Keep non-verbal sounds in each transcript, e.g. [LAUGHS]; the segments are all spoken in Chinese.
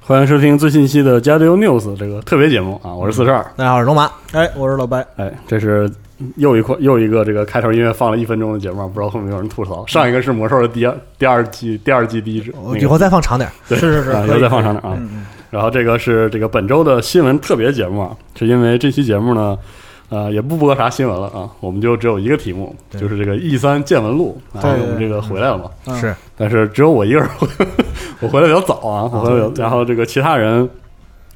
欢迎收听最新一期的《加丢 News》这个特别节目啊！我是四十二，大家好，我是龙马。嗯哎，我是老白。哎，这是又一块又一个这个开头音乐放了一分钟的节目，不知道会不会有人吐嗯槽。上一个是魔兽的第二第二季第二季第一支，哦我以后再放长点儿。嗯对是是是啊，以可后以嗯再放长点啊。然后这个是这个本周的新闻特别节目啊，是因为这期节目呢，呃，也不播啥新闻了啊，我们就只有一个题目，对就是这个 E 三见闻录啊，因对为我们这个回来了嘛。嗯是但是只有我一个人 [LAUGHS] 回，我回来比较早啊，我回来比较然后这个其他人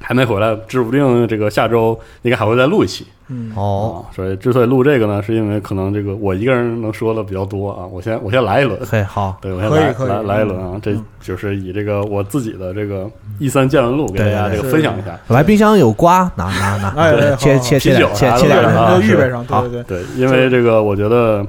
还没回来，指不定这个下周应该还会再录一期嗯，哦，啊。所以之所以录这个呢，是因为可能这个我一个人能说的比较多啊。我先我先来一轮，嘿，好，对我先可以来可以嗯来来一轮啊，这就是以这个我自己的这个一三见闻录给大家这对个对分享一下。来冰箱有瓜，拿拿拿，哎对哎切好切切啤酒点，切啊切对点对儿。啊要是预备上，好对对对，对，因为这个我觉得。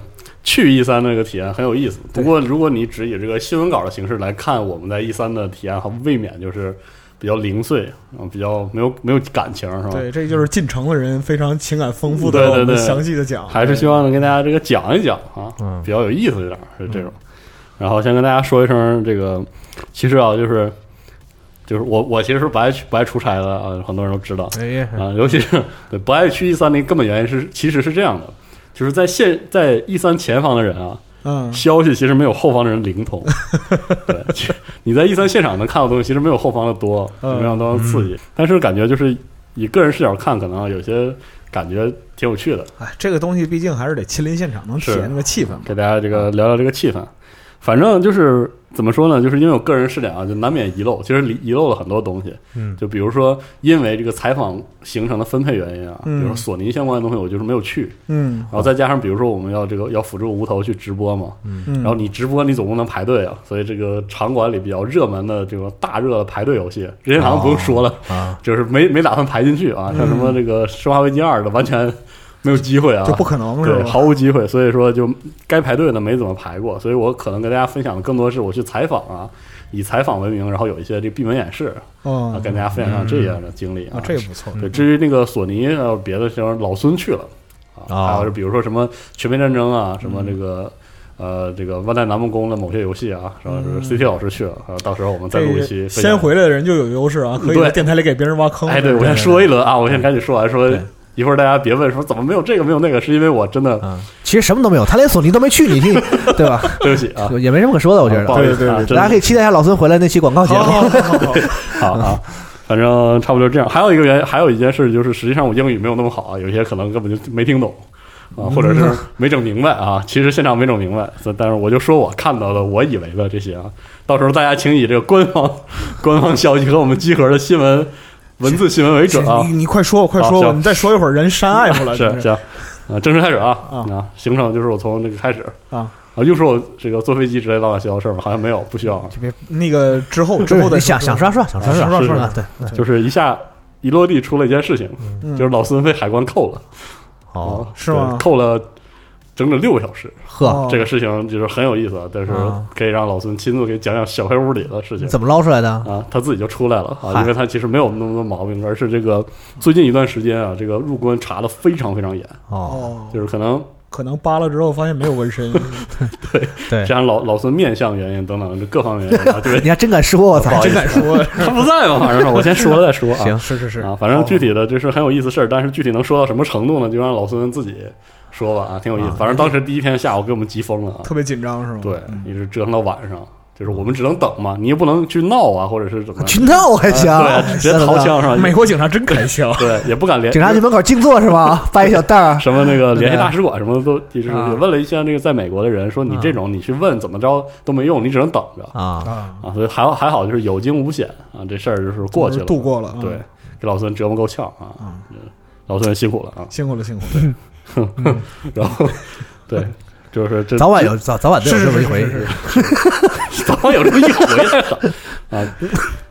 去 E 三那个体验很有意思，不过如果你只以这个新闻稿的形式来看我们在 E 三的体验，还未免就是比较零碎，嗯，比较没有没有感情，是吧？对，这就是进城的人非常情感丰富对的，对我们对详细的讲，还是希望能跟大家这个讲一讲啊，嗯比较有意思一点是这种。然后先跟大家说一声，这个其实啊，就是就是我我其实是不爱去不爱出差的啊，很多人都知道哎呀，啊，尤其是对不爱去 E 三的一个根本原因是，其实是这样的，就是在现在 E 三前方的人啊，嗯，消息其实没有后方的人灵 [LAUGHS] 通。对，其实你在 E 三现场能看到的东西，其实没有后方的多，没嗯有后方的刺激。但是感觉就是以个人视角看，可能啊有些感觉挺有趣的。哎，这个东西毕竟还是得亲临现场，能体是验那个气氛嘛。给大家这个聊聊这个气氛。反正就是怎么说呢，就是因为我个人视点啊，就难免遗漏，其实遗遗漏了很多东西。嗯，就比如说，因为这个采访行程的分配原因啊，比嗯如说索尼相关的东西，我就是没有去。嗯然后再加上，比如说我们要这个要辅助无头去直播嘛，嗯，然后你直播你总不能排队啊，所以这个场馆里比较热门的这种大热的排队游戏，任天堂不用说哦了，啊，就是没没打算排进去啊，嗯像什么这个《生化危机二》的完全没有机会啊，就不可能是对，吧？毫无机会，所以说就该排队的没怎么排过，所以我可能跟大家分享的更多是我去采访啊，以采访为名，然后有一些这个闭门演示啊，哦跟大家分享上这样的经历啊，这个不错，对，至于那个索尼还有别的像老孙去了啊啊，还有是比如说什么《全面战争》啊，什么这个。呃，这个万代南梦宫的某些游戏啊，然后是 CT 老师去了，然啊后到时候我们再这录一个期。先，回来的人就有优势啊，可以在对电台里给别人挖坑。哎，对，我先说一轮啊，我先赶紧说完，说一会儿大家别问说怎么没有这个没有那个，是因为我真的嗯，其实什么都没有，他连索尼都没去，你去， [LAUGHS] 对吧？ [LAUGHS] 对不起啊，也没什么可说的，我觉不得。好意思啊，对对对真的大家可以期待一下老孙回来那期广告节好目。好哦好 [LAUGHS] 好好，好 [LAUGHS] 啊，反正差不多这样。还有一个原，还有一件事就是，实际上我英语没有那么好啊，有些可能根本就没听懂啊，或者 [LAUGHS] 是没整明白啊。其实现场没整明白，所以但是我就说我看到的，我以为的这些啊。到时候大家请以这个官方 [LAUGHS] 官方消息和我们集合的新闻文字新闻为准啊 [LAUGHS] 你。你快说，我快好说，行我们再说一会儿人删 [LAUGHS] 爱 f 了，是真行啊，正式开始啊啊啊，行程就是我从这个开始啊啊，又说我这个坐飞机之类乱七八糟的事儿吗？好像没有，不需要啊。就别那个之后之后对，再你想想说刷刷，想刷啊刷，刷想啊，对，对就是一下一落地出了一件事情，嗯就是老孙被海关扣了。哦，对是吗扣了整整六个小时，呵，哦这个事情就是很有意思啊，但是啊可以让老孙亲自给讲讲小黑屋里的事你情。怎么捞出来的？啊，他自己就出来了啊，嗨因为他其实没有那么多毛病，而是这个最近一段时间啊，这个入关查的非常非常严，哦，哦，就是可能可能扒拉之后发现没有 [LAUGHS] 纹身，对，加上老老孙面相原因等等这各方面原 [LAUGHS] 因啊，对你，还真敢说，我操不！好意真思敢说，他不在嘛，反正是我先说了再说啊。行哦是是是啊，反正具体的这是很有意思事儿，但是具体能说到什么程度呢？就让老孙自己说吧啊，挺有意思。啊反正当时第一天下午给我们急疯了啊，特别紧张是吗？嗯对，一直折腾到晚上，就是我们只能等嘛，你也不能去闹啊，或者是怎么去闹还行啊对啊，直接掏，枪是吧？美国警察真开枪，对，也不敢联 [LAUGHS] 警察局门口静坐是 [LAUGHS] 吧？发一小袋儿，什么那个联系大使馆什么的都，就是啊也问了一些那个在美国的人，说你这种你去问怎么着都没用，你只能等着啊，啊，啊。所以还好还好就是有惊无险啊，这事儿就是过去了，度过了，对啊嗯，，给老孙折磨够呛啊，老孙辛苦了啊。辛苦了辛苦了，然 [LAUGHS] 后对，就是这早晚有早早晚都有是这是么是一回是，是，早晚有这么一回来啊。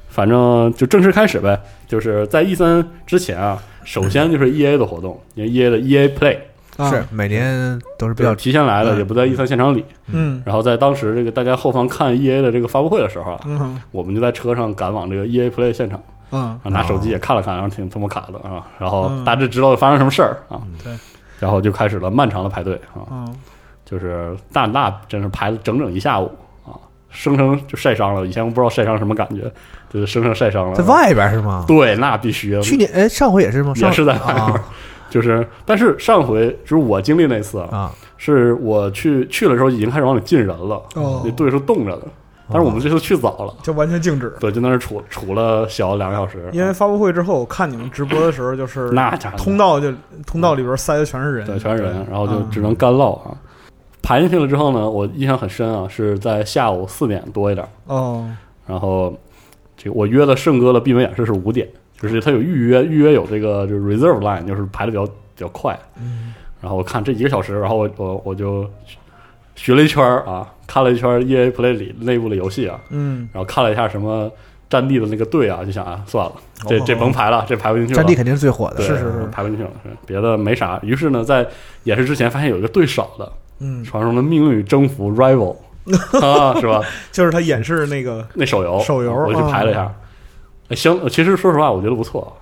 反正就正式开始呗，就是在 E 三之前啊，首先就是 E A 的活动，因为 E A 的 E A Play 啊是每年都是比比较较提前来的，嗯也不在 E 三现场里。嗯然后在当时这个大家后方看 E A 的这个发布会的时候啊，嗯我们就在车上赶往这个 E A Play 现场，嗯，啊拿手机也看了看，然后挺他妈卡的啊，然后大致知道发生什么事儿啊，对，然后就开始了漫长的排队啊，嗯，就是那那真是排了整整一下午啊，生生就晒伤了。以前我不知道晒伤什么感觉，就是生生晒伤了。在外边是吗？对，那必须去年哎，上回也是吗？也 [LAUGHS] 上是在外面。啊就是，但是上回就是我经历那次，啊，啊，是我去去的时候已经开始往里进人了，哦那队是冻着的。但是我们这次去早了，就完全静止。对，就在那儿杵杵了小两个小时，因为发布会之后，我看你们直播的时候，就是那家伙通道就通道里边塞的全是人，对，全是人，然后就只能干唠啊。排进去了之后呢，我印象很深啊，是在下午四点多一点，哦，然后这个我约了盛哥的闭门演示是五点，就是他有预约，预约有这个就是 reserve line，就是排的比较比较快。然后我看这一个小时，然后我我我就学了一圈儿啊，看了一圈儿 EA Play 里内部的游戏啊，嗯，然后看了一下什么战地的那个队啊，就想啊，算了，这哦这甭排了，这排不进去了。战地肯定是最火的，对是是是排不进去了，是别的没啥。于是呢，在演示之前发现有一个队少的，嗯，传说中的《命运征服 Rival》啊，是吧？就是他演示那个那手游，手游我去啊排了一下，哎行，呃其实说实话，我觉得不错，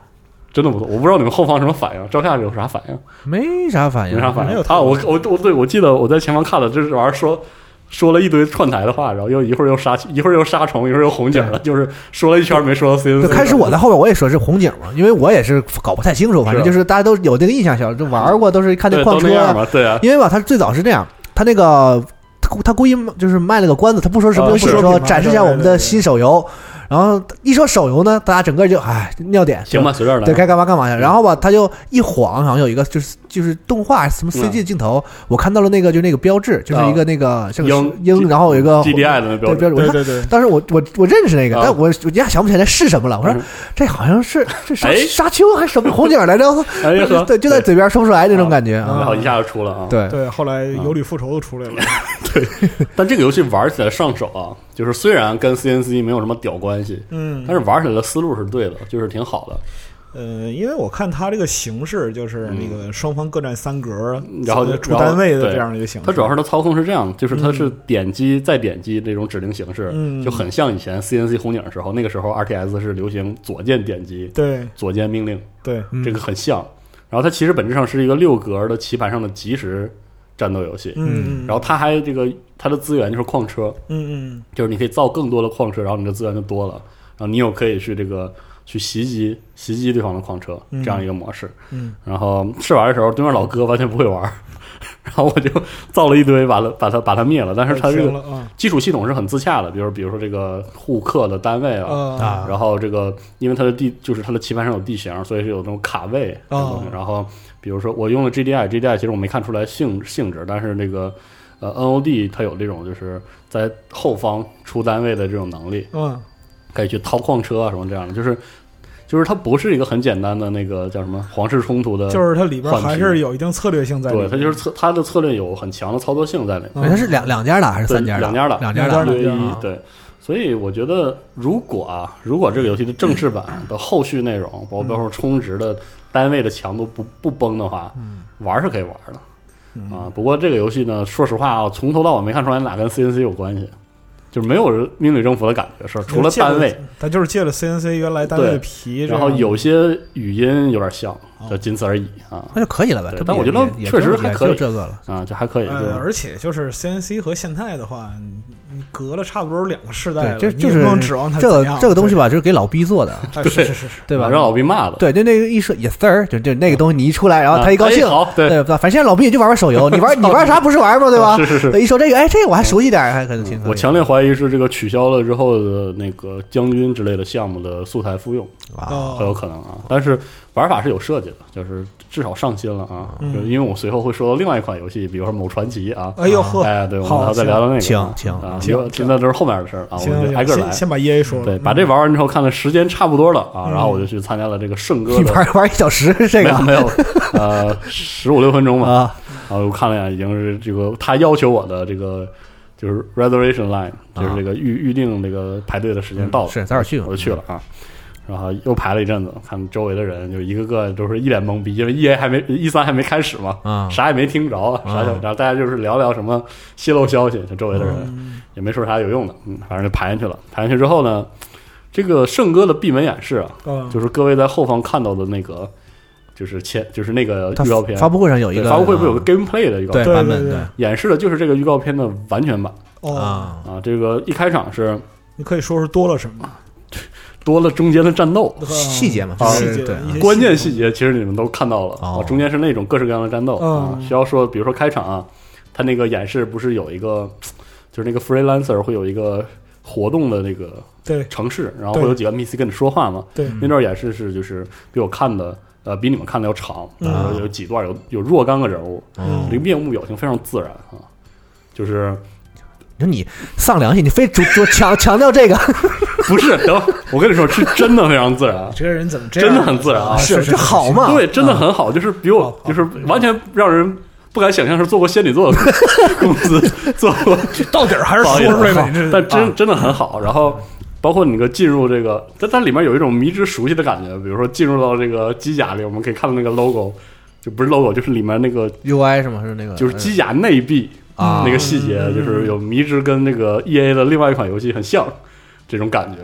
真的不错。我不知道你们后方什么反应，赵夏有啥反应？没啥反应，没啥反没应有啊！特别我我我对我记得我在前方看了，这玩意儿说说了一堆串台的话，然后又一会儿又杀一会儿又杀虫，一会儿又红警了，就是说了一圈没说到 C N 就 C。开始我在后边，我也说是红警嘛，因为我也是搞不太清楚，反正就是大家都有这个印象，小就玩过，都是看那对矿都车那，样吧，对啊，因为吧，他最早是这样，他那个他故他故意就是卖了个关子，他不说什么游戏，啊不说说品牌展示一下我们对对的对新手游，然后一说手游呢，大家整个就哎尿点，行吧，，随便来。对该干嘛干嘛嗯去。然后吧，他就一晃，好像有一个就是就是动画什么 CG 镜头，我看到了那个就那个标志，就是一个那个像嗯个哦鹰鹰，然后有一个 GDI 的那标准，对标志，我对看对 [LAUGHS] 对，当时我我我认识那个，啊但我我一下想不起来是什么了。我说嗯这好像是这沙哎沙丘还是什么红警来着？我操哎呀呵， [LAUGHS] 对，就在嘴边说不出来那种啊感觉然啊。后一下就出了啊。对，对，后来有理复仇都出来了，但这个游戏玩起来上手啊，就是虽然跟 C N C 没有什么屌关系，嗯，但是玩起来的思路是对的，就是挺好的。呃，因为我看他这个形式就是那个双方各占三格，嗯然后就出单位然后的对这样一个形式。它主要是它操控是这样的，就是它是点击再点击这种指令形式，嗯就很像以前 CNC 红警的时候，那个时候 RTS 是流行左键点击、对左键命令，对，嗯这个很像。然后它其实本质上是一个六格的棋盘上的即时战斗游戏。嗯，然后它还这个它的资源就是矿车，嗯嗯就是你可以造更多的矿车，然后你的资源就多了，然后你有可以去这个去袭击袭击对方的矿车这样一个模式。嗯，然后试玩的时候，对面老哥完全不会玩儿， [LAUGHS] 然后我就造了一堆，完了把他把他灭了。但是他这停个了啊基础系统是很自洽的，比如比如说这个互克的单位啊，啊然后这个因为它的地就是它的棋盘上有地形，所以是有那种卡位这种东西哦然后比如说我用了 GDI，GDI 其实我没看出来性性质，但是那个呃 NOD 它有这种就是在后方出单位的这种能力，嗯可以去掏矿车啊什么这样的，就是就是它不是一个很简单的那个叫什么皇室冲突的，就是它里边还是有一定策略性在里对面。它就是策它的策略有很强的操作性在里面。好像是两两家打还是三家对打？两家打嗯两家嗯嗯两家打打。对这样啊对，所以我觉得，如果啊，如果这个游戏的正式版嗯的后续内容，包括包括充值的单位的强度不不崩的话，嗯玩儿是可以玩儿的。啊，不过这个游戏呢，说实话啊，从头到尾没看出来哪跟 CNC 有关系，就是没有人民主政府的感觉，是吧除了单呃位，，他就是借了 CNC 原来单位的对皮，然后有些语音有点像，就仅此而已啊那就可以了呗。对这不但我也觉得也也确实就还也可以就这个了。啊，就还可以，哎就呃，是而且就是 CNC 和现代的话，你你隔了差不多两个世代了，对，你就就也是不能指望它这怎个样这个东西，吧，就是给老逼做的，对哎是是是是，对吧？让老毕骂的，对，就那个一说 yes sir，就就那个东西你一出来，然后啊他一高兴哎，好，对，对吧？反正现在老毕也就玩玩手游，你 [LAUGHS] 玩你玩啥不是玩吗？对吧？是是是嗯对一说这个，哎，这个我还熟悉点，还可能挺。我强烈怀疑是这个取消了之后的那个将军之类的项目的素材复用，啊，很有哦，可能啊。但是玩法是有设计的，就是至少上新了啊。嗯就是因为我随后会说到另外一款游戏，比如说某传奇啊。哎呦呵，哎，对，我们好还要再聊聊那个。请啊请啊，请有请那都是后面的事儿啊，我行们就挨行，个来先。先把 EA 说了，对，嗯把这玩完之后，看看时间差不多了啊，嗯然后我就去参加了这个圣哥你的。玩玩一小时这没个有没有，呃，十五六分钟吧。啊，然后我看了一眼，已经是这个他要求我的这个就是 reservation line，就是这个预预定这个排队的时间到了，啊嗯是早点去嗯吧我就去了啊。然后又排了一阵子，看周围的人就一个个都是一脸懵逼，因为 E A 还没 E 三还没开始嘛，啊啥也没听着，啥啊然后大家就是聊聊什么泄露消息，就周围的人、嗯嗯也没说啥有用的，嗯，反正就排进去了。排进去之后呢，这个圣哥的闭门演示啊，嗯就是各位在后方看到的那个，就是前就是那个他预告片发布会上有一对个发布会不是有个啊 gameplay 的预告片对对版本对对对演示的就是这个预告片的完全版哦，啊啊。这个一开场是你可以说是多了什么多了中间的战斗，细节嘛，啊就是细节对一些关键细节其实你们都看到了哦啊，中间是那种各式各样的战斗啊嗯，需要说，比如说开场啊，他那个演示不是有一个，就是那个 freelancer 会有一个活动的那个对城市，然后对嗯会有几个 NPC 跟你说话嘛，对那段演示是就是比我看的。呃，比你们看的要长，嗯然后有几段有有若干个人物，嗯这个面部表情非常自然啊，就是你说你丧良心，你非主主强强调这个， [LAUGHS] 不是，等会儿我跟你说，是真的非常自然，这个人怎么这样？真的很自然啊，是这好嘛？对，真的很啊好，就是比我好好就是完全让人不敢想象是做过仙女座的公公 [LAUGHS] 司做过，到底儿还是不好意说出来思吧，你这但真啊嗯真的很好。然后包括你个进入这个，但它里面有一种迷之熟悉的感觉，比如说进入到这个机甲里，我们可以看到那个 logo，就不是 logo，就是里面那个 UI 是吗？是那个嗯就是机甲内壁啊那个细节，嗯就是有迷之跟那个 E A 的另外一款游戏很像，这种感觉，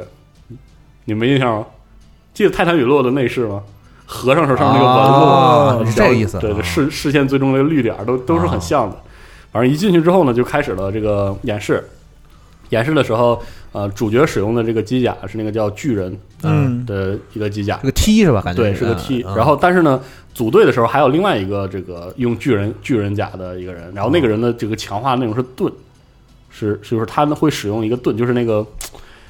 你没印象吗？记得《泰坦陨落》的内饰吗？合上时候上面那个纹路啊然后是这个意思对对，啊视视线最终那个绿点儿都都是很像的。反正一进去之后呢，就开始了这个演示。演示的时候，呃，主角使用的这个机甲是那个叫巨人嗯的一个机甲这，个 T 是吧？感觉对，是个 T。嗯然后，但是呢，组队的时候还有另外一个这个用巨人巨人甲的一个人，然后那个哦人的这个强化内容是盾，是是就是他会使用一个盾，就是那个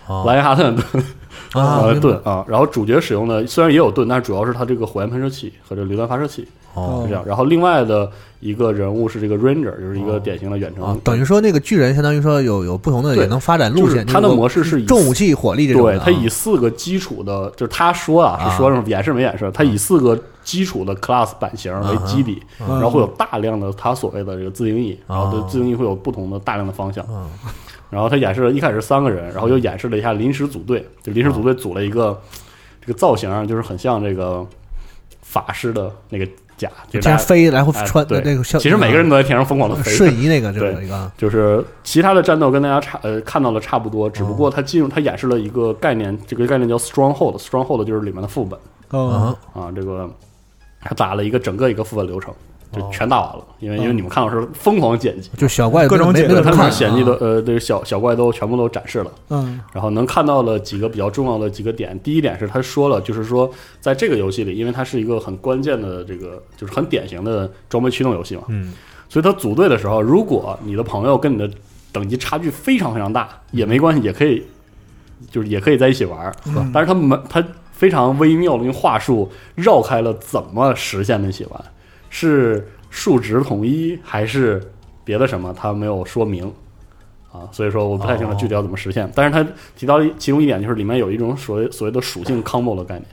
哦莱因哈特的盾啊 [LAUGHS] 呃明白盾啊。然后主角使用的虽然也有盾，但是主要是他这个火焰喷射器和这个榴弹发射器哦是这样。然后另外的一个人物是这个 Ranger，就是一个哦典型的远啊程，，等于说那个巨人相当于说有有不同的对也能发展就路是线，他的就是模式是以重武器、火力这种的对啊。他以四个基础的，就是他说啊，啊是说什么演示没演示，他以四个基础的 class 版型为基底，嗯然后会有大量的他所谓的这个自定义，哦然后对自定义会有不同的大量的方向嗯。 [LAUGHS] 然后他演示了一开始三个人，然后又演示了一下临时组队，就临时组队组了一个这个造型啊，就是很像这个法师的那个甲，就就大这家样飞，然后哎穿的对那个像，其实每个人都在天上疯狂的飞，瞬移那个这个对一个就是其他的战斗跟大家差呃看到的差不多，只哦不过它进入它演示了一个概念，这个概念叫 stronghold，stronghold 就是里面的副本哦啊啊，这个它打了一个整个一个副本流程，就哦全打完了，因为嗯因为你们看到的是疯狂剪辑，就小怪各种没解没 [LAUGHS] 决怎它么里看面啊剪辑的呃这个小小怪都全部都展示了。嗯然后能看到了几个比较重要的几个点。第一点是他说了，就是说在这个游戏里，因为它是一个很关键的这个，就是很典型的装备驱动游戏嘛，嗯，所以他组队的时候，如果你的朋友跟你的等级差距非常非常大，也没关系，也可以，就是也可以在一起玩儿。嗯但是他们他非常微妙的用话术绕开了怎么实现那起玩，是数值统一还是别的什么，他没有说明啊，所以说我不太清楚哦具体要怎么实现。但是他提到一其中一点就是里面有一种所谓所谓的属性 combo 的概念，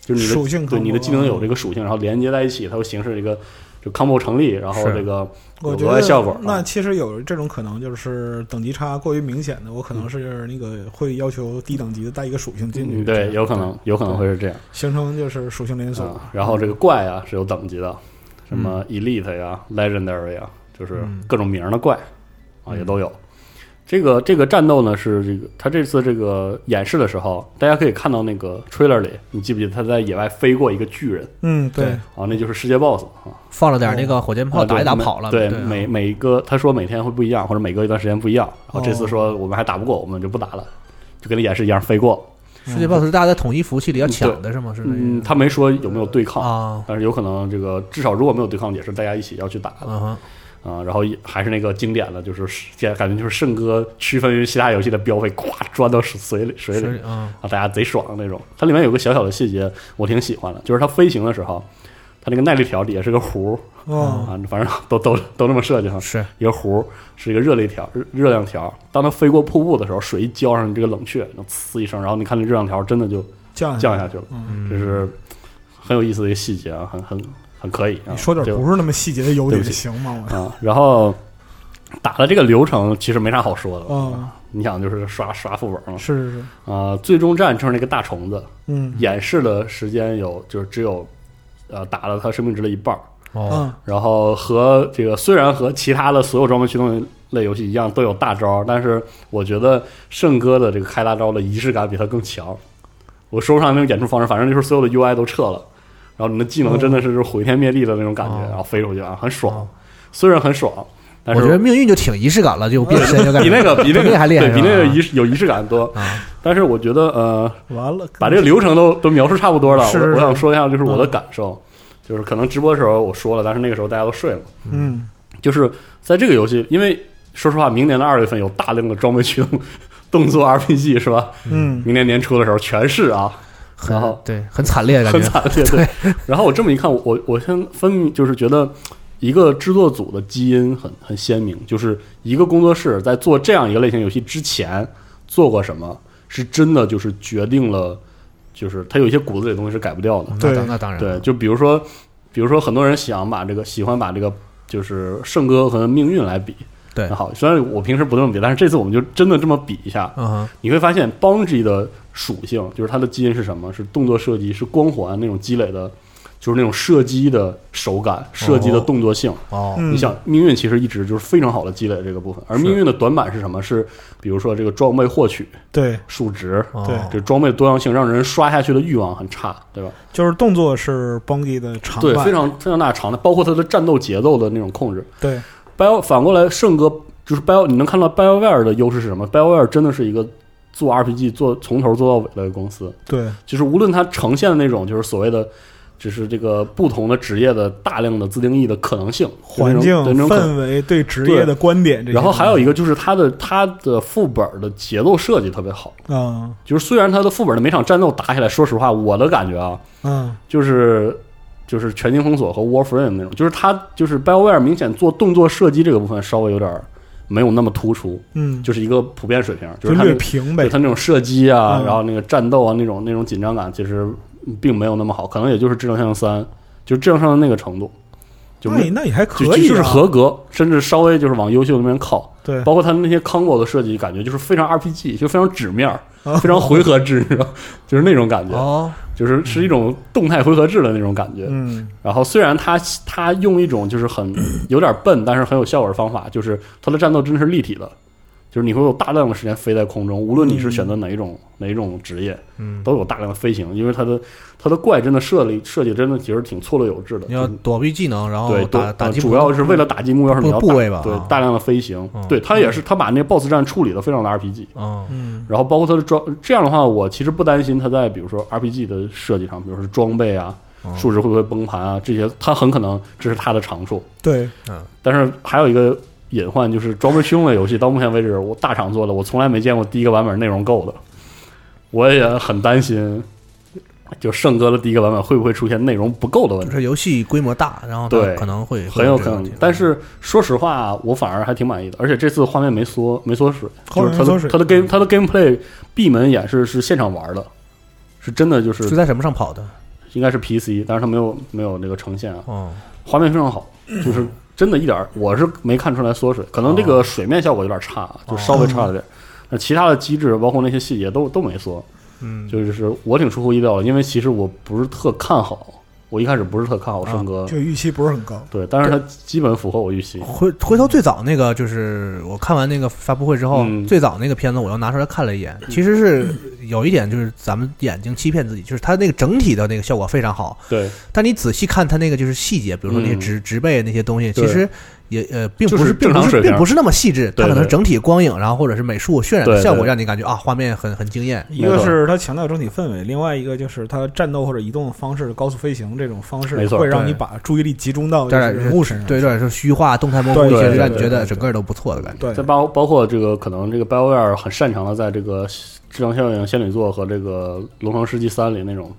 就是你的属性对 combo，你的技能有嗯这个属性，然后连接在一起，它会形成一个就 combo 成立，然后是这个有我觉额外得效果啊。那其实有这种可能，就是等级差过于明显的，我可能是那个会要求低等级的带一个属性进去，嗯对，有可能有可能会是这样。形成就是属性连锁。啊，然后这个怪啊是有等级的，什嗯嗯么 elite 呀、legendary 呀，就是各种名儿的怪啊也都有。这个这个战斗呢是这个他这次这个演示的时候，大家可以看到那个 trailer 里，你记不记得他在野外飞过一个巨人嗯，对，啊？那就是世界 boss 啊。放了点那个火箭炮，啊对嗯打一打每跑了。对，啊每每一个他说每天会不一样，或者每隔一段时间不一样。然后这哦次说我们还打不过，我们就不打了，就跟那演示一样飞过。世界嗯 BOSS 是大家在统一服务器里要抢的是吗？是那嗯，个他没说有没有对抗，啊，但是有可能这个至少如果没有对抗，也是大家一起要去打的嗯哼，啊。然后也还是那个经典的，就是现在感觉就是圣哥区分于其他游戏的标配，咵钻到水里水里是嗯啊，大家贼爽那种。它里面有个小小的细节，我挺喜欢的，就是它飞行的时候，它那个耐力条底下是个弧哦，啊，反正都都都那么设计哈，是一个壶是一个热力条，热热量条。当它飞过瀑布的时候，水一浇上，这个冷却，能呲一声，然后你看那热量条真的就降降下去了，嗯，这是很有意思的一个细节啊，很很很可以啊。你说点这个不是那么细节的优对点不起行吗？我啊，然后打的这个流程其实没啥好说的，嗯你想就是刷刷副本嘛，是是是，啊，最终战就是那个大虫子，嗯演示的时间有就是只有呃打了它生命值的一半儿。哦，嗯然后和这个虽然和其他的所有装备驱动类游戏一样都有大招，但是我觉得圣哥的这个开大招的仪式感比他更强。我说不上那种演出方式，反正就是所有的 UI 都撤了，然后你的技能真的是就是毁天灭地的那种感觉，哦然后飞出去啊，很爽哦。虽然很爽，但我觉得是命运就挺仪式感了，就变身就干比那个 [LAUGHS] 比那比那个个还厉害对比是吧那个仪式有仪式感多。啊，但是我觉得呃，嗯完了，把这个流程都都描述差不多了。是我是我是想说一下就是我嗯的感受，就是可能直播的时候我说了，但是那个时候大家都睡了。嗯就是在这个游戏，因为说实话，明年的二月份有大量的装备驱动动作 RPG 是吧？嗯明年年初的时候全是啊，然后很对，很惨烈的感很觉，惨烈。对，然后我这么一看，我我我先分明就是觉得一个制作组的基因很很鲜明，就是一个工作室在做这样一个类型游戏之前做过什么，是真的就是决定了，就是它有一些骨子里的东西是改不掉的。嗯那对当那当然对，就比如说，比如说很多人想把这个喜欢把这个就是圣歌和命运来比。对很好。虽然我平时不这么比，但是这次我们就真的这么比一下，嗯哼你会发现 Bungie 的属性就是它的基因是什么？是动作射击，是光环那种积累的，就是那种射击的手感、射击的动作性。哦嗯，你想，命运其实一直就是非常好的积累这个部分，而是命运的短板是什么？是比如说这个装备获取对，数值。哦对这装备多样性让人刷下去的欲望很差，对吧？就是动作是 Bungie 的长对，板，非常非常大的长的，包括它的战斗节奏的那种控制，对， Bio 反过来，圣哥就是 Bio，你能看到 BioWare 的优势是什么？BioWare 真的是一个做 RPG 做从头做到尾的一个公司，对，就是无论它呈现的那种就是所谓的，就是这个不同的职业的大量的自定义的可能性环境就那种对那种可能。氛围对职业的观点这些东西，然后还有一个就是它的它的副本的节奏设计特别好，嗯就是虽然它的副本的每场战斗打起来，说实话，我的感觉啊，嗯就是就是全境封锁和 Warframe 那种，就是它就是 BioWare 明显做动作射击这个部分稍微有点儿没有那么突出，嗯，就是一个普遍水平，就就是它那略个平对呗，它那种射击啊，嗯然后那个战斗啊，那种那种紧张感其实并没有那么好，可能也就是《质量效应三》，就是《质量效应》那个程度，就那没也那也还可就以啊，就是合格，甚至稍微就是往优秀那边靠。对，包括它那些 combo 的设计，感觉就是非常 RPG，就非常纸面儿，啊非常回合制，你知道就是那种感觉，哦，就是是一种动态回合制的那种感觉。嗯然后虽然他他用一种就是 [CLEARS THROAT] 很有点笨，但是很有效果的方法，就是他的战斗真的是立体的，就是你会有大量的时间飞在空中，无论你是选择哪一种、哪一种职业，嗯，都有大量的飞行，因为他的他的怪真的设立设计真的其实挺错落有致的。你要就是躲避技能，然后对，打都打呃击主要是为了打击目标是你要部打位吧对啊，大量的飞行，嗯对他也是他把那 BOSS 战处理的非常的 RPG，嗯嗯然后包括它的装，这样的话，我其实不担心它在比如说 RPG 的设计上，比如说装备啊、嗯数值会不会崩盘啊这些，它很可能这是它的长处。对，但是还有一个隐患就是装备驱动类游戏到目前为止，我大厂做的，我从来没见过第一个版本内容够的，我也很担心，就圣哥的第一个版本会不会出现内容不够的问就题。是游戏规模大，然后它对可能会很有可能会这个问题，但是说实话，我反而还挺满意的，而且这次画面没缩，没缩水，画就面是没它缩的水它的 game 它的 gameplay 闭门演示是现场玩的，是真的就是是在什么上跑的？应该是 PC，但是它没有没有那个呈现啊，哦，画面非常好，就是真的一点儿我是没看出来缩水，可能这个水面效果有点差，啊就稍微差了点儿。那其他的机制，包括那些细节都都没缩，嗯，就是我挺出乎意料的，因为其实我不是特看好我一开始不是特看好升格，就预期不是很高。对，但是它基本符合我预期。回回头最早那个就是我看完那个发布会之后，嗯最早那个片子我又拿出来看了一眼，其实是有一点就是咱们眼睛欺骗自己，就是它那个整体的那个效果非常好，对，但你仔细看它那个就是细节，比如说那些嗯植植被那些东西，对其实也呃并就不是并正常不是水平并不是那么细致，它对可能是对整体光影，然后或者是美术渲染的对效果对让你感觉啊画面很很惊艳，一个是它强调整体氛围，另外一个就是它战斗或者移动的方式、高速飞行这种方式没，错会让对你把注意力集中到就当然是人物身上。对，有点是虚化、动态模糊，对其实对让对你觉得对整个都不错的感觉。对再，包包括这个可能这个 BioWare 很擅长的在这个《质量效应》《仙女座》和这个《龙城世纪三》里那种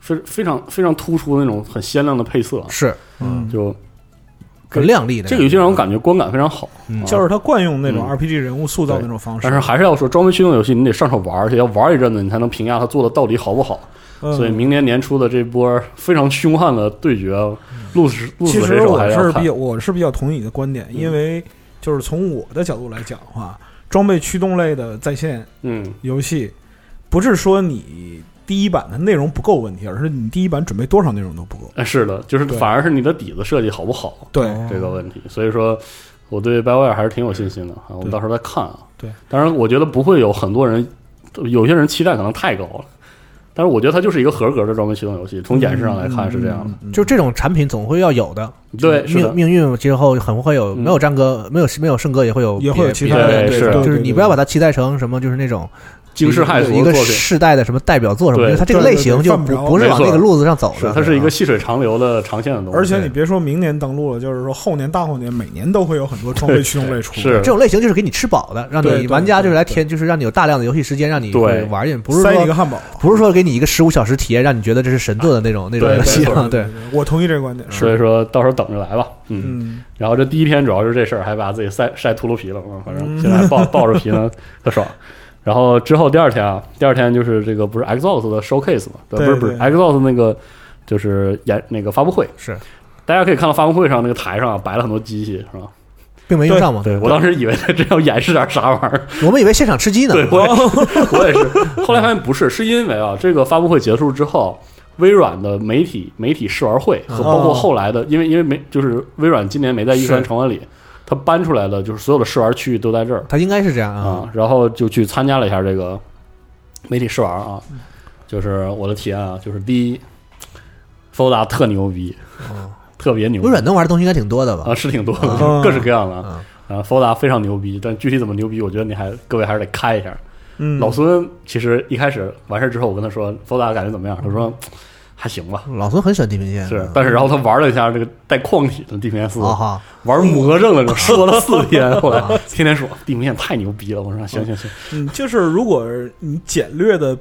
非非常非常突出的那种很鲜亮的配色，是嗯，就很亮丽的，这个游戏让我感觉观感非常好。嗯啊就是它惯用那种嗯 RPG 人物塑造那种方式，但是还是要说，装备驱动游戏你得上手玩，而且要玩一阵子，你才能评价它做的到底好不好。嗯所以明年年初的这波非常凶悍的对决，鹿死鹿其死实谁手还我是要是比看嗯较。我是比较同意你的观点，因为就是从我的角度来讲的话，装备驱动类的在线嗯，游戏，不是说你第一版的内容不够问题，而是你第一版准备多少内容都不够。哎是的，就是对反而是你的底子设计好不好对，哦这个问题。所以说，我对 BioWare 还是挺有信心的啊。我们对到时候再看啊。对，当然我觉得不会有很多人，有些人期待可能太高了。但是我觉得它就是一个合格的装备驱动游戏，从演示上来看是这样的。嗯。嗯嗯就这种产品总会要有的，对，嗯是命的，命运之后很会有嗯没有战歌，没有没有圣歌也会有嗯也会有其他别的，对对是啊对对就是对你不要把它期待成什么，就是那种惊世骇俗一的个作品。世代的什么代表作什么，对因为它这个类型就对对对不犯不着不是往没错那个路子上走是的，，嗯它是一个细水长流的长线的东西。而且你别说明年登陆了，就是说后年、大后年，每年都会有很多装备驱动类出。是啊这种类型就是给你吃饱的，让对你对玩家就是来对对填，就是让你有大量的游戏时间，让你对去玩进，不是塞一说个 [LAUGHS] 汉堡，不是说给你一个十五小时体验，让你觉得这是神作的那种那种对游戏没啊，错对，我同意这个观点。所以说到时候等着来吧。嗯，嗯，然后这第一天主要是这事儿，还把自己 [LAUGHS] 晒晒秃噜皮了，嗯，反正现在抱抱着皮呢，特爽。然后之后第二天啊，第二天就是这个不是 Xbox 的 showcase 嘛，不对是不是对 Xbox 那个就是演那个发布会，是，大家可以看到发布会上那个台上啊摆了很多机器，是吧？并没用上嘛，我当时以为他真要演示点啥玩意儿，我们以为现场吃鸡呢，对我也是，我也是。后来发现不是，是因为啊，这个发布会结束之后，微软的媒体媒体试玩会和包括后来的，因为因为没就是微软今年没在一三哦是城管里，它搬出来的就是所有的试玩区域都在这儿它应该是这样啊，啊，然后就去参加了一下这个媒体试玩啊，嗯就是我的体验啊，就是第一，Fold 特牛逼，特别牛逼哦微软能玩的东西应该挺多的吧啊，？是挺多的，啊各式各样的啊。啊，Fold 非常牛逼，但具体怎么牛逼，我觉得你还各位还是得开一下。嗯，老孙其实一开始完事之后，我跟他说 f o d a 感觉怎么样？他说还行吧。老孙很喜欢地平线，是嗯，但是然后他玩了一下这个带矿体的地平线四，啊哈，玩魔怔了，这说了四天，后来天天说地平线太牛逼了。我说行行行，嗯，就是如果你简略的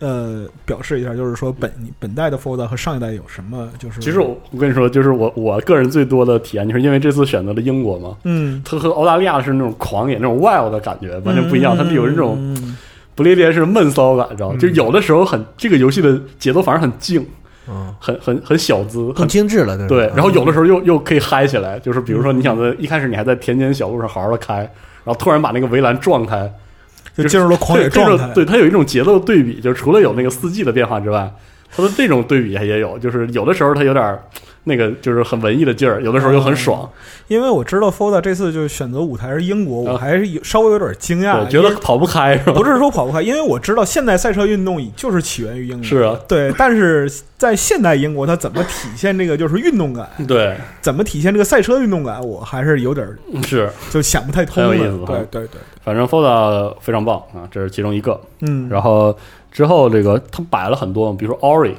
呃表示一下，就是说本本代的 Fold 和上一代有什么就是其实我我跟你说，就是我我个人最多的体验，就是因为这次选择了英国嘛，嗯它和澳大利亚是那种狂野、那种 wild 的感觉完全不一样，它是有那种嗯嗯不列颠式闷骚感，你知道吗？就有的时候很这个游戏的节奏反而很静，嗯，很很很小资，很更精致了，对吧对，然后有的时候又嗯又可以嗨起来，就是比如说你想在一开始你还在田间小路上好好的开，然后突然把那个围栏撞开，就进入了狂野这状种态。对它有一种节奏对比，就除了有那个四季的变化之外，它的这种对比也有，就是有的时候它有点儿那个就是很文艺的劲儿，有的时候又很爽，因为我知道 Fold 这次就选择舞台是英国，我啊还是有稍微有点惊讶，对，觉因得为跑不开是吧？ [LAUGHS] 不是说跑不开，因为我知道现代赛车运动已就是起源于英国，是啊，对，但是在现代英国，它怎么体现这个就是运动感，对，怎么体现这个赛车运动感，我还是有点儿是，就想不太通很有意了。思对哈对对，反正 Fold 非常棒啊，这是其中一个。嗯，然后之后这个它摆了很多，比如说 Ori，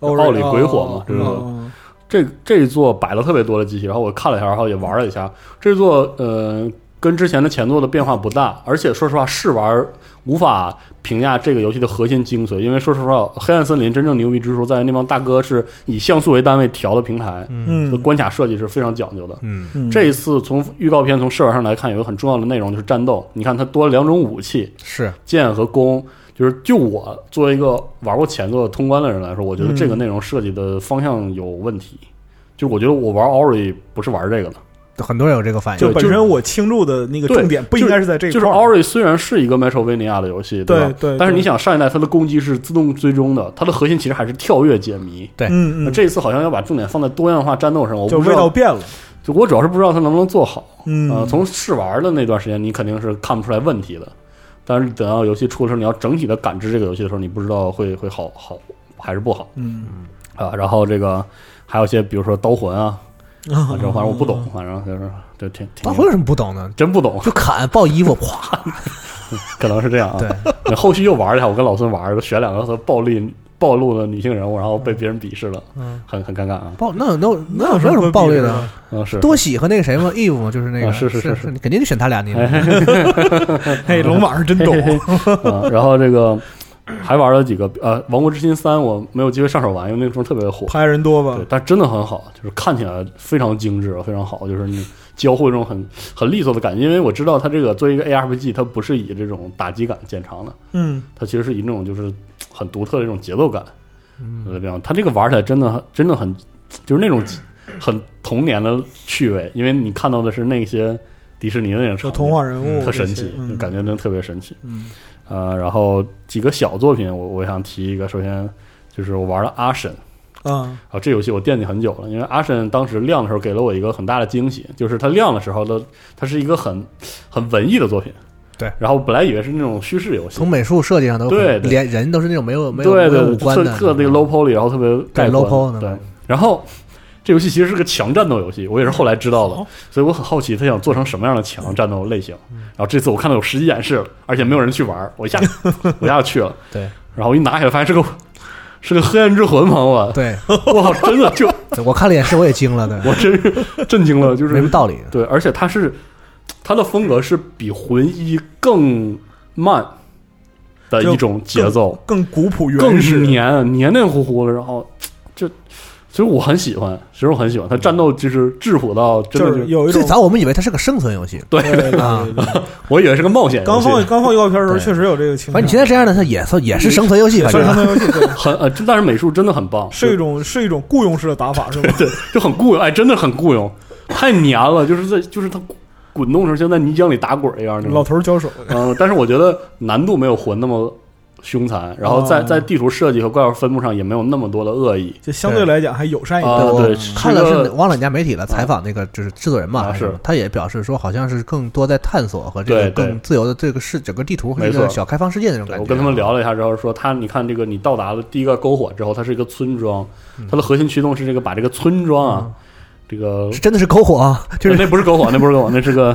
后奥里鬼火嘛这个嗯这这一座摆了特别多的机器，然后我看了一下，然后也玩了一下。这座呃，跟之前的前作的变化不大，而且说实话试玩无法评价这个游戏的核心精髓，因为说实话，黑暗森林真正牛逼之处在于那帮大哥是以像素为单位调的平台，这嗯，关卡设计是非常讲究的。嗯，嗯这一次从预告片从试玩上来看，有一个很重要的内容就是战斗。你看它多了两种武器，嗯是剑和弓。就是就我作为一个玩过前作通关的人来说，我觉得嗯这个内容设计的方向有问题。就是我觉得我玩 Ori 不是玩这个的，很多人有这个反应就对。本就身我倾注的那个对重点不应该是在这一就是块儿 Ori 虽然是一个 Metrovania 的游戏，吧？对对但是你对想上一代它的攻击是自动追踪的，它的核心其实还是跳跃解谜。嗯那嗯，这一次好像要把重点放在多样化战斗上，我就不知味道道，变了，就我主要是不知道它能不能做好。嗯呃，从试玩的那段时间，你肯定是看不出来问题的，但是等到游戏出的时候，你要整体的感知这个游戏的时候，你不知道会会好好还是不好嗯，啊。然后这个还有一些，比如说刀魂啊，啊反正反正我不懂，反正就是就挺挺大伙啊有什么不懂呢？真不 [LAUGHS] 懂，就砍抱衣服，啪！可能是这样啊。对，对，后续又玩了一下，我跟老孙玩了，选两个和暴力暴露的女性人物，然后被别人鄙视了，嗯，很很尴尬啊。暴那有那有那有那那有什么暴力的？呢？嗯，是多喜和那个谁嘛，Eve 嘛，就是那个啊是是哎是是是你肯定就选他俩，你 [LAUGHS] 哎嘿，龙马是真懂， [LAUGHS] 啊，然后这个还玩了几个呃，《王国之心三》我没有机会上手玩，因为那个时候特别火。拍人多吧对？，但真的很好，就是看起来非常精致，非常好，就是你交互这种很很利索的感觉。因为我知道它这个作为一个 ARPG，它不是以这种打击感见长的，嗯，它其实是以那种就是很独特的这种节奏感，嗯呃，这样，它这个玩起来真的很真的很，就是那 [CLEARS THROAT] 种很童年的趣味，因为你看到的是那些迪士尼的那种场说景童话人物特这神些奇，嗯感觉真的特别神奇。嗯呃，然后几个小作品我，我想提一个，首先就是我玩了阿神。啊，啊，这游戏我惦记很久了，因为阿神当时亮的时候给了我一个很大的惊喜，就是它亮的时候的，它是一个很很文艺的作品。对，然后我本来以为是那种叙事游戏从，美术设计上都很对对连人都是那种没有没有对没有对，五官特的，特那个 low poly，然后特别概对括 low poly 的对，然后这游戏其实是个强战斗游戏，我也是后来知道的哦， [LAUGHS] 所以我很好奇他想做成什么样的强战斗类型。然后这次我看到有实际演示了，而且没有人去玩儿，我一下我一下就去了。 [LAUGHS] 对，然后我一拿起来发现是个是个黑暗之魂，朋友们，对，哇，真的就对我看了演示我也惊了，对，我真是震惊了，就没什么是道理。对，而且它是它的风格是比魂一更慢的一种节奏，更古朴更原是始，黏黏黏糊糊的，然后就其实我很喜欢，其实我很喜欢它战斗就是质朴到真就的是就有一种最早我们以为它是个生存游戏，对对对对啊对对对 [LAUGHS] 我以为是个冒险游刚戏，放刚放预告片的时候，对确实有这个情反正况你。现在这样的，它也算也是生存游戏，反算是正他 [LAUGHS] 游戏，对，很呃，但是美术真的很棒，是一种是一种雇佣式的打法，是吧？对，就很雇佣，哎，真的很雇佣，太黏了，就是在就是它滚动成像在泥浆里打滚一样那老种，头儿交手，嗯、但是我觉得难度没有魂那么凶残，然后在哦在地图设计和怪物分布上也没有那么多的恶意，就相对来讲还友善一啊点。我对看了是个是忘了哪家媒体了，采访那个就是制作人嘛，啊还什么是他也表示说，好像是更多在探索和这个对对更自由的这个世整个地图和这没个错小开放世界那种对感觉。啊我跟他们聊了一下之后说，他你看这个你到达了第一个篝火之后，它是一个村庄，嗯它的核心驱动是这个把这个村庄啊，这个是真的是篝火啊，就是那不是篝火，那不是篝火，那是个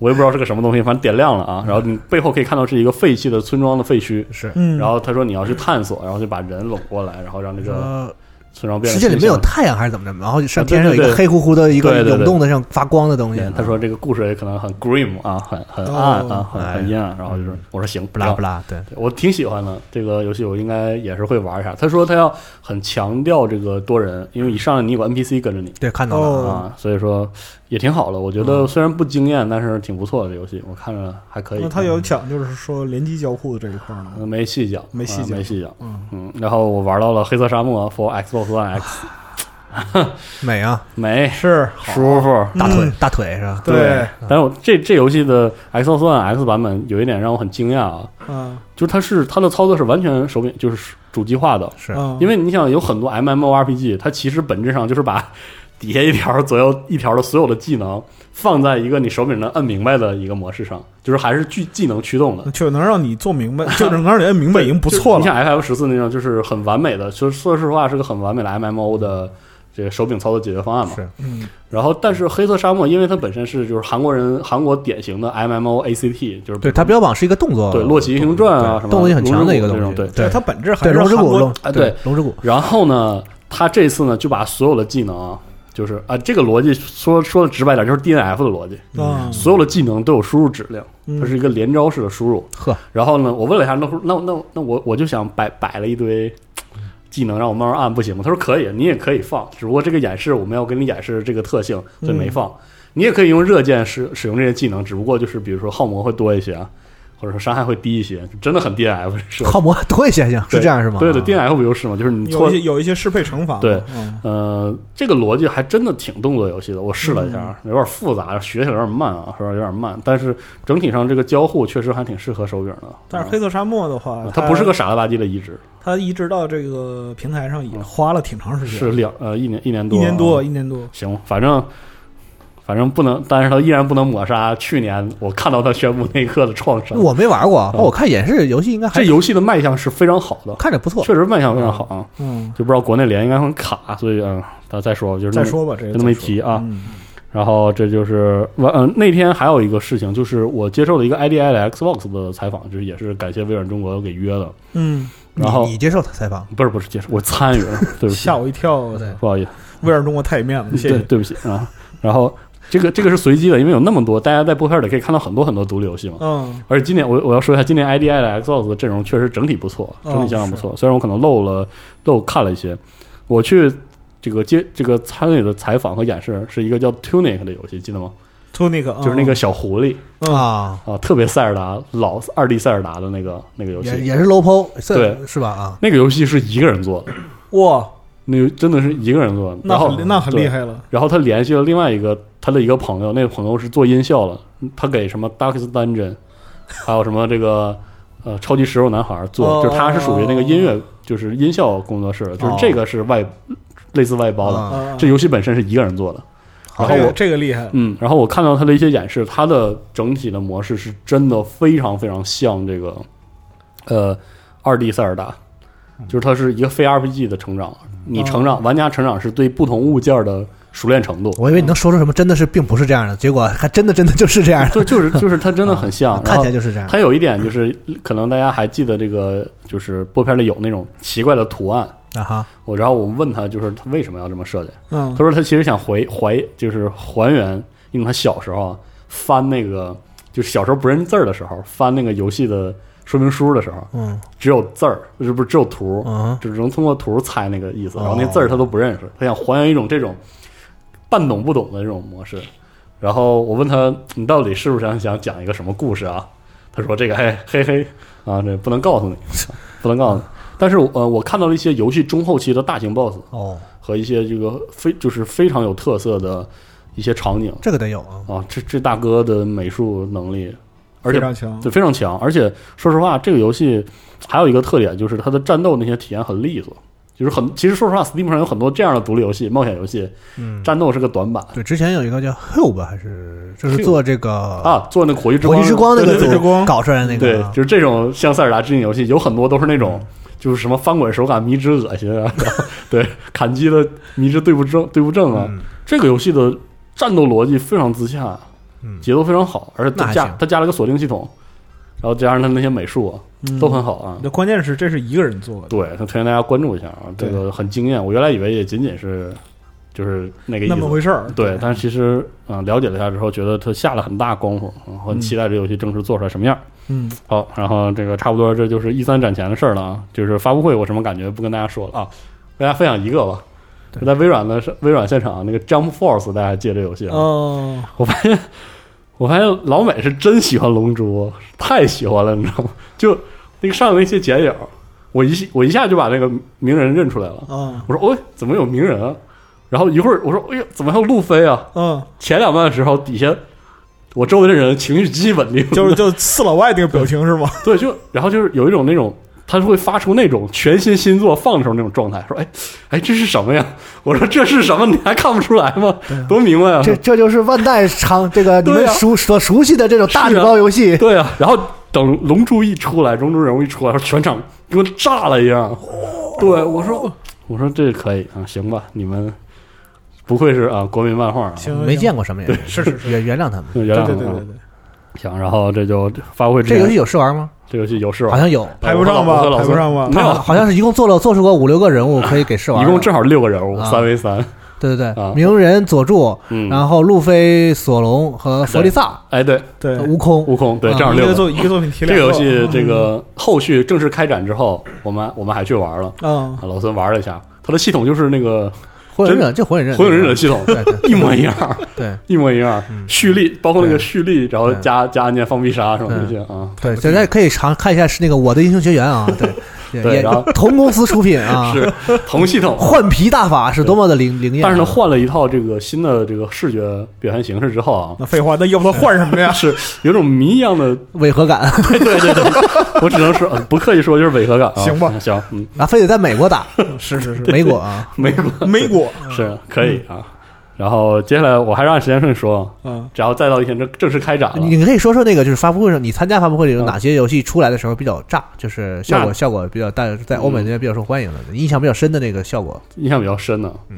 我也不知道是个什么东西，反正点亮了啊。然后你背后可以看到是一个废弃的村庄的废墟，是嗯，然后他说你要去探索，然后就把人拢过来，然后让这个呃，村庄变世得界里没有清太阳还是怎么着，然后上啊对天上有一对个对黑乎乎的一个对对对涌动的像发光的东西啊新。他说这个故事也可能很 grim 啊，很很哦暗啊，很哎很阴暗。然后就是我说行，不要拉不拉，对，我挺喜欢的这个游戏，我应该也是会玩一下。他说他要很强调这个多人，因为一上来你有个 NPC 跟着你对，看到了啊。哦啊，所以说也挺好的。我觉嗯得虽然不惊艳，但是挺不错的这游戏，我看着还可以。嗯那他有讲就是说联机交互的这一块儿呢，嗯没细讲，没细啊讲没细讲。嗯，嗯，然后我玩到了《黑色沙漠》for Xbox One [LAUGHS] X，美啊，美是舒服。大腿嗯大腿是吧？对，但是我这这游戏的 Xbox One X 版本有一点让我很惊讶啊，嗯就是它是它的操作是完全手柄就是主机化的，是嗯，因为你想有很多 MMORPG，它其实本质上就是把 [LAUGHS] 底下一条左右一条的所有的技能放在一个你手柄能摁明白的一个模式上，就是还是技技能驱动的。就能让你做明白， [LAUGHS] 就能让你摁明白已经不错你了。像 F F 十四那种，就是很完美的，就是说实话是个很完美的 M M O 的这个手柄操作解决方案嘛。是嗯，然后，但是黑色沙漠，因为它本身是就是韩国人韩国典型的 M M O A C T，就是对，它标榜是一个动作，对《洛奇英雄传》啊对什么动作性很强的一个这东种西，对。对它本质还对是龙之韩谷国龙啊对龙之谷，然后呢，他这次呢就把所有的技能，就是啊，这个逻辑说说的直白点，就是 D N F 的逻辑，啊，所有的技能都有输入指令，嗯它是一个连招式的输入。呵，然后呢，我问了一下，那那那那我我就想摆摆了一堆。技能让我慢慢按不行吗？他说可以，你也可以放，只不过这个演示我们要跟你演示这个特性，嗯所以没放。你也可以用热键使使用这些技能，只不过就是比如说耗魔会多一些啊，或者说伤害会低一些，就真的很 DNF 是吧靠磨多一些行，是这样是吗？对的啊，DNF 不就是嘛，就是你有错一些有一些适配惩罚。对嗯，呃，这个逻辑还真的挺动作游戏的。我试了一下，嗯有点复杂，学起来有点慢啊，是吧？有点慢。但是整体上这个交互确实还挺适合手柄的。但是黑色沙漠的话啊，它不是个傻了吧唧的移植，它移植到这个平台上也花了挺长时间，是两呃一年一年多一年啊多，一年多。行，反正反正不能，但是它依然不能抹杀去年我看到它宣布那一刻的创伤。我没玩过，不过我看演示游戏应该这还游戏的卖相是非常好的，看着不错。确实卖相非常好啊，嗯，就不知道国内连应该很卡，所以嗯，咱再说吧，就是那再说吧，这个就那么一再说提啊。嗯然后这就是完，嗯、那天还有一个事情，就是我接受了一个 IDI 的 Xbox 的采访，就是也是感谢微软中国给约的，嗯，然后你你接受采访，不是不是接受，我参与 [LAUGHS] 了，对不起吓，我一跳，对不好意思，微软中国太给面子，谢对谢。对不起啊。然后这个这个是随机的，因为有那么多，大家在播片里可以看到很多很多独立游戏嘛。嗯，而且今年我我要说一下，今年 IDI 的 Xbox 的阵容确实整体不错，哦整体相当不错。虽然我可能漏了漏看了一些，我去这个接这个参与的采访和演示是一个叫 Tunic 的游戏，记得吗？就那个就是那个小狐狸嗯啊，啊，特别塞尔达老二 D 塞尔达的那个那个游也戏，也是 low po，是对是吧？啊，那个游戏是一个人做的，哇，那个真的是一个人做的，那然后很那很厉。对害了。然后他联系了另外一个他的一个朋友，那个朋友是做音效的，他给什么 Darkest Dungeon，还有什么这个呃超级食肉男孩做，哦就是他是属于那个音乐就是音效工作室的，就是这个是外、类似外包的。啊啊这游戏本身是一个人做的，然后这个我这个厉害，嗯，然后我看到它的一些演示，它的整体的模式是真的非常非常像这个，呃，二 D 塞尔达，就是它是一个非 RPG 的成长，你成长，玩家成长是对不同物件的熟练程度， [LAUGHS] 我以为你能说出什么真的是并不是这样的，结果还真的真的就是这样的，就就是就是它真的很像，然看后起来就是这样。它有一点就是，可能大家还记得这个，就是播片里有那种奇怪的图案。啊哈，我然后我问他，就是他为什么要这么设计？嗯他，说他其实想回还，就是还原，因为他小时候啊翻那个，就是小时候不认字儿的时候，翻那个游戏的说明书的时候，嗯只有字儿，是不是只有图？嗯，只能通过图猜那个意思，哦然后那字儿他都不认识，他想还原一种这种半懂不懂的这种模式。然后我问他，你到底是不是想想讲一个什么故事啊？他说这个嘿嘿嘿啊，这不能告诉你，不能告诉你。但是我呃，我看到了一些游戏中后期的大型 BOSS 哦，和一些这个非就是非常有特色的一些场景这个得有啊。啊，这这大哥的美术能力，而且非常强。对，非常强。而且说实话，这个游戏还有一个特点就是它的战斗那些体验很利索，就是很其实说实话，Steam 上有很多这样的独立游戏、冒险游戏，嗯，战斗是个短板对，之前有一个叫 Hub 还是就是做这个啊啊。做那个火炬之火光，炬之光那对个对对之组光搞出来的那对个啊，就是这种像塞尔达致敬游戏，有很多都是那种。就是什么翻滚手感迷之恶心啊， [LAUGHS] 然后对砍击的迷之对不正对不正啊，嗯这个游戏的战斗逻辑非常自洽，嗯节奏非常好，而且那它还加行它加了个锁定系统，然后加上它那些美术啊，嗯都很好啊。那关键是这是一个人做的，对，那推荐大家关注一下啊，这个很惊艳。我原来以为也仅仅是就是那个意那么回思，事儿。对，但是其实啊、呃了解了一下之后，觉得它下了很大功夫，然后很期待这游戏正式做出来什么样。嗯，好，然后这个差不多这就是一三展前的事儿了啊，就是发布会我什么感觉不跟大家说了啊，跟大家分享一个吧。对就在微软的微软现场那个 Jump Force，大家还记得这游戏啊？哦，我发现，我发现老美是真喜欢龙珠，太喜欢了，你知道吗？就那个上的那些剪影，我一我一下就把那个鸣人认出来了。嗯我说，哦，怎么有鸣人啊？然后一会儿我说，哎呀，怎么还有路飞啊？嗯，前两半的时候，底下我周围的人情绪极其稳定，就是就四老外那个表情是吗？ [LAUGHS] 对，就然后就是有一种那种，他是会发出那种全新新作放的时候那种状态，说，哎哎，这是什么呀？我说这是什么？你还看不出来吗？多明白啊！这这就是万代常这个你对们啊熟所熟悉的这种大是礼啊包游 [LAUGHS] 戏，对啊，然后等《龙珠》一出来，《龙珠》人物一出来，全场给我炸了一 [LAUGHS] 样。对，我说， [LAUGHS] 我说这可以啊，行吧，你们不愧是啊国民漫画啊，行，没行见过什么也是是是，原原谅他们。原对谅对我对啊对对，行，然后这就发布会之这前游戏有试玩吗？这游戏有试玩好，像有，排不上吧我和老排不孙嗯上吧啊没他好 [LAUGHS] 有。好像是一共做了做出过五六个人物可以给试玩一的，共正好六个人物，啊三 v 三。对对啊对，鸣人、佐助，嗯，然后路飞、索隆和弗利萨、哎，对，对，悟空，悟空，对，啊正好一六个个。作一个作品提这个两游戏嗯这个后续正式开展之后，我们我们还去玩了。嗯啊，老孙玩了一下，它的系统就是那个火影忍者，这火影忍者，火影忍者系统对对一模一样，对一模一样，蓄力，包括那个蓄力，然后对加加按键放必杀什么这嗯些啊。对，大家可以尝看一下是那个《我的英雄学院》 [LAUGHS] 啊，对，对也然后同公司出品啊，是同系 [LAUGHS] 统，换皮大法是多么的灵灵验，啊但是呢，换了一套这个新的这个视觉表现形式之后啊，那废话，那要不他换什么呀？是有种谜一样的，违和感 [LAUGHS] 对对对， [LAUGHS] 我只能说呃不刻意说就是违和感啊。行吧嗯行，嗯，啊，非得在美国打是是是，美国啊，没有美国是可以啊。然后接下来我还是按时间顺序说，啊，然后再到一天正正式开展了。你可以说说那个就是发布会上你参加发布会里有哪些游戏出来的时候比较炸，就是效果那效果比较大，在欧美那边比较受欢迎的，印象比较深的那个效果，印象比较深的，嗯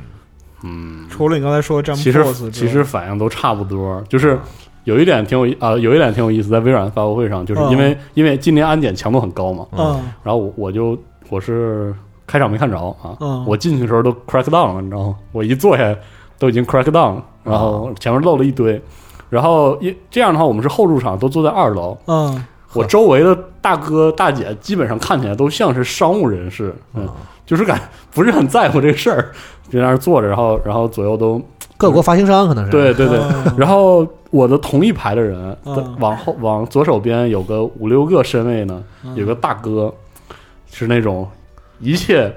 嗯，除了你刚才说的 Jump 其实 Force 之其外实反应都差不多，就是有一点挺有意啊、有一点挺有意思，在微软发布会上，就是因为、因为今年安检强度很高嘛，嗯然后我我就我是开场没看着啊，嗯我进去的时候都 crack down 了，你知道吗？我一坐下都已经 crack down 了，然嗯后前面漏了一堆，然后一这样的话，我们是后入场都坐在二楼，嗯我周围的大哥大姐基本上看起来都像是商务人士，嗯，就是感 [LAUGHS] 不是很在乎这事儿，就在那儿坐着，然后然后左右都各国发行商可能是对对对，嗯然后我的同一排的人，嗯在往后往左手边有个五六个身位呢，嗯有个大哥，是那种一切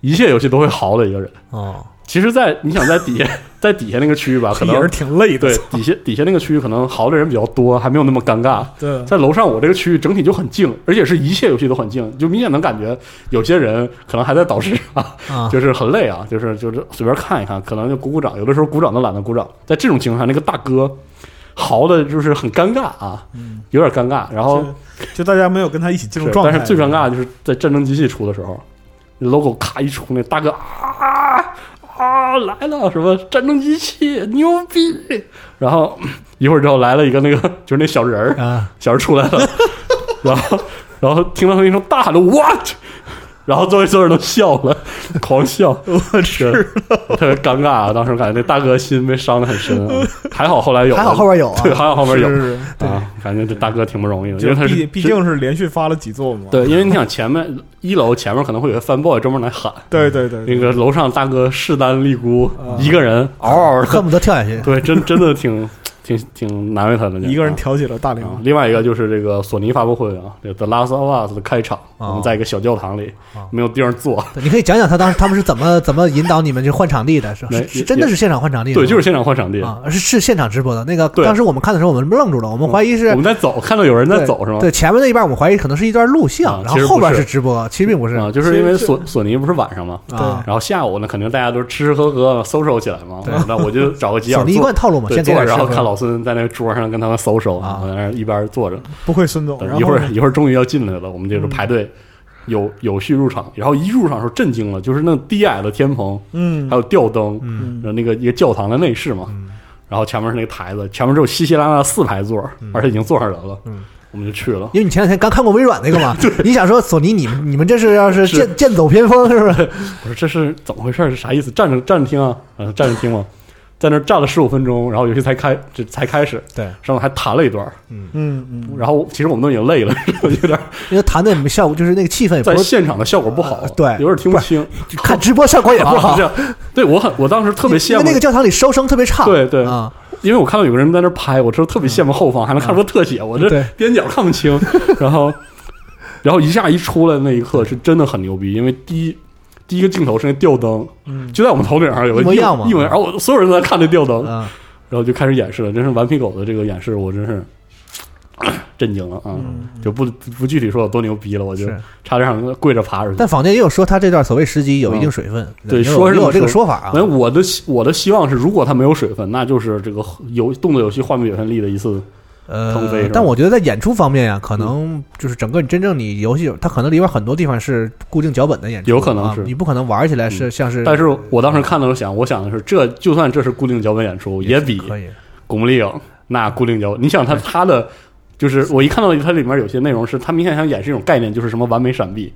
一切游戏都会豪的一个人。哦，其实在，你想在底下在底下那个区域 [LAUGHS] 吧，可也能是挺累的对，底下底下那个区域可能豪的人比较多，还没有那么尴尬。对在楼上我这个区域整体就很静，而且是一切游戏都很静，就明显能感觉有些人可能还在导师啊，啊就是很累啊，就是就是随便看一看，可能就鼓鼓掌，有的时候鼓掌都懒得鼓掌。在这种情况下，那个大哥嚎的就是很尴尬啊，有点尴尬。然后就就大家没有跟他一起进入哦是状态，但是最尴尬的就是在战争机器出的时候，logo 咔一出，那大哥啊啊来了，什么战争机器牛逼，然后一会儿之后来了一个那个就是那小人儿。啊，小人出来了， [LAUGHS] 然后然后听到他一声大喊着 “what”，然后周围所有人都笑了， [LAUGHS] 狂笑，我是特别尴尬啊！当时感觉那大哥心被伤的很深啊，还好后来有，还好后边有对，啊，还好后边有是是是啊，感觉这大哥挺不容易的，因就为他毕是毕。竟是连续发了几座嘛，对，因为你想前面一楼前面可能会有个 fanboy 专门来喊，对对对那对，个楼上大哥势单力孤，啊一个人嗷嗷的， [LAUGHS] 恨不得跳下去， [LAUGHS] 对，真真的挺挺挺难为他的，一个人啊挑起了大啊梁，另外一个就是这个索尼发布会啊，这个《The Last of Us》的开场，哦我们在一个小教堂里，哦没有地方坐，对你可以讲讲他当时他们是怎么怎么引导你们去换场地的，是吧没是是真的是现场换场地的吗，对，就是现场换场地。啊，是是现场直播的。那个对当时我们看的时候，我们愣住了，我们怀疑是我们在走，看到有人在走是吗？对，前面那一半我们怀疑可能是一段录像，啊然其实后后不边是是直播，其实并不是啊，就是因为索索尼不是晚上嘛，啊。然后下午呢，肯定大家都吃吃喝喝，social 起来嘛。啊那我就找个几索角尼一坐贯，套路嘛，对先给坐着，点然后看吃喝老孙在那个桌上跟他们 social，啊我在那儿一边坐着。不愧孙总，等然一会后儿一会儿终于要进来了，我们就是排队，嗯有有序入场。然后一入场的时候震惊了，就是那低矮的天棚，嗯还有吊灯，嗯然后那个一个教堂的内饰嘛，嗯然后前面是那个台子，前面只有稀稀拉拉四排座，嗯而且已经坐上人了，我们就去了。因为你前两天刚看过微软那个 [LAUGHS] 嘛，你想说索尼你们你们这是要是是剑剑走偏锋是不是？我说这是怎么回事？是啥意思？站着站着听啊，嗯，站着听嘛，在那儿站了十五分钟，然后游戏才开，这才开始，对，上面还弹了一段，嗯嗯，然后其实我们都已经累了， [LAUGHS] 有点因为谈的也没效果，就是那个气氛也不在是现场的效果不好呃，对有点听不清，看直播效果也 [LAUGHS] 不不好好啊这，样。对我很，我当时特别羡因慕为那个教堂里收声特别差，对对啊，因为我看到有个人在那拍，我说特别羡慕后方，还能看出特写，我嗯对这边角看不清。 [LAUGHS] 然后，然后一下一出来那一刻是真的很牛逼，因为第一第一个镜头是那吊灯，就在我们头顶上有个一嗯模一样嘛一模一样，然后我所有人都在看那吊灯，嗯，然后就开始演示了，真是顽皮狗的这个演示，我真是。 [COUGHS] 震惊了啊！嗯就不不具体说有多牛逼了，我就是差点让人跪着爬出去。但坊间也有说他这段所谓时机有一定水分，嗯对有说是有这么有这个说说法啊反，正我的希我的希望是，如果它没有水分，那就是这个游动作游戏画面表现力的一次腾飞是呃吧，但我觉得在演出方面呀、可能就是整个你真正你游戏，它可能里边很多地方是固定脚本的演出，有可能是嗯啊、你不可能玩起来是像是，但是我当时看的时候想，我想的是，这就算这是固定脚本演出，也比可以古墓丽影那固定脚本。你想他他的，就是我一看到它里面有些内容是，他明显想演示一种概念，就是什么完美闪避。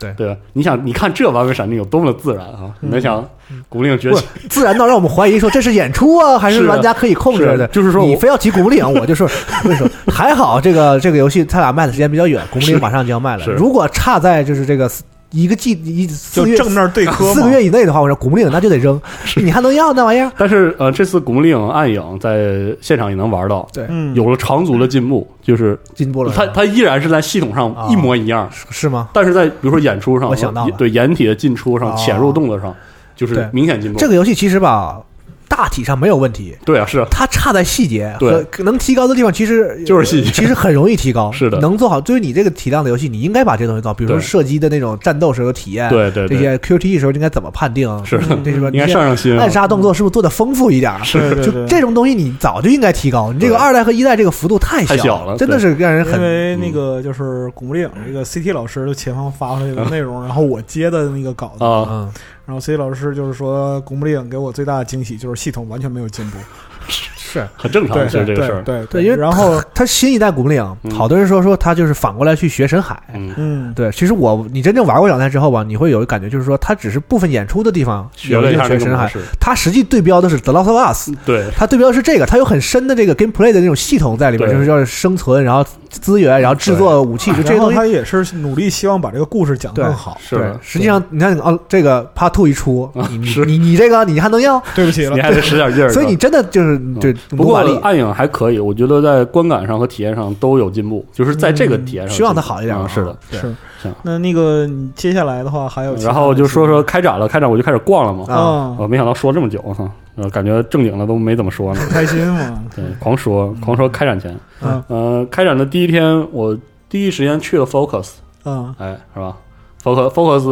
对对吧，你想，你看这完美闪避有多么的自然啊！你能想古墓丽影崛嗯不起是，自然到让我们怀疑说这是演出啊，还是的玩家可以控制是啊的？就是说我你非要提《古墓丽影》，我就说为什么？ [LAUGHS] 还好这个这个游戏它俩卖的时间比较远，《古墓丽影》马上就要卖了。是如果差在就是这个一个季一四就个月啊正面对磕四个嘛月以内的话，我说古墓丽影那就得扔，你还能要那玩意儿？但是呃，这次古墓丽影暗影在现场也能玩到，对，嗯，有了长足的进步，就是金波罗它它依然是在系统啊上一模一样，是吗？但是在比如说演出上，我想到了对掩体的进出上、哦潜入动作上，就是对明显进步。这个游戏其实吧，大体上没有问题，对啊，是啊它差在细节和能提高的地方，其实呃就是细节其实很容易提高。是的能做好，对于你这个体量的游戏，你应该把这东西做好，比如说对射击的那种战斗时候的体验，对对哎这对，些 QTE 时候应该怎么判定，是的这是吧？ [LAUGHS] 应该这些上上心啊暗。杀动作是不是做的丰富一点儿？[LAUGHS] 对对就对这种东西，你早就应该提高。你这个对二代和一代这个幅度太太小了了，真的是让人因很嗯为那个就是《古墓丽影》这个 CT 老师就前方发过来的内容，然后我接的那个稿子，啊，嗯，然后 CT 老师就是说，《古墓丽影》给我最大的惊喜就是系统完全没有进步，是很正常，对其实对啊这个事儿，对对，因为然后它新一代古墓丽影，嗯好多人说说它就是反过来去学深海。嗯，嗯，对，其实我你真正玩过两代之后吧，你会有一感觉，就是说它只是部分演出的地方学了一有下学这个深模海，式，它实际对标的是《The Last of Us》，对它对标的是这个，它有很深的这个 gameplay 的那种系统在里边，对就是要生存，然后资源，然后制作武器，就这些然后东西他。也是努力希望把这个故事讲得更好。哦是对的，，啊实际上你看哦，这个 Part Two 一出，你你是你你这个你还能要？对不起了你，还得使点劲儿。所以你真的就是对啊不努过把力，暗影还可以，我觉得在观感上和体验上都有进步，就是在这个体验上有进步，嗯希望它好一点啊嗯是的，对是行。那那个你接下来的话嗯还有其他的然后就说哦说开展了，开展我就开始逛了嘛。啊，我没想到说这么久，我操，呃感觉正经的都没怎么说呢。不开心嘛， [LAUGHS] 对，狂说狂说开展前，嗯呃，开展的第一天，我第一时间去了 Focus，嗯，哎，是吧？Focus Focus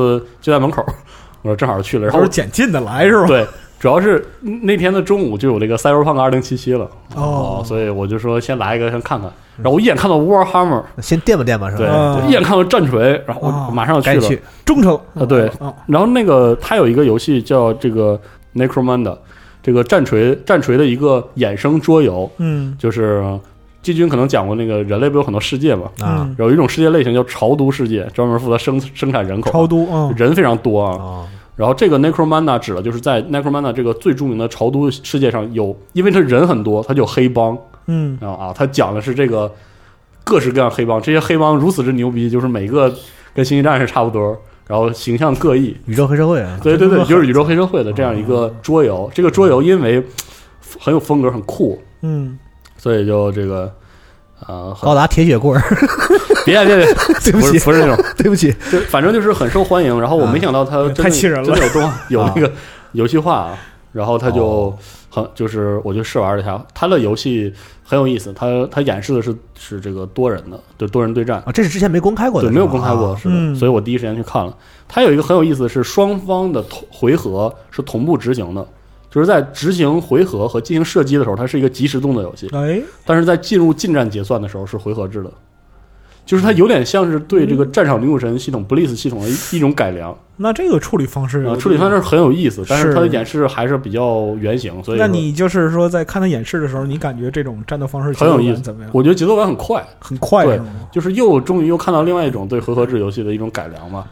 就在门口， [LAUGHS] 我说正好去了，然后都是捡进的来是吧？对，主要是那天的中午就有这个 Cyberpunk 二零七七了，哦所以我就说先来一个先看看，然后我一眼看到 Warhammer，先垫吧垫吧，是对，吧？啊我一眼看到战锤，然后我啊马上就赶去紧了，去，忠诚啊对嗯然后那个它有一个游戏叫这个 Necromunda，这个战锤战锤的一个衍生桌游，嗯就是季军可能讲过那个人类不有很多世界嘛，啊嗯，有一种世界类型叫朝都世界，专门负责生生产人口，啊超都嗯人非常多啊。哦然后这个 Necromunda 指的就是在 Necromunda 这个最著名的朝都世界上有，因为它人很多，它就有黑帮嗯啊啊，它讲的是这个各式各样黑帮，这些黑帮如此之牛逼，就是每个跟星际战士差不多，然后形象各异，宇宙黑社会啊，对对对，就是宇宙黑社会的这样一个桌游。这个桌游因为很有风格，很酷，嗯，所以就这个呃，很高达铁血 [LAUGHS] 棍儿，别别别， [LAUGHS] 对不不是起，不是那种，对不起，就反正就是很受欢迎。然后我没想到它真的太气人了真的有 [LAUGHS] 动有那个游戏化啊。然后它就很就是我就试玩了一下，它的游戏很有意思，它它演示的是是这个多人的，就多人对战。啊，这是之前没公开过的，对，没有公开啊过，是的，嗯所以我第一时间去看了。它有一个很有意思的是，双方的同回合是同步执行的，就是在执行回合和进行射击的时候，它是一个即时动作游戏，哎，但是在进入近战结算的时候是回合制的，就是它有点像是对这个战场女武神系统、Bliss 系统的一一种改良那这个处理方式有啊，处理方式很有意思，但是是它的演示还是比较原型，所以那说你就是说在看他演示的时候，你感觉这种战斗方式很有意思怎么样？我觉得节奏感很快，很快对是吗？就是又终于又看到另外一种对回合制游戏的一种改良嘛。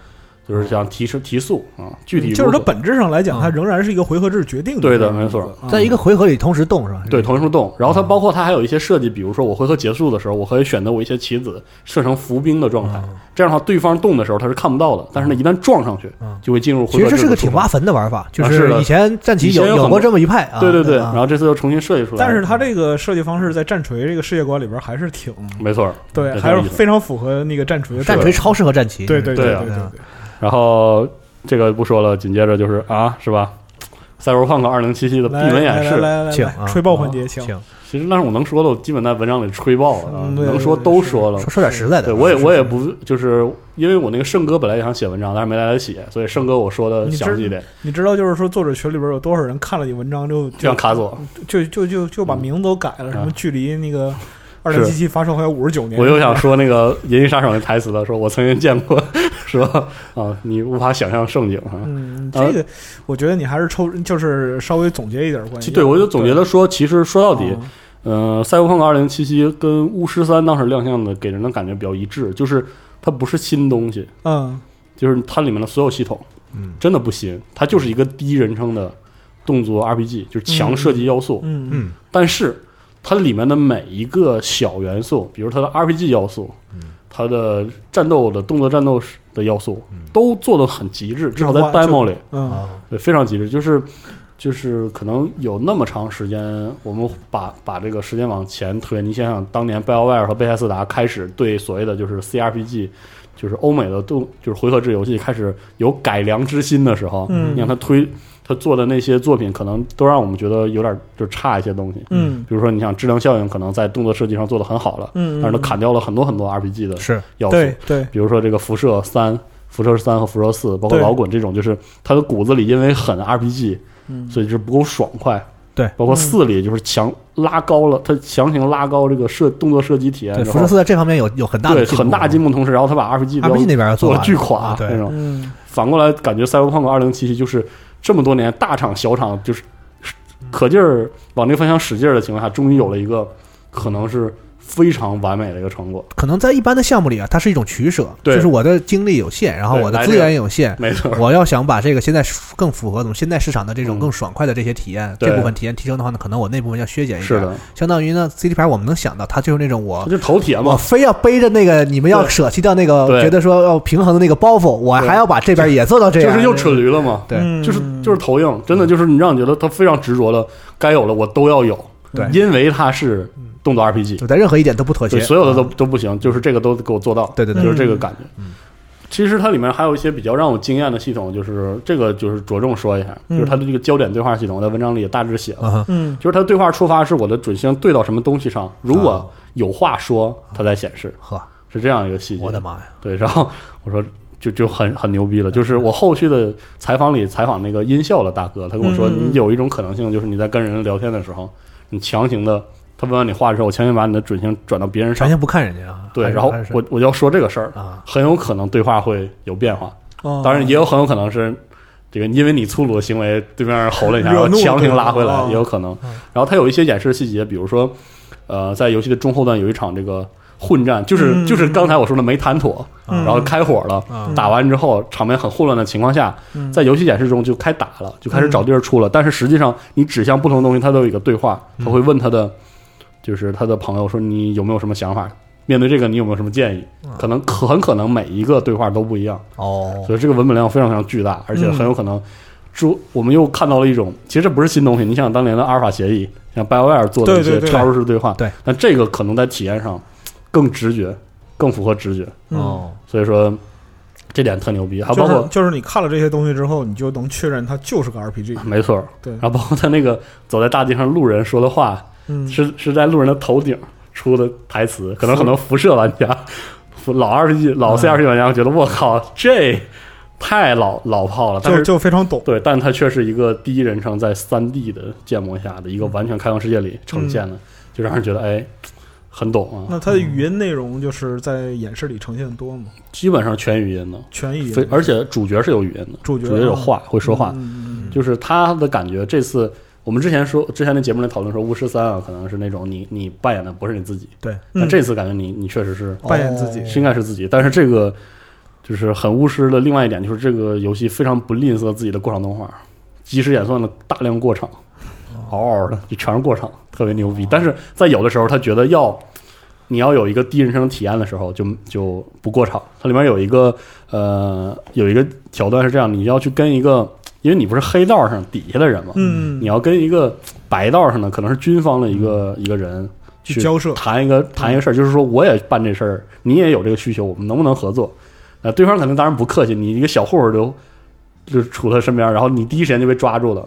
就是想提升提速啊，具体就是如它何本质上来嗯讲，它仍然是一个回合制决定的。对的没错啊。在一个回合里同时动是吧？对，同时动。然后它包括它还有一些设计，比如说我回合结束的时候，我可以选择我一些棋子设成伏兵的状态，这样的话对方动的时候他是看不到的，但是呢一旦撞上去嗯就会进入回其合实制的这是个处挺罚挖坟的玩法，就啊是是的以前战棋以前有有很有过这么一派啊，对对对，啊然后这次又重新设计出来了，但是它这个设计方式在战锤这个世界观里边还是挺没错儿。对，对还挺有是意思非常符合那个战锤的战锤超适合战棋，对对对对啊对对，然后这个不说了，紧接着就是啊，是吧？赛博朋克二零七七的闭来门来演来示，来来请啊来，吹爆环节，请请其实那是我能说的，我基本在文章里吹爆了，啊嗯对能说对都是说了说。说点实在的，对，我也我也不就是因为我那个圣哥本来也想写文章，但是没来得写，所以圣哥我说的你知详细一点，你知道，就是说作者群里边有多少人看了你文章就就像就卡索，就就就就把名字都改了，什么距离那个二零七七发售还有五十九啊年，我又想说那个《银翼杀手》那台词了，说我曾经见过， [LAUGHS] 说啊，你无法想象盛景啊。嗯，这个我觉得你还是抽，就是稍微总结一点关其系。对，我就总结了说，其实说到底，啊嗯，《赛博朋克2077》跟《巫师三》当时亮相的，给人的感觉比较一致，就是它不是新东西，嗯，就是它里面的所有系统嗯真的不新，它就是一个第一人称的动作 RPG，就是强射击要素。嗯嗯嗯嗯但是它里面的每一个小元素，比如它的 RPG 要素，它的战斗的动作战斗的要素都做得很极致，至少在嗯就 demo 里，嗯，啊，对，非常极致，就是就是可能有那么长时间，我们把把这个时间往前推，你想想当年 BioWare 和贝塞斯达开始对所谓的就是 CRPG，就是欧美的动就是回合制游戏开始有改良之心的时候，嗯你看他推他做的那些作品，可能都让我们觉得有点就差一些东西。嗯比如说，你想质量效应可能在动作设计上做得很好了，嗯，但是它砍掉了很多很多 RPG 的是要素。对对，比如说这个辐射三、辐射三和辐射四，包括对老滚这种，就是它的骨子里因为很 RPG，嗯所以就是不够爽快。对包括四里就是强拉高了，它强行拉高这个设动作设计体验对，之辐后，射四在这方面有有很大的对很大进步步，同时，然后他把 RPG 啊。RPG 那边做了了巨垮对那，种。嗯反过来感觉《赛博朋克2077》就是这么多年大厂小厂就是可劲儿往这个方向使劲儿的情况下，终于有了一个可能是非常完美的一个成果。可能在一般的项目里啊，它是一种取舍，对就是我的精力有限，然后对我来的这资个源也有限，没错，我要想把这个现在更符合我们现在市场的这种嗯更爽快的这些体验，对这部分体验提升的话呢，可能我那部分要削减一是点。，的，相当于呢，CD 牌我们能想到，它就是那种它我就头铁嘛我，非要背着那个你们要对舍弃掉那个对觉得说要平衡的那个包袱，我对还要把这边也做到这就样，是又蠢驴了嘛。啊对嗯就是就是投影，真的就是你让你觉得他非常执着了，该有的我都要有，对嗯因为它是动作 RPG，就在任何一点都不妥对协，所有的都啊都不行，就是这个都给我做到，对对嗯就对是这个感觉。其实它里面还有一些比较让我惊艳的系统，就是这个就是着重说一下，嗯就是它的这个焦点对话系统，我在文章里也大致写了，嗯哼嗯就是它对话触发是我的准星对到什么东西上，如啊果有话说，它才显示，呵，是这样一个细节。我的妈呀，对，然后我说就就很很牛逼了，就是我后续的采访里采访那个音效的大哥，他跟我说，嗯嗯嗯你有一种可能性就是你在跟人聊天的时候，你强行的，他问完你话的时候，我强行把你的准星转到别人完上，全不看人家啊，对，还是然后还是我我就要说这个事儿，啊，很有可能对话会有变化，哦当然也有很有可能是。这个因为你粗鲁的行为，对面吼了一下，然惹后怒了强行拉回对吧来哦也有可能嗯。然后他有一些演示细节，比如说，呃，在游戏的中后段有一场这个混战，就是嗯就是刚才我说的没谈妥，嗯然后开火了，啊打完之后场面很混乱的情况下，嗯在游戏演示中就开打了，就开始找地儿出了。但是实际上，你指向不同的东西，它都有一个对话，嗯他会问他的，就是他的朋友说你有没有什么想法？面对这个，你有没有什么建议？嗯可能可很可能每一个对话都不一样，哦，所以这个文本量非常非常巨大，而且很嗯有可能，诸我们又看到了一种，其实这不是新东西。你想想当年的阿尔法协议，像 BioWare 做的对一些对对插入式对话，对但这个可能在体验上更直觉，更符合直觉。嗯，哦，所以说这点特牛逼，还啊包就括、是就是你看了这些东西之后，你就能确认它就是个 RPG，没错儿，对然后包括他那个走在大街上路人说的话，嗯是是在路人的头顶出的台词，可能很多辐射玩家、辐老 RPG、老 CRPG 玩家会觉得我靠，这太老老炮了，但。就是就非常懂，对，但它却是一个第一人称在三 D 的建模下的一嗯个完全开放世界里呈现的，就让人觉得哎，很懂啊。那它的语音内容就是在演示里呈现的多吗？基本上全语音的，全语非音，而且主角是有语音的，主角啊主角有话，会说话，嗯嗯就是他的感觉。这次我们之前说，之前的节目里讨论说，巫师三啊，可能是那种你你扮演的不是你自己，对，嗯但这次感觉你你确实是扮演自己哦是应该是自己，但是这个就是很巫师的另外一点，就是这个游戏非常不吝啬自己的过场动画，即时演算了大量过场，哦嗷嗷的就全是过场，特别牛逼。但是在有的时候，他觉得要你要有一个第一人称体验的时候，就就不过场。它里面有一个呃有一个桥段是这样，你要去跟一个，因为你不是黑道上底下的人嘛，嗯，你要跟一个白道上的，可能是军方的一个一个人去交涉谈一个谈一个事儿，就是说我也办这事儿，你也有这个需求，我们能不能合作？呃，对方可能当然不客气，你一个小混混就就杵他身边，然后你第一时间就被抓住了，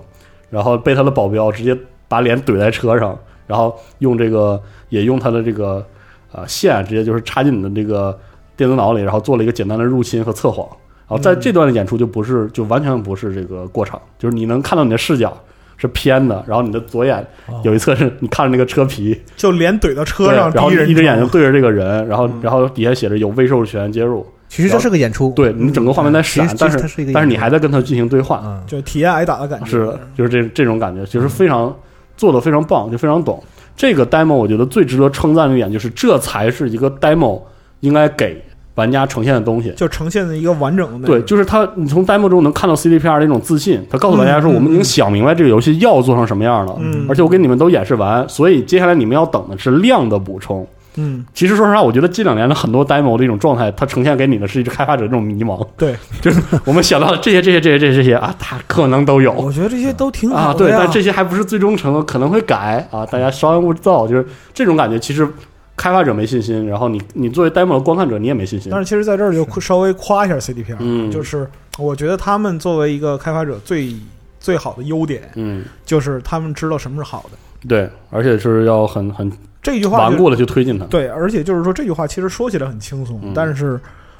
然后被他的保镖直接把脸怼在车上，然后用这个也用他的这个呃线直接就是插进你的这个电子脑里，然后做了一个简单的入侵和测谎。然后在这段的演出就不是，就完全不是这个过场，就是你能看到你的视角是偏的，然后你的左眼有一侧是你看着那个车皮，就脸怼到车对上，然后第人一只眼睛称对着这个人，然后嗯然后底下写着有未授权接入，其实这是个演出，对你整个画面在闪其实，但其实它是是一个演出，但是你还在跟他进行对话，嗯就体验挨打的感觉，是的，就是这这种感觉，就是非常做的非常棒，就非常懂。这个 demo 我觉得最值得称赞的一点就是，这才是一个 demo 应该给玩家呈现的东西。就呈现一个完整的那对，个就是他，你从 demo 中能看到 CDPR 的一种自信。他告诉大家说，嗯嗯我们已经想明白这个游戏要做成什么样了，嗯而且我给你们都演示完，所以接下来你们要等的是量的补充。嗯，其实说实话，我觉得近两年的很多 demo 的一种状态，它呈现给你的是一个开发者这种迷茫。对， [LAUGHS] 就是我们想到这些、这些、这些、这些、这些啊，它可能都有我觉得这些都挺啊，好对的，呀。但这些还不是最终承诺，可能会改啊，大家稍安勿躁，就是这种感觉。其实开发者没信心，然后你你作为 demo 的观看者，你也没信心但。是其实在这儿就稍微夸一下 CDPR，、嗯就是我觉得他们作为一个开发者最最好的优点，嗯，就是他们知道什么是好的。对，而且是要很很这句话顽就固的去推进它。对，而且就是说这句话其实说起来很轻松，嗯但是。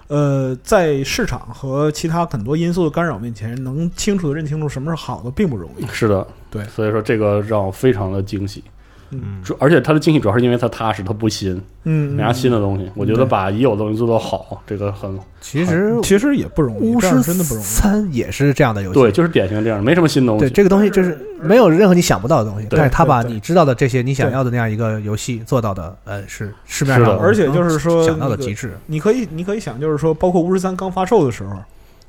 呃，在市场和其他很多因素的干扰面前，能清楚的认清楚什么是好的，并不容易。是的，对所以说这个让我非常的惊喜。嗯，主而且它的惊喜主要是因为它踏实，它不新，嗯，没啥新的东西。我觉得对把已有的东西做到好，这个很其实嗯其实也不容易，巫这样师真的不容易。三也是这样的游戏。对，就是典型这样，没什么新东对西。这个东西就是没有任何你想不到的东西，对但是他把对你知道的这些你想对要的那样一个游戏做到的，呃，是市面是上的我而且就是说想到的那个极致。你可以，你可以想，就是说，包括巫师三刚发售的时候，和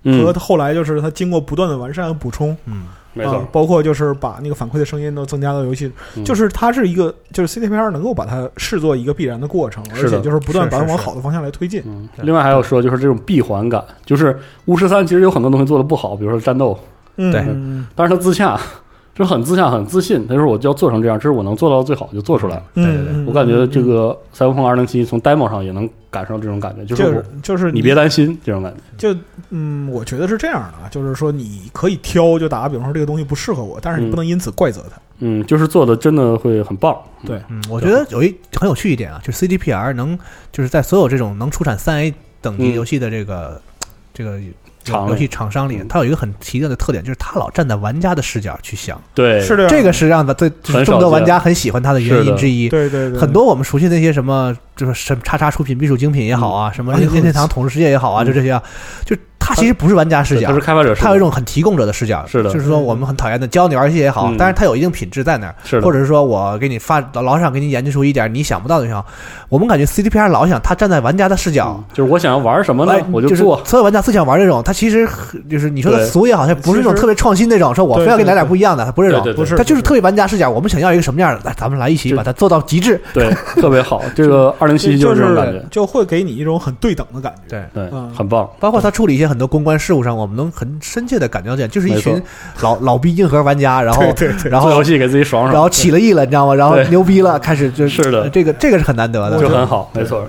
嗯，后来就是它经过不断的完善和补充，嗯，没啊错，包括就是把那个反馈的声音都增加到游戏，嗯就是它是一个，就是 CTPR 能够把它视作一个必然的过程，是而的且就是不断是把它是往是好的方向来推进。嗯，对另外还有说，就是这种闭环感，就是巫师三其实有很多东西做的不好，比如说战斗，嗯，对嗯但是他自洽，就是很自洽、很自信。他说我就要做成这样，这是我能做到最好，就做出来了。嗯对对对嗯我感觉这个《赛博朋克2077》从 demo 上也能感受这种感觉，就就是是我就是你别担心这种感觉。就嗯，我觉得是这样的啊，就是说你可以挑，就打个比方说这个东西不适合我，但是你嗯不能因此怪责它。嗯，就是做的真的会很棒。对嗯，我觉得有一很有趣一点啊，就是 CDPR 能就是在所有这种能出产三 A 等级嗯游戏的这个这个厂游戏厂商里嗯，它有一个很奇特的特点，就是它老站在玩家的视角去想，对，啊是这样，这个是让它最就是很众少多玩见家很喜欢它的原是因的之一。对对对，很多我们熟悉的那些什么，就是什么叉叉出品、必属精品也好啊，什么哎呦任天 [LAUGHS] 堂统治世界也好啊，嗯就这些啊，就它其实不是玩家视对他角是，开发者视角，它有一种很提供者的视角，是的就是说我们很讨厌的教你玩游戏也好嗯，但是它有一定品质在那儿，是的或者是说我给你发老老想给你研究出一点你想不到的地方，我们感觉 CDPR 老想他站在玩家的视角嗯。就是我想要玩什么呢哎，我就是做。所有玩家最想玩这种，他其实很就是你说的对俗也好，它不是那种其实特别创新那种，说我非要给你来点不一样的，它不是这种，对对不是，它就是特别玩家视角，我们想要一个什么样的，来咱们来一起就把它做到极致。对，特别好。这个二零七七就是这种感觉，就会给你一种很对等的感觉。对，对，嗯很棒。包括他处理一些很多公关事务上，我们能很深切的感觉到见，就是一没群老老逼硬核玩家，然后对对对然做后游戏给自己爽然爽，后起了意了，你知道吗？然后对牛逼了，开始就是的这个这个是很难得我的就觉。得很好，没错。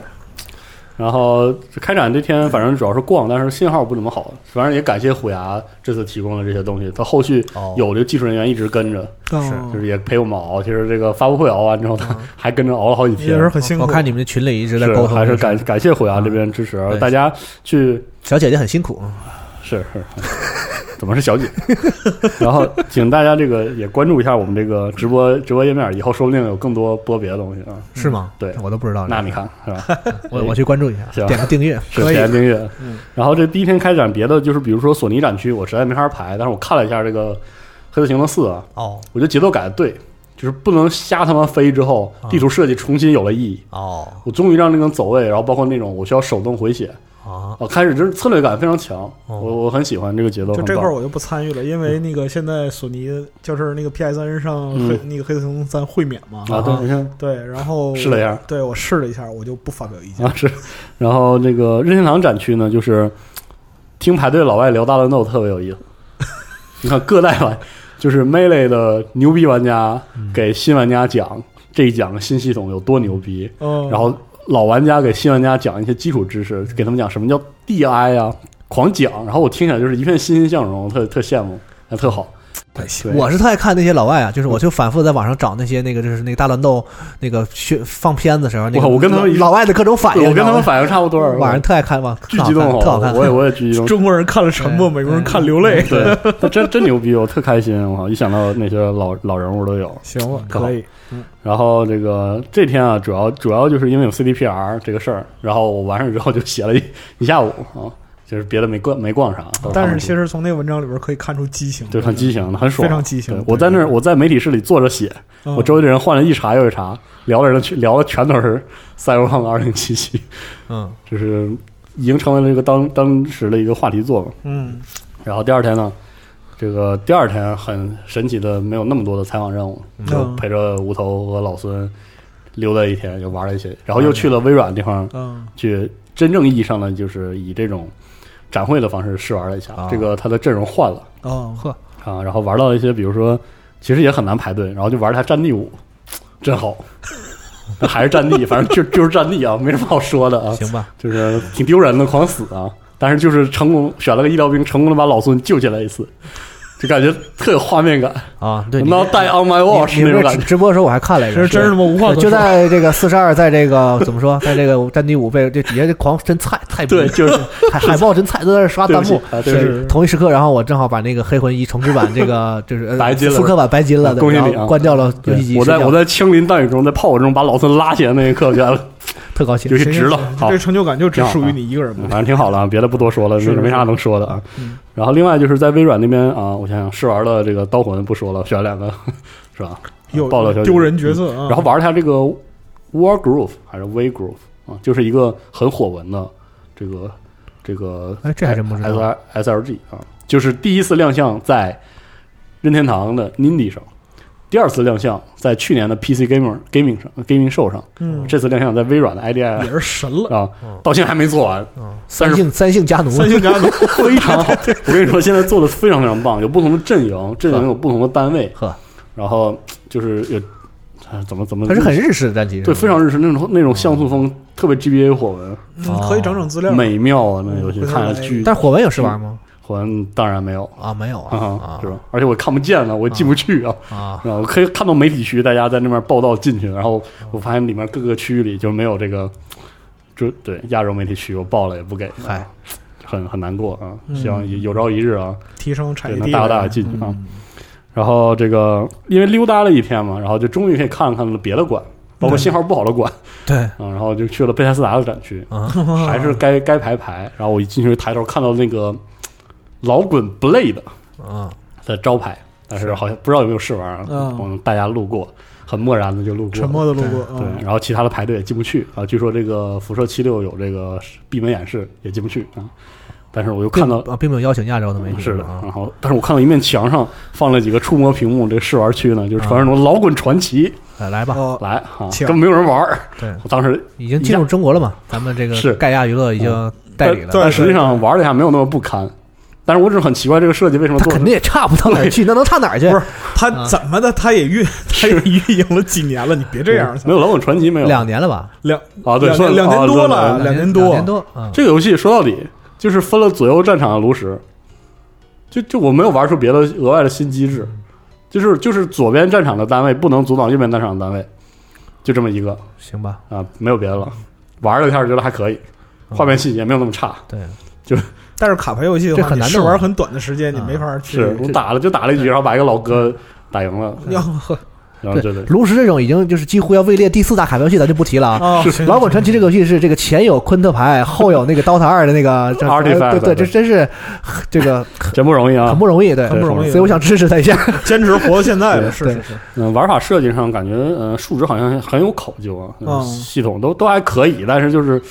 然后开展这天，反正主要是逛，但是信号不怎么好。反正也感谢虎牙这次提供了这些东西，他后续哦有这个技术人员一直跟着，嗯哦就是也陪我们熬。其实这个发布会熬完之后，他还跟着熬了好几也天。是很辛苦。哦我看你们群里一直在是沟通，还是感感感谢虎牙这边支持，对大家去小姐姐很辛苦，是是，怎么是 [LAUGHS] 小姐？然后请大家这个也关注一下我们这个直播直播页面，以后说不定有更多播别的东西啊。是吗？对我都不知道。那你，看是 [LAUGHS] 吧？我我去关注一下，行点个订阅。是可以前订阅嗯。然后这第一天开展别的，就是比如说索尼展区，我实在没法排，但是我看了一下这个《黑色行动四》啊，哦我觉得节奏改的对，就是不能瞎他妈飞之后，啊地图设计重新有了意义。哦我终于让那种走位，然后包括那种我需要手动回血，啊！啊，开始就是策略感非常强，哦我我很喜欢这个节奏。就很这棒块儿我就不参与了，因为那个现在索尼就是那个 PSN 上嗯黑、那个《黑色行动三》会免嘛，啊，对，你看对，然后试了一下对我试了一下，我就不发表 [LAUGHS] 意见。啊是，然后那个任天堂展区呢，就是听排队老外聊大乱斗特别有意思。你看各代玩，就是 Melee 的牛逼玩家给新玩家讲这一讲新系统有多牛逼，嗯，然后老玩家给新玩家讲一些基础知识，给他们讲什么叫 DI 啊，狂讲，然后我听起来就是一片欣欣向荣，特特羡慕，还特好。太行对嗯我是特爱看那些老外啊，就是我就反复在网上找那些那个就是那个大乱斗那个学放片子的时候，那个我我跟他们一哎老外的各种反应，我跟他们你知道吗反应差不多，晚上特 [LAUGHS] 爱看，哇，巨特好激看动，特好看，我也我也巨激 [LAUGHS] 动，中国人看了沉默，对美国人看流泪。对，他真真牛逼，我特开心，我靠！一想到那些老老人物都有。行了，可好可以。嗯然后这个这天啊，主要主要就是因为有 CDPR 这个事儿，然后我完事儿之后就写了一一下午啊，就是别的没逛没逛啥，啊都但差是不其多实从那文章里边可以看出激情，对很激情的，很爽，非常激情对对我在那儿我在媒体室里坐着写，嗯我周围的人换了一茬又一茬，聊的人去聊的全都是《 [LAUGHS] 赛博朋克2077》，嗯， [LAUGHS] 就是已经成为了这个当当时的一个话题作嘛。嗯然后第二天呢，这个第二天很神奇的没有那么多的采访任务，嗯就陪着无头和老孙溜达一天，又玩了一些，然后又去了微软的地方嗯，去，真正意义上呢，就是以这种展会的方式试玩了一下啊，这个它的阵容换了哦，呵，啊，然后玩到一些，比如说其实也很难排队，然后就玩了一下《战地五》，真好。还是战地，反正就就是战地啊，没什么好说的啊。行吧，就是挺丢人的，狂死啊！但是就是成功选了个医疗兵，成功的把老孙救起来一次，就感觉特有画面感。啊，对，你那 die on my 你 watch 你那不种是感直觉，直播的时候我还看了一这个，真是他妈无话对可就说。在这个四十二，在这个怎么说，在这个战地五被这底下这狂真菜菜谱对，就是海海报真菜都在那刷对弹不起幕。啊，对不起，是同一时刻，然后我正好把那个《黑魂一》重制版这个就是呃白金了复刻版白金了，对恭喜你啊然后关掉了游对戏机，我在睡觉我在枪林弹雨中，在炮火中把老孙拉起来那一刻，觉得特高兴游。戏值了，好这，成就感就只挺好属于你一个人 [LAUGHS] 嗯嘛。反正挺好了啊，别的不多说了，是没是没啥能说的啊嗯。然后另外就是在微软那边啊，我想想试玩了这个刀魂不说了，选了两个是吧？有嗯爆料消息嗯丢人角色啊，然后玩了一下这个 War Groove 还是 Way Groove 啊，就是一个很火文的这个这个哎，这还真不知 S 道。 R S L G 啊，就是第一次亮相在任天堂的 Nindy 上，第二次亮相在去年的 PC Gamer Gaming 上 Gaming Show 上，嗯，这次亮相在微软的 IDI 也是神了，啊嗯，到现在还没做完，三姓三姓家奴，三星家 [LAUGHS] 族非常好。我跟你说，现在做的非常非常棒，有不同的阵营，阵营有不同的单位呵，然后就是有啊怎么怎么， [LAUGHS] 他是很日式的战旗，对，非常日式那种那种像素风，特别 GBA 火纹，嗯可以整整资料。美妙啊！那游戏嗯看着巨，但是火纹有试玩吗？火纹当然没有啊，没有啊啊，是吧？而且我看不见了，我进不去啊。啊啊！然后可以看到媒体区大家在那边报道进去，然后我发现里面各个区域里就没有这个，就对亚洲媒体区我报了也不给，嗨，很很难过啊！嗯希望有有朝一日啊，提升产对业能地大位，大进去啊。嗯然后这个因为溜达了一天嘛，然后就终于可以看看了别的馆，包括信号不好的馆对啊，然后就去了贝塞斯达的展区，啊， [LAUGHS] 还是该该排排。然后我一进去抬头看到那个老滚 Blade 啊，的招牌，但是好像不知道有没有试玩啊，嗯我们大家路过，很漠然的就路过了，沉默的路过，对，嗯然后其他的排队也进不去啊。据说这个辐射七六有这个闭门演示，也进不去啊。但是我又看到，啊，并没有邀请亚洲的媒体是的，嗯啊然后但是我看到一面墙上放了几个触摸屏幕，这个试玩区呢，就是传说中老滚传奇哎来吧，哦，来啊，请根本没有人玩 [LAUGHS] 儿。对，我当时，已经进入中国了嘛？咱们这是嗯个盖亚娱乐已经代理了，但实际上玩了一下没有那么不堪。但是我只是很奇怪，这个设计为什么他做肯成定也差不到哪儿去，那能差哪儿去不？是他怎么的，他也运，他也运营了几年了，你别这样，没有老滚传奇没有两年了吧？两啊？对，两算两年啊多算了两两年年多两年多啊，这个游戏说到底就是分了左右战场的炉石，就就我没有玩出别的额外的新机制，就是就是左边战场的单位不能阻挡右边战场的单位，就这么一个行吧？啊，没有别的了。玩了一下觉得还可以，画面细节没有那么差，对，但是卡牌游戏的这话，很你难试弄啊玩很短的时间，你没法去。啊是我打了就打了一局，然后把一个老哥打赢了，要呵然后觉得炉石这种已经就是几乎要位列第四大卡牌游戏，咱就不提了啊。哦，老滚传奇这个游戏是这个前有昆特牌，后有那个 DOTA 二的那 [LAUGHS] 个这 Artifact，对对，这对真是这个真不容易很啊。不容易，对，很不容易，所以我想支持他一下。 [LAUGHS] 坚持活到现在了，对是对是是，嗯，玩法设计上感觉呃数值好像很有考究啊，嗯系统都都还可以，但是就是